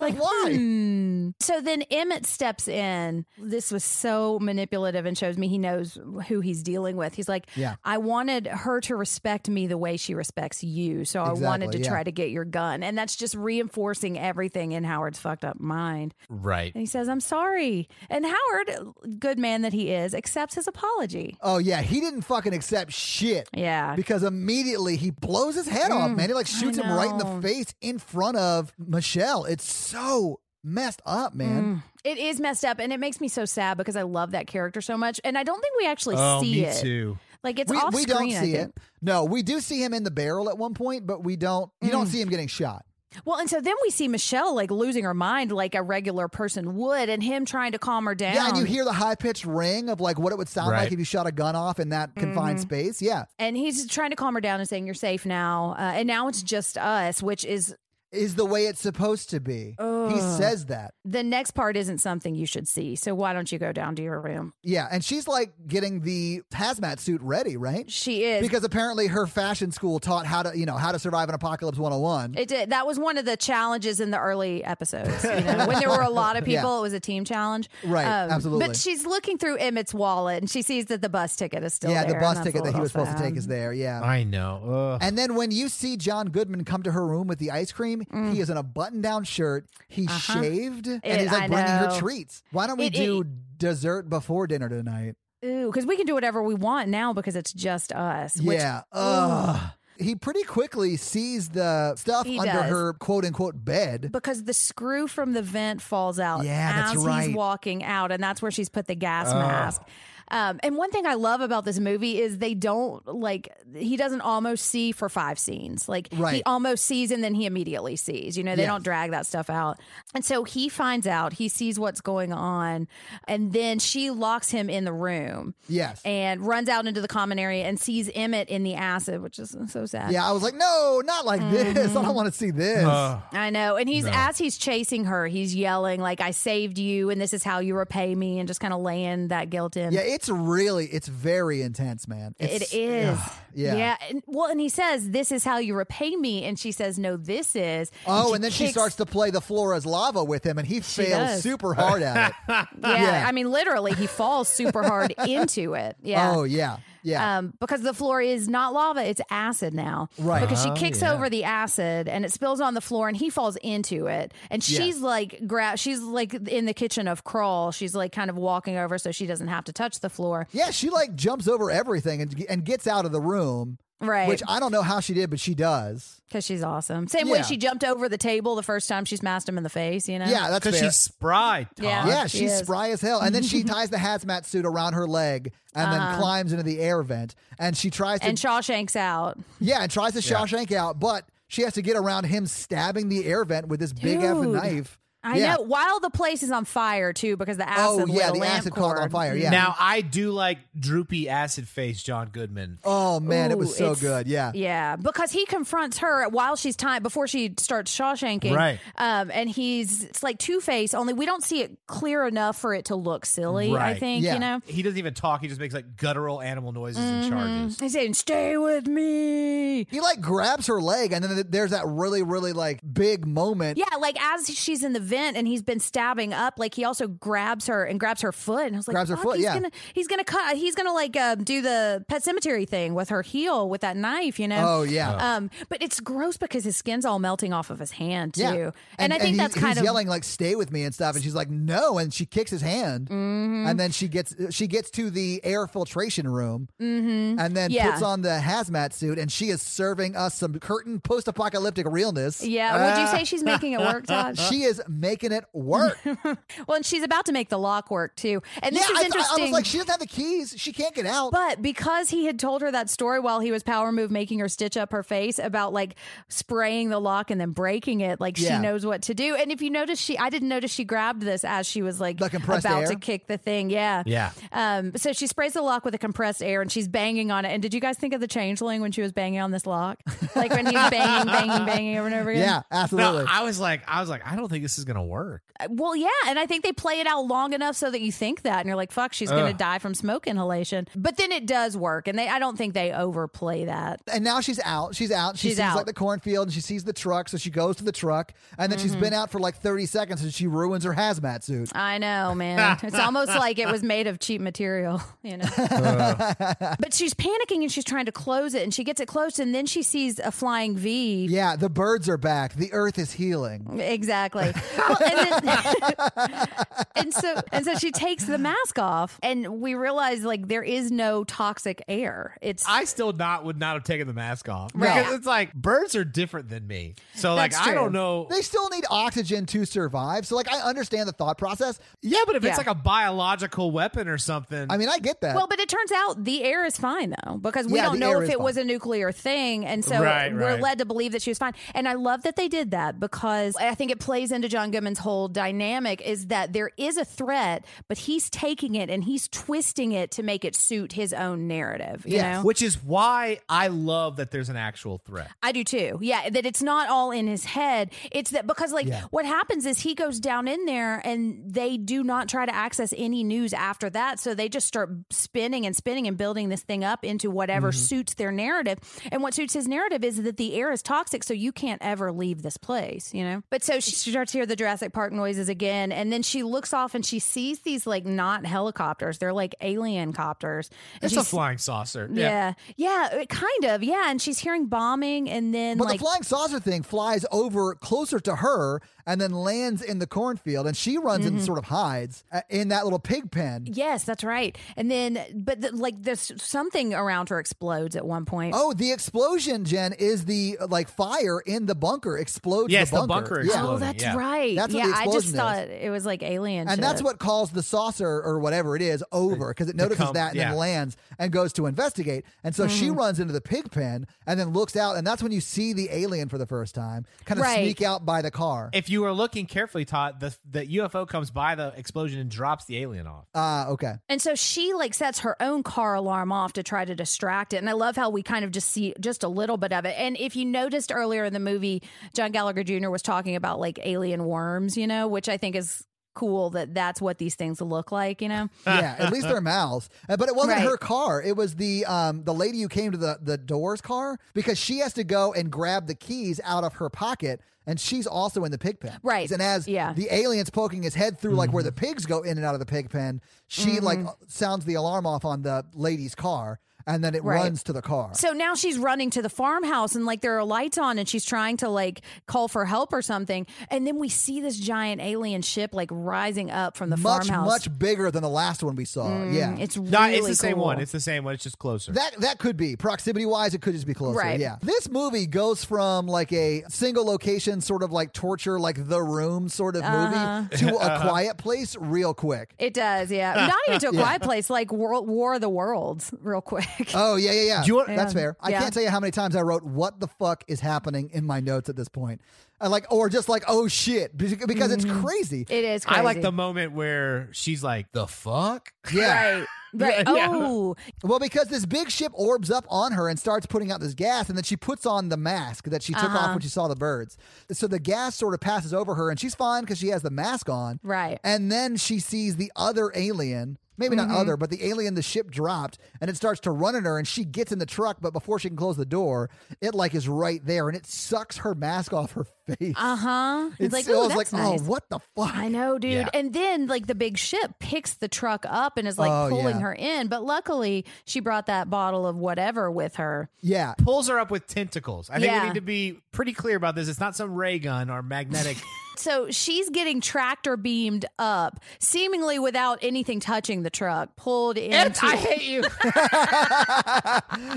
Speaker 1: like, why?
Speaker 4: Hmm. So then Emmett steps in. This was so manipulative and shows me he knows who he's dealing with. He's like,
Speaker 1: Yeah.
Speaker 4: I wanted her to respect me the way she respects you. So I wanted
Speaker 1: Exactly,
Speaker 4: to
Speaker 1: yeah.
Speaker 4: try to get your gun. And that's just reinforcing everything in Howard's fucked up mind.
Speaker 3: right.
Speaker 4: And he says, I'm sorry. And Howard, good man that he is, accepts his apology.
Speaker 1: Oh, yeah. He didn't fucking accept shit.
Speaker 4: Yeah.
Speaker 1: Because immediately he blows his head off, man. He like shoots him right in the
Speaker 4: Mm, know.
Speaker 1: face in front of Michelle. It's so messed up, man.
Speaker 4: It is messed up and it makes me so sad because I love that character so much. And I don't think we actually
Speaker 3: Oh,
Speaker 4: see
Speaker 3: me
Speaker 4: it.
Speaker 3: too.
Speaker 4: Like it's
Speaker 1: we,
Speaker 4: off
Speaker 1: we
Speaker 4: screen.
Speaker 1: don't
Speaker 4: I
Speaker 1: see
Speaker 4: think.
Speaker 1: it. No, we do see him in the barrel at one point, but we don't. You
Speaker 4: Mm.
Speaker 1: don't see him getting shot.
Speaker 4: Well, and so then we see Michelle like losing her mind like a regular person would, and him trying to calm her down.
Speaker 1: Yeah, and you hear the high pitched ring of like what it would sound like
Speaker 3: Right.
Speaker 1: if you shot a gun off in that confined
Speaker 4: Mm-hmm.
Speaker 1: space. Yeah,
Speaker 4: And he's trying to calm her down and saying, You're safe now. Uh, and now it's just us, which is
Speaker 1: is the way it's supposed to be. He says that.
Speaker 4: the next part isn't something you should see. So why don't you go down to your room?
Speaker 1: Yeah, and she's like getting the hazmat suit ready, right?
Speaker 4: She is.
Speaker 1: Because apparently her fashion school taught how to, you know, how to survive an apocalypse 101.
Speaker 4: it did. That was one of the challenges in the early episodes. You know, when there were a lot of people, it was a team challenge. Um,
Speaker 1: Right, absolutely.
Speaker 4: But she's looking through Emmett's wallet and she sees that the bus ticket is still
Speaker 1: yeah,
Speaker 4: there,
Speaker 1: the
Speaker 4: and
Speaker 1: bus
Speaker 4: that's
Speaker 1: ticket
Speaker 4: a
Speaker 1: that he
Speaker 4: little
Speaker 1: was supposed to take
Speaker 4: sad.
Speaker 1: is there. Yeah.
Speaker 3: I know. Ugh.
Speaker 1: And then when you see John Goodman come to her room with the ice cream, he is in a button-down shirt. He's shaved, and
Speaker 4: Mm. Uh-huh. It-
Speaker 1: he's like
Speaker 4: I
Speaker 1: bringing her
Speaker 4: know.
Speaker 1: treats. Why don't we
Speaker 4: It-
Speaker 1: do dessert before dinner tonight?
Speaker 4: Ooh, because we can do whatever we want now because it's just us. Which,
Speaker 1: yeah. Ugh. He pretty quickly sees the stuff
Speaker 4: He
Speaker 1: under
Speaker 4: does.
Speaker 1: her quote-unquote bed.
Speaker 4: because the screw from the vent falls out
Speaker 1: Yeah, that's
Speaker 4: as
Speaker 1: right.
Speaker 4: he's walking out, and that's where she's put the gas mask. Um, and one thing I love about this movie is they don't like he doesn't almost see for five scenes. Like
Speaker 1: Right.
Speaker 4: he almost sees and then he immediately sees. You know, they
Speaker 1: Yes.
Speaker 4: don't drag that stuff out. And so he finds out, he sees what's going on, and then she locks him in the room
Speaker 1: Yes.
Speaker 4: and runs out into the common area and sees Emmett in the acid, which is so sad.
Speaker 1: yeah, I was like, no, not like this.
Speaker 4: Mm-hmm.
Speaker 1: I don't want to see this.
Speaker 3: Ugh.
Speaker 4: I know. And he's as he's chasing her, he's yelling like I saved you and this is how you repay me and just kind of laying that guilt in.
Speaker 1: yeah, it's really, it's very intense, man. It's,
Speaker 4: it is.
Speaker 1: yeah.
Speaker 4: Yeah. And, well, and he says, This is how you repay me. And she says, No, this is.
Speaker 1: Oh, and, then she
Speaker 4: kicks-
Speaker 1: starts to play the floor as lava with him, and he fails
Speaker 4: does.
Speaker 1: super hard at it.
Speaker 4: Yeah,
Speaker 1: yeah.
Speaker 4: I mean, literally, he falls super hard into it. Yeah.
Speaker 1: Oh yeah, yeah.
Speaker 4: um, because the floor is not lava, it's acid now.
Speaker 1: Right.
Speaker 4: Because she
Speaker 3: Oh,
Speaker 4: kicks
Speaker 3: yeah.
Speaker 4: over the acid and it spills on the floor and he falls into it. And
Speaker 1: Yeah.
Speaker 4: she's like grab she's like in the kitchen of crawl. She's like kind of walking over so she doesn't have to touch the floor.
Speaker 1: yeah, she like jumps over everything and and gets out of the room,
Speaker 4: Right.
Speaker 1: which I don't know how she did, but she does.
Speaker 4: Because she's awesome. Same way
Speaker 1: Yeah.
Speaker 4: she jumped over the table the first time she smashed him in the face, you know?
Speaker 1: Yeah, that's fair.
Speaker 3: Because she's spry, Todd.
Speaker 4: Yeah.
Speaker 1: yeah,
Speaker 4: she
Speaker 1: she's
Speaker 4: is.
Speaker 1: spry as hell, and then she ties the hazmat suit around her leg and then climbs into the air vent, and she tries to
Speaker 4: Uh-huh. And Shawshank's out.
Speaker 1: yeah, and tries to Shawshank out, but she has to get around him stabbing the air vent with this big effing
Speaker 4: Dude.
Speaker 1: knife.
Speaker 4: I
Speaker 1: yeah.
Speaker 4: know. While the place is on fire too, because the acid
Speaker 1: Oh
Speaker 4: lit
Speaker 1: yeah,
Speaker 4: a
Speaker 1: the
Speaker 4: lamp
Speaker 1: acid
Speaker 4: cord.
Speaker 1: caught on fire. Yeah.
Speaker 3: Now I do like droopy acid face John Goodman.
Speaker 1: oh man, it was
Speaker 4: Ooh,
Speaker 1: so
Speaker 4: it's-
Speaker 1: good. Yeah.
Speaker 4: Yeah, because he confronts her while she's time before she starts Shawshanking,
Speaker 3: Right.
Speaker 4: Um, and he's it's like Two Face, only we don't see it clear enough for it to look silly. I
Speaker 3: Right.
Speaker 4: think
Speaker 1: Yeah.
Speaker 4: you know.
Speaker 3: He doesn't even talk. He just makes like guttural animal noises
Speaker 4: Mm-hmm.
Speaker 3: and charges.
Speaker 4: He's saying, "Stay with me."
Speaker 1: He like grabs her leg, and then th- there's that really, really like big moment
Speaker 4: Yeah, like as she's in the vent and he's been stabbing up. Like he also grabs her and grabs her foot. And I was like,
Speaker 1: Grabs her
Speaker 4: "Fuck,
Speaker 1: foot,
Speaker 4: he's
Speaker 1: yeah.
Speaker 4: Gonna, he's gonna cut. He's gonna like um, do the pet cemetery thing with her heel with that knife. You know.
Speaker 1: Oh yeah.
Speaker 4: Um, but it's gross because his skin's all melting off of his hand too,
Speaker 1: Yeah.
Speaker 4: and, I think
Speaker 1: he-
Speaker 4: that's kind
Speaker 1: he's
Speaker 4: of
Speaker 1: yelling like "Stay with me" and stuff, and she's like "No," and she kicks his hand,
Speaker 4: Mm-hmm.
Speaker 1: and then she gets she gets to the air filtration room, and then
Speaker 4: Mm-hmm. Yeah.
Speaker 1: puts on the hazmat suit, and she is serving us some curtain post apocalyptic realness. Uh,
Speaker 4: Yeah, would you say she's making it work, Todd?
Speaker 1: She is making it work.
Speaker 4: well, and she's about to make the lock work too. And this
Speaker 1: yeah,
Speaker 4: is
Speaker 1: I, thought- I
Speaker 4: interesting.
Speaker 1: was like, she doesn't have the keys. She can't get out.
Speaker 4: But because he had told her that story while he was power move making her stitch up her face about like spraying the lock and then breaking it, like
Speaker 1: Yeah.
Speaker 4: she knows what to do. And if you notice, she I didn't notice she grabbed this as she was like,
Speaker 1: The compressed
Speaker 4: about
Speaker 1: air?
Speaker 4: to kick the thing. Yeah,
Speaker 3: Yeah.
Speaker 4: Um, so she sprays the lock with a compressed air and she's banging on it. And did you guys think of the changeling when she was banging on this lock, like when he's banging, banging, banging over and over again?
Speaker 1: yeah, absolutely.
Speaker 3: No, I was like, I was like, I don't think this is gonna work.
Speaker 4: Well, yeah, and I think they play it out long enough so that you think that, and you're like, "Fuck, she's gonna
Speaker 3: Ugh.
Speaker 4: die from smoke inhalation." But then it does work, and they—I don't think they overplay that.
Speaker 1: and now she's out. She's out. She
Speaker 4: She's
Speaker 1: sees like
Speaker 4: out.
Speaker 1: the cornfield and she sees the truck. So she goes to the truck and then
Speaker 4: Mm-hmm.
Speaker 1: she's been out for like 30 seconds and she ruins her hazmat suit.
Speaker 4: I know, man. it's almost like it was made of cheap material, you know. but she's panicking and she's trying to close it, and she gets it closed, and then she sees a flying V.
Speaker 1: Yeah, the birds are back. The earth is healing.
Speaker 4: Exactly. Well, and, then- and so and so she takes the mask off, and we realize like there is no toxic air. It's
Speaker 3: I still not would not have taken the mask off.
Speaker 1: Right.
Speaker 3: Because it's like birds are different than me. So like
Speaker 4: That's
Speaker 3: I
Speaker 4: true.
Speaker 3: don't know.
Speaker 1: They still need oxygen to survive. So, like, I understand the thought process.
Speaker 3: Yeah, but if
Speaker 4: Yeah.
Speaker 3: it's like a biological weapon or something,
Speaker 1: I mean, I get that.
Speaker 4: Well, but it turns out the air is fine though, because we
Speaker 1: Yeah,
Speaker 4: don't
Speaker 1: the
Speaker 4: know
Speaker 1: air
Speaker 4: if
Speaker 1: is
Speaker 4: it was
Speaker 1: fine.
Speaker 4: a nuclear thing, and so
Speaker 3: Right,
Speaker 4: we're
Speaker 3: right.
Speaker 4: led to believe that she was fine. And I love that they did that because I think it plays into John Goodman's whole dynamic is that there is a threat, but he's taking it and he's twisting it to make it suit his own narrative. You
Speaker 1: Yes.
Speaker 4: know,
Speaker 3: which is why I love that there's an actual threat.
Speaker 4: I do too. Yeah, that it's not all in his head. It's that because like
Speaker 1: Yeah.
Speaker 4: what happens is he goes down in there and they do not try to access any news after that. So they just start spinning and spinning and building this thing up into whatever
Speaker 3: Mm-hmm.
Speaker 4: suits their narrative. And what suits his narrative is that the air is toxic, so you can't ever leave this place, you know? But so she starts to hear the Jurassic Park noises again, and then she looks off and she sees these like not helicopters. They're like alien copters. And
Speaker 3: It's a
Speaker 4: she's-
Speaker 3: flying saucer.
Speaker 4: yeah. yeah, it- kind of. Yeah, and she's hearing bombing, and then
Speaker 1: But
Speaker 4: like
Speaker 1: the flying saucer thing flies over closer to her and then lands in the cornfield, and she runs
Speaker 4: Mm-hmm.
Speaker 1: and sort of hides uh, in that little pig pen.
Speaker 4: yes, that's right. And then, but the, like this something around her explodes at one point.
Speaker 1: Oh, the explosion, Jen, is the uh, like fire in the bunker explodes.
Speaker 3: Yes,
Speaker 1: the
Speaker 3: the
Speaker 1: bunker.
Speaker 3: bunker
Speaker 1: yeah,
Speaker 4: Oh,
Speaker 3: exploding,
Speaker 4: that's
Speaker 3: yeah.
Speaker 4: right.
Speaker 1: That's what
Speaker 4: yeah,
Speaker 1: the
Speaker 4: I just
Speaker 1: explosion
Speaker 4: thought it was like alien,
Speaker 1: and
Speaker 4: shit.
Speaker 1: that's what calls the saucer or whatever it is over because it notices
Speaker 3: come-
Speaker 1: that and
Speaker 3: yeah.
Speaker 1: then lands and goes to investigate. And so she runs into the pig pen and then looks out, and that's when you see the alien for the first time, kind of
Speaker 4: Right.
Speaker 1: sneak out by the car.
Speaker 3: If you were looking carefully, Todd, the the UFO comes by the explosion and drops the alien off.
Speaker 1: Ah, okay.
Speaker 4: And so she like sets her own car alarm off to try to distract it. And I love how we kind of just see just a little bit of it. And if you noticed earlier in the movie, John Gallagher Jr. was talking about like alien worms, you know, which I think is cool that that's what these things look like, you know.
Speaker 1: yeah, at least their mouths. Uh, But it wasn't
Speaker 4: Right.
Speaker 1: her car. It was the um the lady who came to the the doors car because she has to go and grab the keys out of her pocket. And she's also in the pig pen,
Speaker 4: Right.
Speaker 1: And as
Speaker 4: Yeah.
Speaker 1: the aliens poking his head through, like where the pigs go in and out of the pig pen, she
Speaker 4: Mm-hmm.
Speaker 1: like sounds the alarm off on the lady's car, and then it
Speaker 4: Right.
Speaker 1: runs to the car.
Speaker 4: So now she's running to the farmhouse and like there are lights on and she's trying to like call for help or something. And then we see this giant alien ship like rising up from the
Speaker 1: much
Speaker 4: farmhouse. Mm,
Speaker 1: much bigger than the last one we saw. yeah,
Speaker 4: it's really
Speaker 3: no, it's the same
Speaker 4: cool.
Speaker 3: one. It's the same one. It's just closer.
Speaker 1: That that could be proximity wise. It could just be closer.
Speaker 4: Right.
Speaker 1: Yeah. This movie goes from like a single location sort of like torture, like the room sort of
Speaker 4: Uh-huh.
Speaker 1: movie, to a
Speaker 3: Uh-huh.
Speaker 1: quiet place real quick.
Speaker 4: It does, yeah. Not even to a quiet place, like World War of the Worlds, real quick.
Speaker 1: Oh yeah, yeah, yeah.
Speaker 3: Do you want-
Speaker 1: That's fair. I
Speaker 4: Yeah.
Speaker 1: can't tell you how many times I wrote "What the fuck is happening" in my notes at this point, I like or just like "Oh shit" be- because it's
Speaker 4: Mm-hmm.
Speaker 1: crazy.
Speaker 4: It is crazy.
Speaker 3: I like the moment where she's like, "The fuck."
Speaker 1: yeah.
Speaker 4: Right. Right.
Speaker 3: Yeah.
Speaker 4: Oh,
Speaker 1: Well, because this big ship orbs up on her and starts putting out this gas, and then she puts on the mask that she took off
Speaker 4: Uh-huh.
Speaker 1: when she saw the birds. So the gas sort of passes over her, and she's fine because she has the mask on.
Speaker 4: Right. Mm-hmm.
Speaker 1: And then she sees the other alien Maybe not other, but the alien, the ship dropped and it starts to run at her and she gets in the truck, but before she can close the door, it like is right there and it sucks her mask off her face.
Speaker 4: Uh huh.
Speaker 1: It's
Speaker 4: It's, like,
Speaker 1: I
Speaker 4: oh,
Speaker 1: was like,
Speaker 4: that's nice.
Speaker 1: oh, what the fuck?
Speaker 4: I know, dude.
Speaker 3: Yeah.
Speaker 4: And then like the big ship picks the truck up and is like
Speaker 1: Oh,
Speaker 4: pulling
Speaker 1: yeah.
Speaker 4: her in. But luckily, she brought that bottle of whatever with her.
Speaker 1: Yeah.
Speaker 3: Pulls her up with tentacles. I think
Speaker 4: Yeah.
Speaker 3: we need to be pretty clear about this. It's not some ray gun or magnetic.
Speaker 4: So she's getting tractor beamed up, seemingly without anything touching the truck, pulled into.
Speaker 3: I hate you.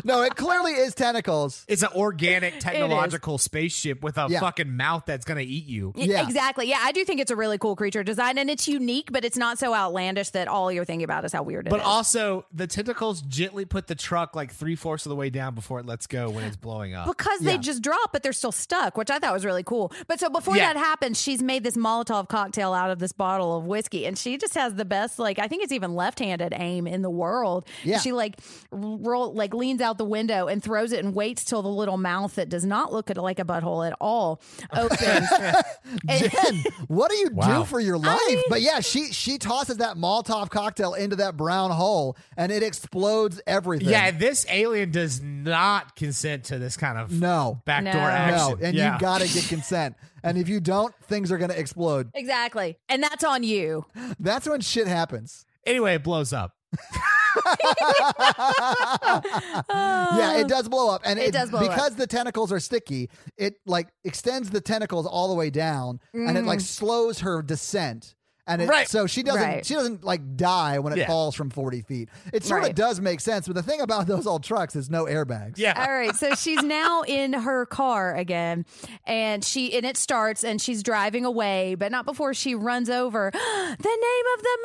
Speaker 1: no, it clearly is tentacles.
Speaker 3: It's an organic technological spaceship with a
Speaker 1: Yeah.
Speaker 3: fucking mouth that's gonna eat you.
Speaker 4: Y-
Speaker 1: Yeah.
Speaker 4: E-, Exactly. Yeah, I do think it's a really cool creature design and it's unique, but it's not so outlandish that all you're thinking about is how weird it is.
Speaker 3: But also, the tentacles gently put the truck like three fourths of the way down before it lets go when it's blowing up.
Speaker 4: because
Speaker 1: Yeah.
Speaker 4: they just drop, but they're still stuck, which I thought was really cool. But so before
Speaker 3: Yeah.
Speaker 4: that happens, she's made this Molotov cocktail out of this bottle of whiskey, and she just has the best, like I think it's even left-handed aim in the world.
Speaker 1: Yeah.
Speaker 4: She like roll, like leans out the window and throws it and waits till the little mouth that does not look at- like a butthole at all opens.
Speaker 1: Jen, what do you
Speaker 3: Wow.
Speaker 1: do for your life? but yeah, she she tosses that Molotov cocktail into that brown hole and it explodes everything.
Speaker 3: yeah, this alien does not consent to this kind of
Speaker 1: No.
Speaker 3: backdoor
Speaker 4: No.
Speaker 1: No,
Speaker 3: action.
Speaker 1: and
Speaker 3: yeah.
Speaker 1: you gotta get consent. And if you don't, things are gonna explode.
Speaker 4: exactly, and that's on you.
Speaker 1: That's when shit happens.
Speaker 3: anyway, it blows up.
Speaker 1: yeah, it does blow up, and
Speaker 4: Um, It does blow up.
Speaker 1: because the tentacles are sticky. It like extends the tentacles all the way down, and it like slows her descent. And it,
Speaker 3: Right.
Speaker 1: so she doesn't
Speaker 4: Mm. Right.
Speaker 1: she doesn't like die when it
Speaker 3: Yeah.
Speaker 1: falls from forty feet. It sort of
Speaker 4: Right.
Speaker 1: does make sense, but the thing about those old trucks is no airbags.
Speaker 3: Yeah.
Speaker 4: All right, so she's now in her car again, and she and it starts, and she's driving away, but not before she runs over the name of the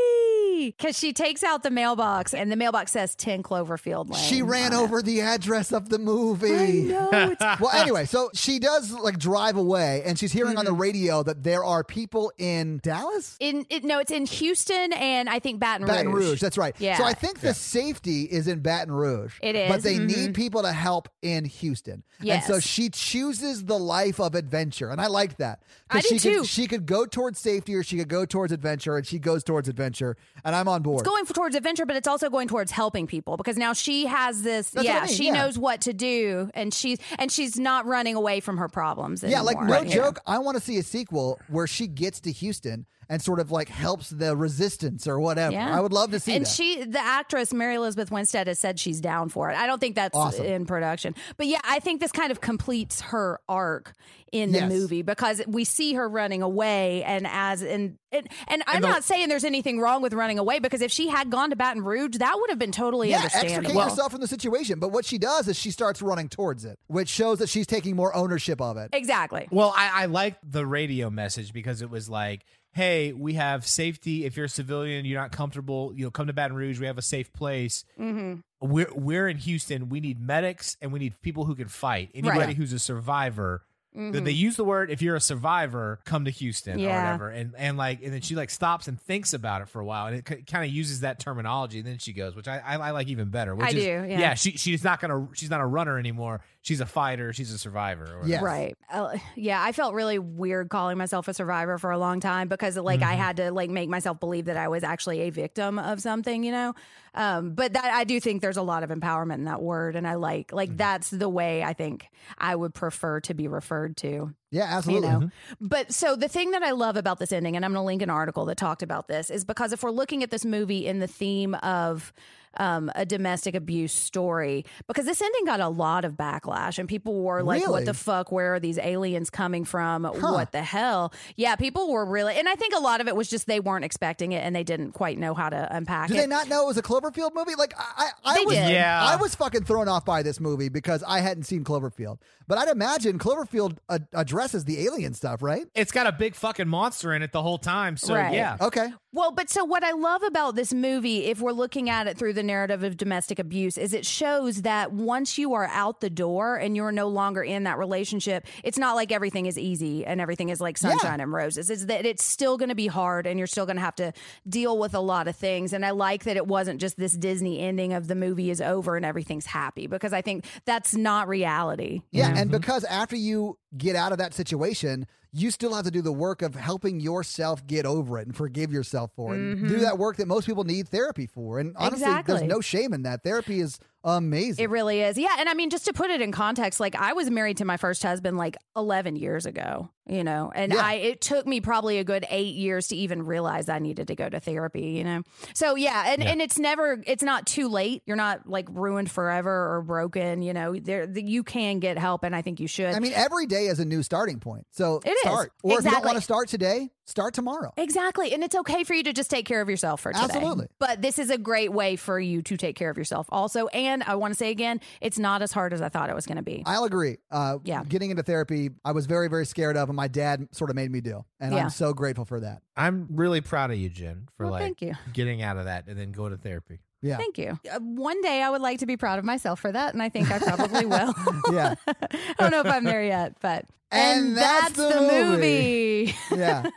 Speaker 4: movie because she takes out the mailbox, and the mailbox says Ten Cloverfield Lane.
Speaker 1: She ran
Speaker 4: on it.
Speaker 1: over the address of the movie.
Speaker 4: I know it's
Speaker 1: well, anyway, so she does like drive away, and she's hearing on
Speaker 4: Mm-hmm.
Speaker 1: the radio that there are people in Dallas.
Speaker 4: in it, no, it's in Houston, and I think Baton Rouge.
Speaker 1: Baton Rouge. That's right.
Speaker 4: Yeah.
Speaker 1: So I think the safety is in Baton Rouge.
Speaker 4: It
Speaker 1: But
Speaker 4: is,
Speaker 1: they need people to help in Houston.
Speaker 4: Yes.
Speaker 1: And so she chooses the life of adventure. And I like that. 'Cause
Speaker 4: I do
Speaker 1: she
Speaker 4: too.
Speaker 1: Could, she could go towards safety or she could go towards adventure, and she goes towards adventure. And I'm on board.
Speaker 4: It's going for, towards adventure, but it's also going towards helping people because now she has this.
Speaker 1: That's what
Speaker 4: yeah,
Speaker 1: I mean,
Speaker 4: she
Speaker 1: yeah.
Speaker 4: knows what to do, and she's and she's not running away from her problems.
Speaker 1: yeah, like
Speaker 4: anymore.
Speaker 1: no joke. I want to see a sequel where she gets to Houston and sort of like helps the resistance or whatever.
Speaker 4: Yeah.
Speaker 1: I would love to see
Speaker 4: and
Speaker 1: that.
Speaker 4: she, the actress Mary Elizabeth Winstead, has said she's down for it. I don't think that's
Speaker 1: Awesome.
Speaker 4: in production, but yeah, I think this kind of completes her arc in
Speaker 1: Yes.
Speaker 4: the movie because we see her running away, and as and and, and I'm
Speaker 3: the-
Speaker 4: not saying there's anything wrong with running away because if she had gone to Baton Rouge, that would have been totally
Speaker 1: yeah, extricate
Speaker 4: understandable.
Speaker 1: yourself from the situation. But what she does is she starts running towards it, which shows that she's taking more ownership of it.
Speaker 4: Exactly.
Speaker 3: Well, I, I like the radio message because it was like, "Hey, we have safety. If you're a civilian, you're not comfortable. You know, come to Baton Rouge. We have a safe place.
Speaker 4: Mm-hmm.
Speaker 3: We're we're in Houston. We need medics and we need people who can fight. Anybody
Speaker 4: Right. Mm-hmm.
Speaker 3: who's a survivor." Th- They use the word if you're a survivor, come to Houston or
Speaker 4: Yeah.
Speaker 3: whatever, and and like and then she like stops and thinks about it for a while, and it c- kind of uses that terminology, and then she goes, which I I, I like even better. Which
Speaker 4: I
Speaker 3: is,
Speaker 4: do, yeah.
Speaker 3: she she's not gonna she's not a runner anymore. She's a fighter. She's a survivor. Or
Speaker 1: Yeah.
Speaker 3: whatever.
Speaker 4: Right. Uh, yeah, I felt really weird calling myself a survivor for a long time because like I had to like make myself believe that I was actually a victim of something, you know. Um, but that I do think there's a lot of empowerment in that word, and I like like that's the way I think I would prefer to be referred to.
Speaker 1: Yeah, absolutely. Mm-hmm.
Speaker 4: You know? But so the thing that I love about this ending, and I'm going to link an article that talked about this, is because if we're looking at this movie in the theme of um, a domestic abuse story, because this ending got a lot of backlash, and people were like,
Speaker 1: Really?
Speaker 4: "What the fuck? Where are these aliens coming from? What the hell?" Yeah, people were really, and I think a lot of it was just they weren't expecting it and they didn't quite know how to unpack
Speaker 1: Did
Speaker 4: it.
Speaker 1: they not know it was a Cloverfield movie? Like I, I, I
Speaker 4: They
Speaker 1: was,
Speaker 4: did.
Speaker 3: Yeah.
Speaker 1: I was fucking thrown off by this movie because I hadn't seen Cloverfield. But I'd imagine Cloverfield ad- addresses the alien stuff, right?
Speaker 3: it's got a big fucking monster in it the whole time. So
Speaker 4: Right.
Speaker 3: yeah,
Speaker 1: Okay.
Speaker 4: Well, but so what I love about this movie, if we're looking at it through the narrative of domestic abuse, is it shows that once you are out the door and you're no longer in that relationship, it's not like everything is easy and everything is like sunshine and roses. It's that it's still going to be hard and you're still going to have to deal with a lot of things. And I like that it wasn't just this Disney ending of the movie is over and everything's happy because I think that's not reality. you
Speaker 1: Yeah,
Speaker 4: know?
Speaker 1: and because after you get out of that situation, you still have to do the work of helping yourself get over it and forgive yourself for it. and Do that work that most people need therapy for. And honestly,
Speaker 4: Mm-hmm. Exactly.
Speaker 1: there's no shame in that. Therapy is amazing.
Speaker 4: It really is. Yeah. And I mean, just to put it in context, like I was married to my first husband like 11 years ago, you know, and
Speaker 1: Yeah.
Speaker 4: I, it took me probably a good eight years to even realize I needed to go to therapy, you know? So yeah. And, and it's never, it's not too late. You're not like ruined forever or broken, you know, there, the, you can get help. And I think you should.
Speaker 1: I mean, every day is a new starting point. So
Speaker 4: It is.
Speaker 1: start. Or if you don't
Speaker 4: Exactly.
Speaker 1: want to start today, start tomorrow.
Speaker 4: Exactly. And it's okay for you to just take care of yourself for today.
Speaker 1: Absolutely.
Speaker 4: But this is a great way for you to take care of yourself also. And I want to say again, it's not as hard as I thought it was going to be.
Speaker 1: I'll agree. Uh,
Speaker 4: Yeah.
Speaker 1: Getting into therapy, I was very, very scared of, and my dad sort of made me do. And
Speaker 4: Yeah.
Speaker 1: I'm so grateful for that.
Speaker 3: I'm really proud of you, Jen, for
Speaker 4: Well,
Speaker 3: like
Speaker 4: thank you.
Speaker 3: getting out of that and then going to therapy.
Speaker 1: Yeah.
Speaker 4: Thank you. Uh, One day I would like to be proud of myself for that, and I think I probably will.
Speaker 1: Yeah.
Speaker 4: I don't know if I'm there yet, but.
Speaker 1: And that's the
Speaker 4: movie.
Speaker 1: Yeah.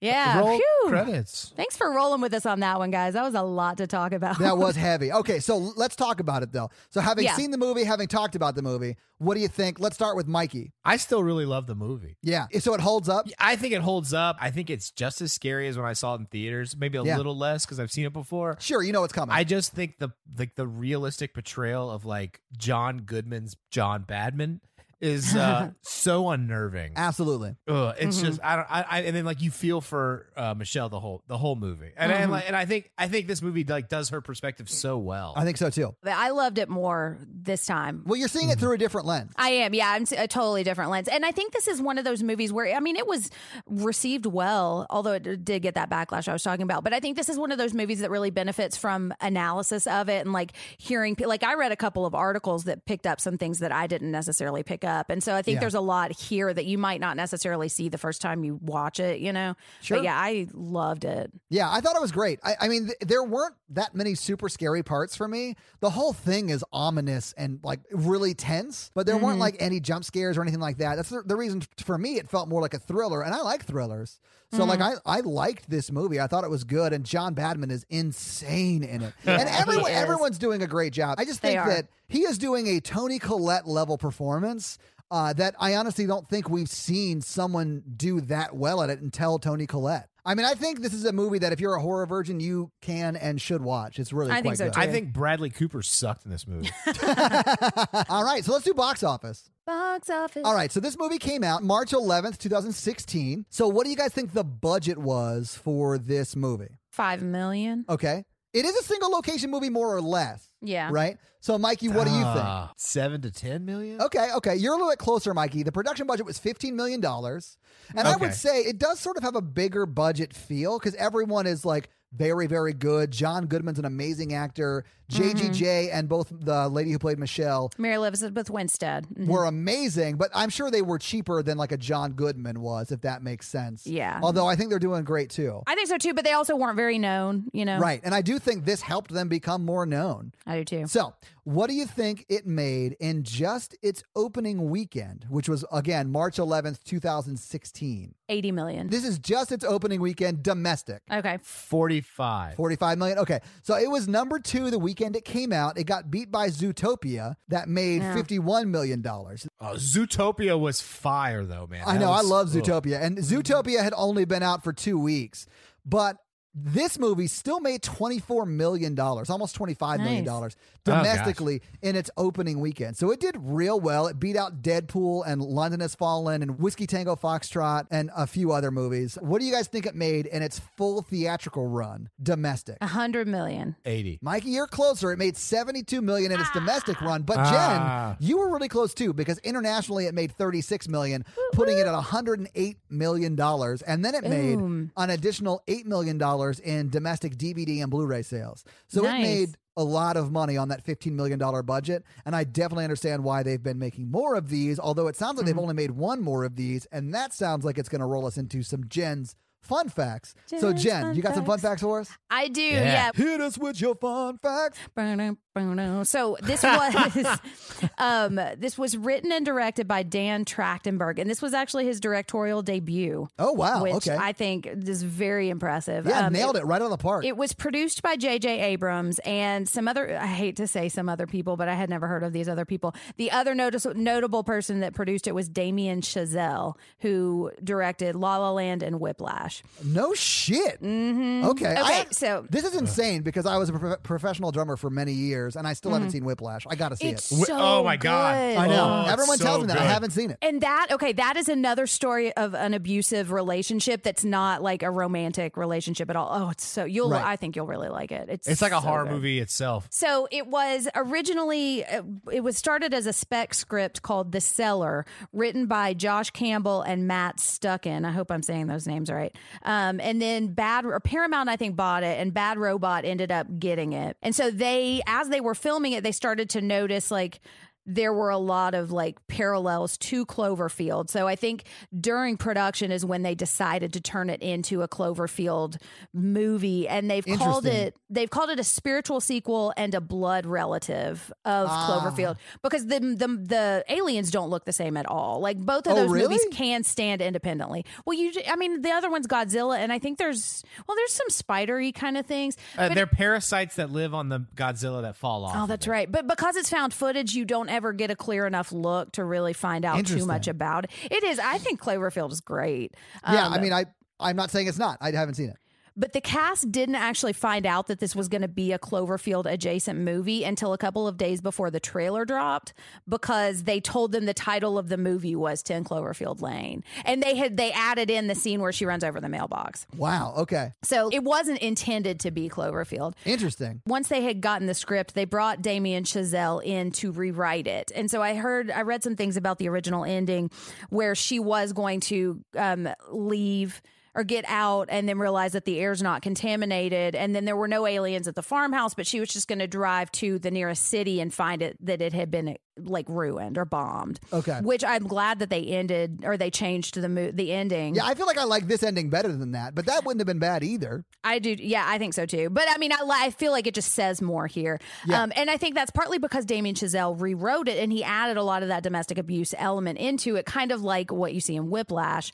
Speaker 4: yeah.
Speaker 3: Roll
Speaker 4: Phew.
Speaker 3: credits.
Speaker 4: Thanks for rolling with us on that one, guys. That was a lot to talk about.
Speaker 1: that was heavy. Okay. So l- let's talk about it, though. So, having
Speaker 4: Yeah.
Speaker 1: seen the movie, having talked about the movie, what do you think? Let's start with Mikey.
Speaker 3: I still really love the movie.
Speaker 1: Yeah. So it holds up.
Speaker 3: I think it holds up. I think it's just as scary as when I saw it in theaters. Maybe a
Speaker 1: Yeah.
Speaker 3: little less because I've seen it before.
Speaker 1: Sure. You know what's coming.
Speaker 3: I just think the like the realistic portrayal of like John Goodman's John Badman is uh, so unnerving.
Speaker 1: Absolutely.
Speaker 3: Ugh, it's
Speaker 4: Mhm.
Speaker 3: just
Speaker 1: Mm-hmm.
Speaker 3: I don't I, I and then like you feel for uh, Michelle the whole the whole movie and and,
Speaker 1: Mm-hmm.
Speaker 4: Mhm.
Speaker 3: like, and I think I think this movie like does her perspective so well.
Speaker 1: I think so, too.
Speaker 4: But I loved it more this time.
Speaker 1: Well, you're seeing it through a different lens.
Speaker 4: I am, yeah. I'm s- a totally different lens, and I think this is one of those movies where I mean, it was received well, although it did get that backlash I was talking about. But I think this is one of those movies that really benefits from analysis of it and like hearing. pe- Like I read a couple of articles that picked up some things that I didn't necessarily pick up, and so I think
Speaker 1: Yeah.
Speaker 4: there's a lot here that you might not necessarily see the first time you watch it. You know,
Speaker 1: Sure.
Speaker 4: But yeah, I loved it.
Speaker 1: Yeah, I thought it was great. I, I mean, th- there weren't that many super scary parts for me. The whole thing is ominous and like really tense, but there weren't like any jump scares or anything like that. That's the, the reason t- for me it felt more like a thriller, and I like thrillers. So like I, I liked this movie. I thought it was good, and John Badman is insane in it, and everyone
Speaker 4: is.
Speaker 1: everyone's doing a great job. I just
Speaker 4: They
Speaker 1: think
Speaker 4: are.
Speaker 1: that he is doing a Tony Collette level performance. Uh, that I honestly don't think we've seen someone do that well at it until Tony Collette. I mean, I think this is a movie that if you're a horror virgin, you can and should watch. It's really
Speaker 4: I think
Speaker 1: quite
Speaker 4: so,
Speaker 1: good.
Speaker 3: I think Bradley Cooper sucked in this movie.
Speaker 1: All right, so let's do box office.
Speaker 4: Box office.
Speaker 1: All right, so this movie came out March 11th, 2016. So what do you guys think the budget was for this movie?
Speaker 4: Five million.
Speaker 1: Okay. It is a single location movie more or less,
Speaker 4: Yeah.
Speaker 1: right? So Mikey, what do you think? Oh.
Speaker 3: Ah, Seven to ten million.
Speaker 1: Okay, okay. You're a little bit closer, Mikey. The production budget was $15 million. And I
Speaker 3: Okay.
Speaker 1: would say it does sort of have a bigger budget feel because everyone is like very, very good. John Goodman's an amazing actor. JGJ and both the lady who played Michelle
Speaker 4: Mary Elizabeth Winstead. Mhm.
Speaker 1: were amazing, but I'm sure they were cheaper than like a John Goodman was, if that makes sense.
Speaker 4: Yeah.
Speaker 1: Although I think they're doing great too.
Speaker 4: I think so too, but they also weren't very known. You know,
Speaker 1: Right. And I do think this helped them become more known.
Speaker 4: I do too.
Speaker 1: So, what do you think it made in just its opening weekend, which was again March 11th, 2016?
Speaker 4: 80 million.
Speaker 1: This is just its opening weekend domestic.
Speaker 4: okay.
Speaker 3: Forty five.
Speaker 1: 45 million. Okay. So it was number two the weekend it came out. It got beat by Zootopia that made
Speaker 4: Yeah.
Speaker 1: $51 million.
Speaker 3: Oh, Zootopia was fire though, man.
Speaker 1: I
Speaker 3: That
Speaker 1: know. I
Speaker 3: was-
Speaker 1: love
Speaker 3: ugh.
Speaker 1: Zootopia. And Zootopia had only been out for two weeks. But this movie still made $24 million, almost $25 million
Speaker 4: Nice.
Speaker 3: Oh, gosh.
Speaker 1: domestically in its opening weekend. So it did real well. It beat out Deadpool and London Has Fallen and Whiskey Tango Foxtrot and a few other movies. What do you guys think it made in its full theatrical run domestic?
Speaker 4: 100 million.
Speaker 3: Eighty.
Speaker 1: Mikey, you're closer. It made 72 million in its domestic run, but
Speaker 3: Ah.
Speaker 1: Jen, you were really close too because internationally it made 36 million, putting it at 108 million dollars, and then it made
Speaker 4: Boom.
Speaker 1: an additional 8 million dollars in domestic DVD and Blu-ray sales. So it
Speaker 4: Nice.
Speaker 1: made a lot of money on that 15 million dollar budget, and I definitely understand why they've been making more
Speaker 4: Mm-hmm.
Speaker 1: of these, although it sounds like they've only made one more of these, and that sounds like it's going to roll us into some Jen's fun facts. so,
Speaker 4: Jen's
Speaker 1: Jen,
Speaker 4: fun
Speaker 1: you got some fun facts for us?
Speaker 4: I do,
Speaker 3: Yeah.
Speaker 4: yeah.
Speaker 1: Hit us with your fun facts.
Speaker 4: So this was um, this was written and directed by Dan Trachtenberg, and this was actually his directorial debut,
Speaker 1: Oh, wow.
Speaker 4: which
Speaker 1: okay.
Speaker 4: I think is very impressive.
Speaker 1: yeah,
Speaker 4: Um,
Speaker 1: nailed it right out of the park.
Speaker 4: It was produced by J.J. Abrams and some other, I hate to say some other people, but I had never heard of these other people. The other notice, notable person that produced it was Damien Chazelle, who directed La La Land and Whiplash.
Speaker 1: no shit.
Speaker 4: hmm
Speaker 1: Okay. I-
Speaker 4: Okay, so
Speaker 1: This is insane because I was a pro- professional drummer for many years and I still haven't seen Whiplash. I got to see
Speaker 4: Mm-hmm. it's
Speaker 1: it.
Speaker 4: so
Speaker 3: Wh- oh my God.
Speaker 4: good.
Speaker 1: I know.
Speaker 3: Oh, it's
Speaker 1: Everyone
Speaker 3: so
Speaker 1: tells me that. I
Speaker 3: good.
Speaker 1: haven't seen it.
Speaker 4: And that, okay, that is another story of an abusive relationship that's not like a romantic relationship at all. Oh, it's so you'll
Speaker 1: Right.
Speaker 4: I think you'll really like it. It's
Speaker 3: It's like a
Speaker 4: so
Speaker 3: horror
Speaker 4: good.
Speaker 3: movie itself.
Speaker 4: So it was originally uh, it was started as a spec script called The Cellar, written by Josh Campbell and Matt Stuckin. I hope I'm saying those names right. Um, and then Bad or Paramount, I think, bought it, and Bad Robot ended up getting it. And so they, as they were filming it, they started to notice like there were a lot of like parallels to Cloverfield. So I think during production is when they decided to turn it into a Cloverfield movie and they've called
Speaker 1: Interesting.
Speaker 4: it they've called it a spiritual sequel and a blood relative of
Speaker 1: Ah.
Speaker 4: Cloverfield because the, the the aliens don't look the same at all. Like both of
Speaker 1: Oh,
Speaker 4: those
Speaker 1: really?
Speaker 4: movies can stand independently. Well, you I mean the other one's Godzilla and I think there's well there's some spidery kind of things.
Speaker 3: Uh,
Speaker 4: but-
Speaker 3: they're parasites that live on the Godzilla that fall off.
Speaker 4: Oh,
Speaker 3: of
Speaker 4: that's
Speaker 3: it.
Speaker 4: right. But because it's found footage, you don't ever get a clear enough look to really find out too
Speaker 1: Interesting.
Speaker 4: much about it. It is. I think Cloverfield is great.
Speaker 1: Yeah,
Speaker 4: Um,
Speaker 1: I mean, I I'm not saying it's not. I haven't seen it.
Speaker 4: but the cast didn't actually find out that this was going to be a Cloverfield adjacent movie until a couple of days before the trailer dropped because they told them the title of the movie was 10 Cloverfield Lane. And they had they added in the scene where she runs over the mailbox.
Speaker 1: Wow. Okay.
Speaker 4: So it wasn't intended to be Cloverfield.
Speaker 1: Interesting.
Speaker 4: Once they had gotten the script, they brought Damien Chazelle in to rewrite it. And so I heard, I read some things about the original ending where she was going to um, leave or get out and then realize that the air's not contaminated. And then there were no aliens at the farmhouse, but she was just going to drive to the nearest city and find it that it had been like ruined or bombed.
Speaker 1: Okay.
Speaker 4: Which I'm glad that they ended or they changed the mo- the ending.
Speaker 1: Yeah, I feel like I like this ending better than that, but that wouldn't have been bad either.
Speaker 4: I do. Yeah, I think so too. But I mean, I, li- I feel like it just says more here.
Speaker 1: Yeah.
Speaker 4: Um, and I think that's partly because Damien Chazelle rewrote it and he added a lot of that domestic abuse element into it, kind of like what you see in Whiplash.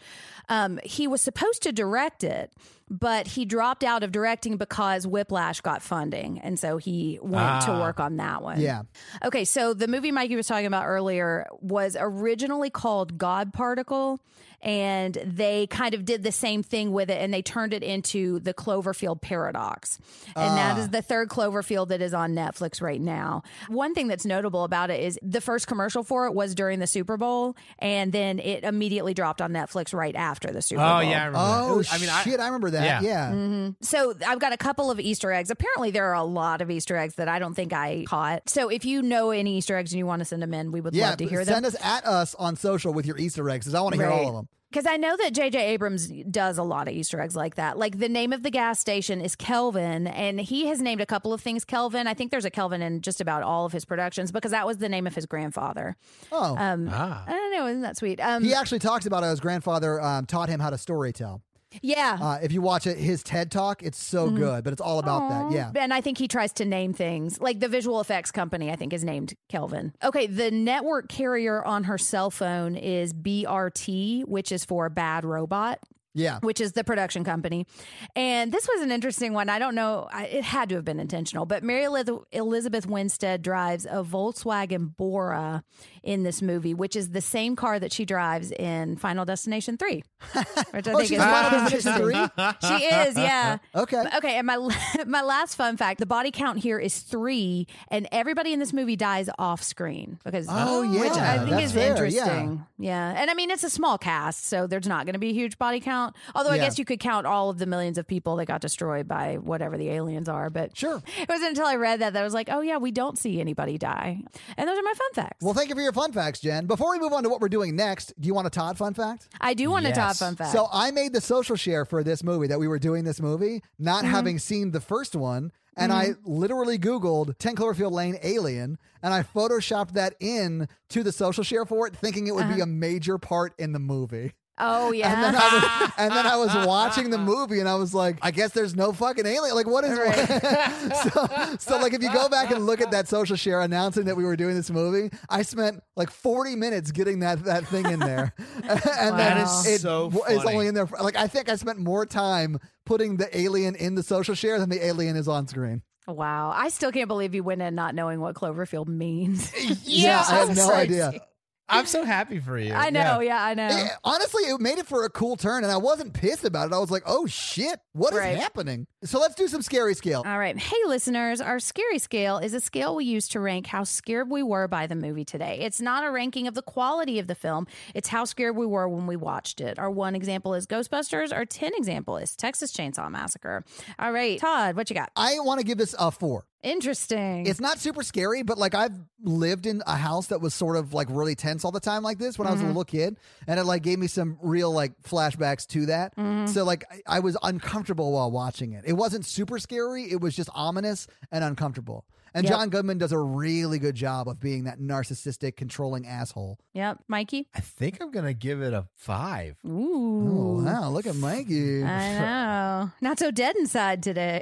Speaker 4: Um, he was supposed to direct it, but he dropped out of directing because Whiplash got funding. And so he went to
Speaker 3: Ah.
Speaker 4: work on that one.
Speaker 1: Yeah.
Speaker 4: Okay, so the movie Mikey was talking about earlier was originally called God Particle, and they kind of did the same thing with it, and they turned it into the Cloverfield Paradox. And that
Speaker 3: Ah.
Speaker 4: is the third Cloverfield that is on Netflix right now. One thing that's notable about it is the first commercial for it was during the Super Bowl, and then it immediately dropped on Netflix right after the Super Bowl.
Speaker 3: Oh yeah, I remember that.
Speaker 1: Oh
Speaker 3: It was- I mean, I,
Speaker 1: shit, I remember that. Yeah.
Speaker 3: Yeah.
Speaker 4: Mm-hmm. So I've got a couple of Easter eggs. Apparently, there are a lot of Easter eggs that I don't think I caught. So if you know any Easter eggs and you want to send them in, we would
Speaker 1: Yeah,
Speaker 4: love to hear
Speaker 1: send
Speaker 4: them.
Speaker 1: us at us on social with your Easter eggs because I want to hear all of them.
Speaker 4: Because I know that J.J. Abrams does a lot of Easter eggs like that. Like the name of the gas station is Kelvin, and he has named a couple of things Kelvin. I think there's a Kelvin in just about all of his productions because that was the name of his grandfather.
Speaker 1: Oh,
Speaker 4: Um,
Speaker 3: Ah.
Speaker 4: I don't know, isn't that sweet? Um,
Speaker 1: he actually talks about how his grandfather um, taught him how to story tell.
Speaker 4: yeah.
Speaker 1: Uh, if you watch it, his TED talk, it's so good, but it's all about that. Yeah.
Speaker 4: And I think he tries to name things. Like the visual effects company, I think, is named Kelvin. Okay, the network carrier on her cell phone is BRT, which is for Bad Robot.
Speaker 1: Yeah.
Speaker 4: Which is the production company. And this was an interesting one. I don't know. I, it had to have been intentional, but Mary Eliz- Elizabeth Winstead drives a Volkswagen Bora in this movie, which is the same car that she drives in Final Destination 3. Which I
Speaker 1: Oh,
Speaker 4: think
Speaker 1: she's
Speaker 4: is
Speaker 1: Final
Speaker 4: interesting.
Speaker 1: Destination 3?
Speaker 4: She is, yeah.
Speaker 1: Okay.
Speaker 4: Okay, and my my last fun fact: the body count here is three, and everybody in this movie dies off screen because
Speaker 1: Oh, yeah,
Speaker 4: which I think
Speaker 1: that's
Speaker 4: is
Speaker 1: fair, yeah.
Speaker 4: interesting. Yeah. and I mean it's a small cast, so there's not going to be a huge body count. Although I
Speaker 1: Yeah.
Speaker 4: guess you could count all of the millions of people that got destroyed by whatever the aliens are. But
Speaker 1: Sure.
Speaker 4: it wasn't until I read that that I was like, oh yeah, we don't see anybody die. And those are my fun facts.
Speaker 1: Well, thank you for your fun facts, Jen. Before we move on to what we're doing next, do you want a Todd fun fact?
Speaker 4: I do want to top
Speaker 3: Yes.
Speaker 4: fun fact.
Speaker 1: So I made the social share for this movie that we were doing this movie, not having seen the first one. And I literally Googled 10 Cloverfield Lane Alien and I photoshopped that in to the social share for it, thinking it would be a major part in the movie.
Speaker 4: Oh yeah.
Speaker 1: And then, I was, and then I was watching the movie and I was like, I guess there's no fucking alien. Like, what is so, so, like, if you go back and look at that social share announcing that we were doing this movie, I spent like 40 minutes getting that, that thing in there. and
Speaker 4: That
Speaker 1: then
Speaker 4: is
Speaker 1: it
Speaker 3: so
Speaker 1: w- is
Speaker 3: funny.
Speaker 1: only in there. For, like, I think I spent more time putting the alien in the social share than the alien is on screen.
Speaker 4: wow. I still can't believe you went in not knowing what Cloverfield means.
Speaker 1: Yeah, I have
Speaker 4: that's
Speaker 1: no
Speaker 4: crazy.
Speaker 1: idea.
Speaker 3: I'm so happy for you.
Speaker 4: I know. Yeah, I know.
Speaker 1: It- honestly, it made it for a cool turn, and I wasn't pissed about it. I was like, "Oh shit, what is
Speaker 4: Right.
Speaker 1: happening?" So let's do some scary scale.
Speaker 4: All right. Hey, listeners, our scary scale is a scale we use to rank how scared we were by the movie today. It's not a ranking of the quality of the film, it's how scared we were when we watched it. Our one example is Ghostbusters, our 10 example is Texas Chainsaw Massacre. All right, Todd, what you got?
Speaker 1: I want to give this a four.
Speaker 4: Interesting.
Speaker 1: It's not super scary, but like I've lived in a house that was sort of like really tense all the time, like this when I was a
Speaker 4: Mm-hmm.
Speaker 1: little kid, and it like gave me some real like flashbacks to that.
Speaker 4: Mm-hmm.
Speaker 1: So like I, I was uncomfortable while watching it. It wasn't super scary; it was just ominous and uncomfortable. And
Speaker 4: Yep.
Speaker 1: John Goodman does a really good job of being that narcissistic, controlling asshole.
Speaker 4: yep. Mikey?
Speaker 3: I think I'm gonna give it a five.
Speaker 4: Ooh.
Speaker 1: Oh wow, look at Mikey.
Speaker 4: I know. Not so dead inside today.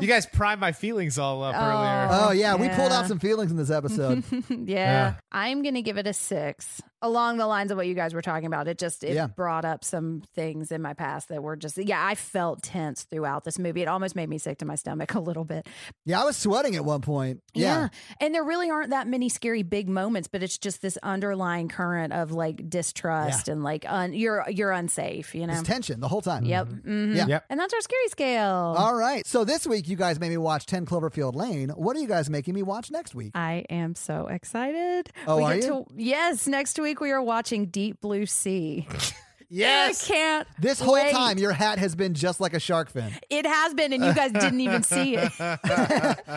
Speaker 3: you guys primed my feelings all up earlier.
Speaker 1: Oh yeah, we pulled
Speaker 4: Yeah.
Speaker 1: out some feelings in this episode.
Speaker 4: yeah.
Speaker 3: Yeah.
Speaker 4: I'm gonna give it a six. Along the lines of what you guys were talking about. It just it
Speaker 1: Yeah.
Speaker 4: brought up some things in my past that were just yeah, I felt tense throughout this movie. It almost made me sick to my stomach a little bit.
Speaker 1: yeah, I was sweating at one point. Yeah.
Speaker 4: And there really aren't that many scary big moments, but it's just this underlying current of like distrust and like un- you're you're unsafe, you know.
Speaker 1: It's tension the whole time.
Speaker 4: Yep. hmm
Speaker 1: Yeah.
Speaker 3: Yep.
Speaker 4: And that's our scary scale.
Speaker 1: All right. So this week you guys made me watch 10 Cloverfield Lane. What are you guys making me watch next week?
Speaker 4: I am so excited.
Speaker 1: Oh,
Speaker 4: we
Speaker 1: are
Speaker 4: get
Speaker 1: you?
Speaker 4: to yes, next week we are watching Deep Blue Sea. I can't.
Speaker 1: This whole
Speaker 4: wait.
Speaker 1: time your hat has been just like a shark fin.
Speaker 4: It has been, and you guys didn't even see it.
Speaker 1: I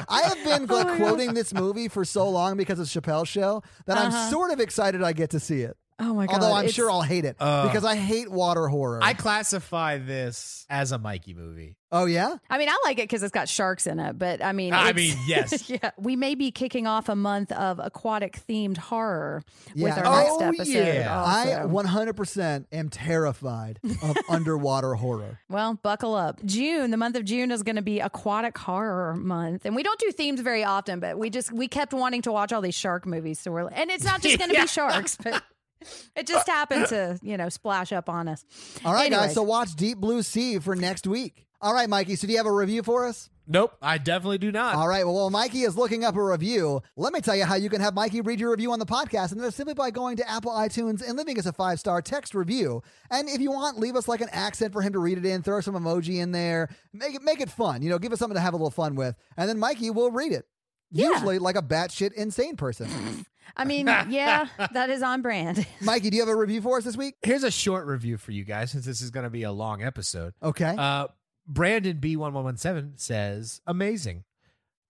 Speaker 1: have been
Speaker 4: Oh,
Speaker 1: like, quoting this movie for so long because of Chappelle's show that I'm sort of excited I get to see it.
Speaker 4: Uh-huh. Oh my god!
Speaker 1: Although I'm
Speaker 4: it's-
Speaker 1: sure I'll hate it because I hate water horror.
Speaker 3: I classify this as a Mikey movie.
Speaker 1: oh yeah?
Speaker 4: I mean, I like it because it's got sharks in it, but I mean,
Speaker 3: I
Speaker 4: it's-
Speaker 3: mean, yes.
Speaker 4: yeah. We may be kicking off a month of aquatic themed horror with
Speaker 1: Yeah.
Speaker 4: our
Speaker 3: Oh,
Speaker 4: next episode.
Speaker 3: yeah.
Speaker 1: I
Speaker 4: also.
Speaker 1: 100% am terrified of underwater horror.
Speaker 4: well, buckle up. June, the month of June is going to be aquatic horror month, and we don't do themes very often, but we just we kept wanting to watch all these shark movies, so we're and it's not just going to be sharks, but. It just happened to, you know, splash up on us.
Speaker 1: All right, guys.
Speaker 4: Anyways.
Speaker 1: So watch Deep Blue Sea for next week. All right, Mikey. So do you have a review for us?
Speaker 3: Nope, I definitely do not.
Speaker 1: All right. Well, while Mikey is looking up a review, let me tell you how you can have Mikey read your review on the podcast, and that's simply by going to Apple iTunes and leaving us a five star text review. And if you want, leave us like an accent for him to read it in. Throw some emoji in there. Make it make it fun. You know, give us something to have a little fun with, and then Mikey will read it.
Speaker 4: Yeah.
Speaker 1: Usually, like a batshit insane person.
Speaker 4: I mean, yeah, that is on brand.
Speaker 1: Mikey, do you have a review for us this week?
Speaker 3: Here's a short review for you guys since this is going to be a long episode.
Speaker 1: Okay.
Speaker 3: Uh, Brandon B1117 says, Amazing.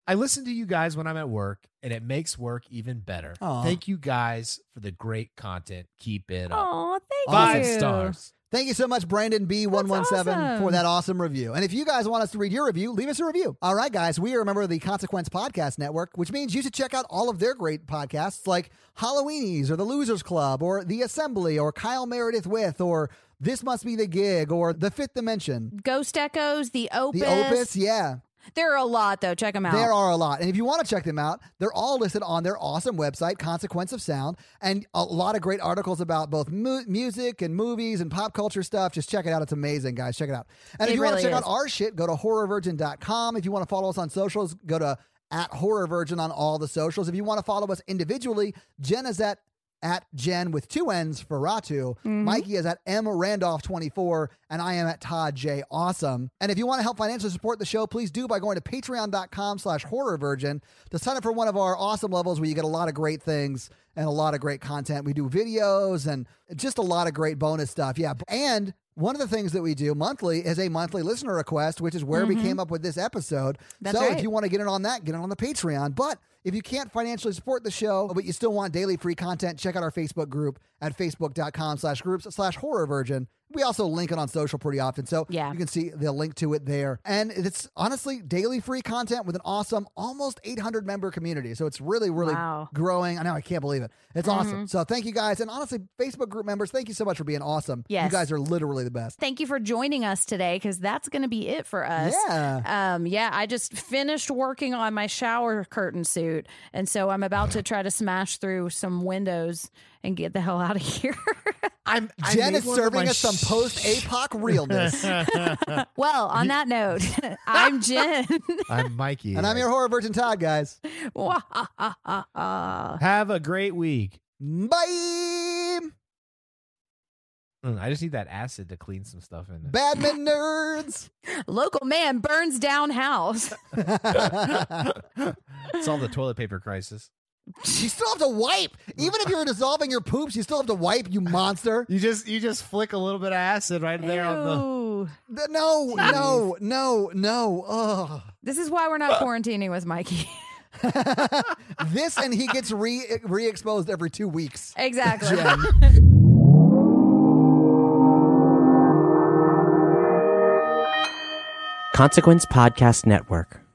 Speaker 3: I listen to you guys when I'm at work, and it makes work even better.
Speaker 1: Aw.
Speaker 3: Thank you guys for the great content. Keep it up.
Speaker 4: Oh, thank
Speaker 3: Five
Speaker 4: you.
Speaker 3: stars.
Speaker 1: Thank you so much, Brandon B117,
Speaker 4: That's awesome.
Speaker 1: for that awesome review. And if you guys want us to read your review, leave us a review. All right, guys, we are a member of the Consequence Podcast Network, which means you should check out all of their great podcasts like Halloweenies or The Losers Club or The Assembly or Kyle Meredith With or This Must Be the Gig or The Fifth Dimension.
Speaker 4: Ghost Echoes, the Opus.
Speaker 1: The Opus, yeah.
Speaker 4: There are a lot, though. Check them out.
Speaker 1: There are a lot. And if you want to check them out, they're all listed on their awesome website, Consequence of Sound, and a lot of great articles about both mu- music and movies and pop culture stuff. Just check it out. It's amazing, guys. Check it out. And if
Speaker 4: It
Speaker 1: you want
Speaker 4: really
Speaker 1: to check
Speaker 4: is.
Speaker 1: out our shit, go to horrorvirgin.com. If you want to follow us on socials, go to at Horror Virgin on all the socials. If you want to follow us individually, Jen is at at Jen with two N's for Ratu.
Speaker 4: Mm-hmm.
Speaker 1: Mikey is at M Randolph24, and I am at Todd J. Awesome. And if you want to help financially support the show, please do by going to patreon.com slash horror virgin to sign up for one of our awesome levels where you get a lot of great things and a lot of great content. We do videos and just a lot of great bonus stuff. Yeah. And one of the things that we do monthly is a monthly listener request, which is where we came up with this episode.
Speaker 4: Mm-hmm. That's
Speaker 1: so
Speaker 4: right.
Speaker 1: if you want to get it on that, get it on the Patreon. But If you can't financially support the show, but you still want daily free content, check out our Facebook group at facebook.com slash groups slash horror virgin. We also link it on social pretty often. So
Speaker 4: Yeah.
Speaker 1: you can see the link to it there. And it's honestly daily free content with an awesome almost 800 member community. So it's really, really
Speaker 4: Wow. Mm-hmm.
Speaker 1: growing. I know, I can't believe it. It's awesome. So thank you guys. And honestly, Facebook group members, thank you so much for being awesome. You
Speaker 4: Yes.
Speaker 1: guys are literally the best.
Speaker 4: Thank you for joining us today because that's going to be it for us.
Speaker 1: Yeah.
Speaker 4: Um, yeah, I just finished working on my shower curtain suit. And so I'm about to try to smash through some windows and get the hell out of here.
Speaker 3: I'm I
Speaker 1: Jen
Speaker 3: made
Speaker 1: is
Speaker 3: one of
Speaker 1: serving
Speaker 3: my
Speaker 1: us some
Speaker 3: sh-
Speaker 1: post APOC realness.
Speaker 4: well, on that note, I'm Jen.
Speaker 3: I'm Mikey.
Speaker 1: And I'm your horror virgin Todd, guys.
Speaker 3: Have a great week.
Speaker 1: Bye.
Speaker 3: Mm, I just need that acid to clean some stuff in. it.
Speaker 1: Badminton nerds.
Speaker 4: Local man burns down house.
Speaker 3: Solve the toilet paper crisis.
Speaker 1: you still have to wipe. Even if you're dissolving your poops, you still have to wipe, you monster.
Speaker 3: You just you just flick a little bit of acid right there on the.
Speaker 4: Ew.
Speaker 1: Th- No, no, no, no. Ugh.
Speaker 4: This is why we're not quarantining with Mikey.
Speaker 1: this and he gets re re exposed every two weeks.
Speaker 4: exactly.
Speaker 1: Jen.
Speaker 2: Consequence Podcast Network.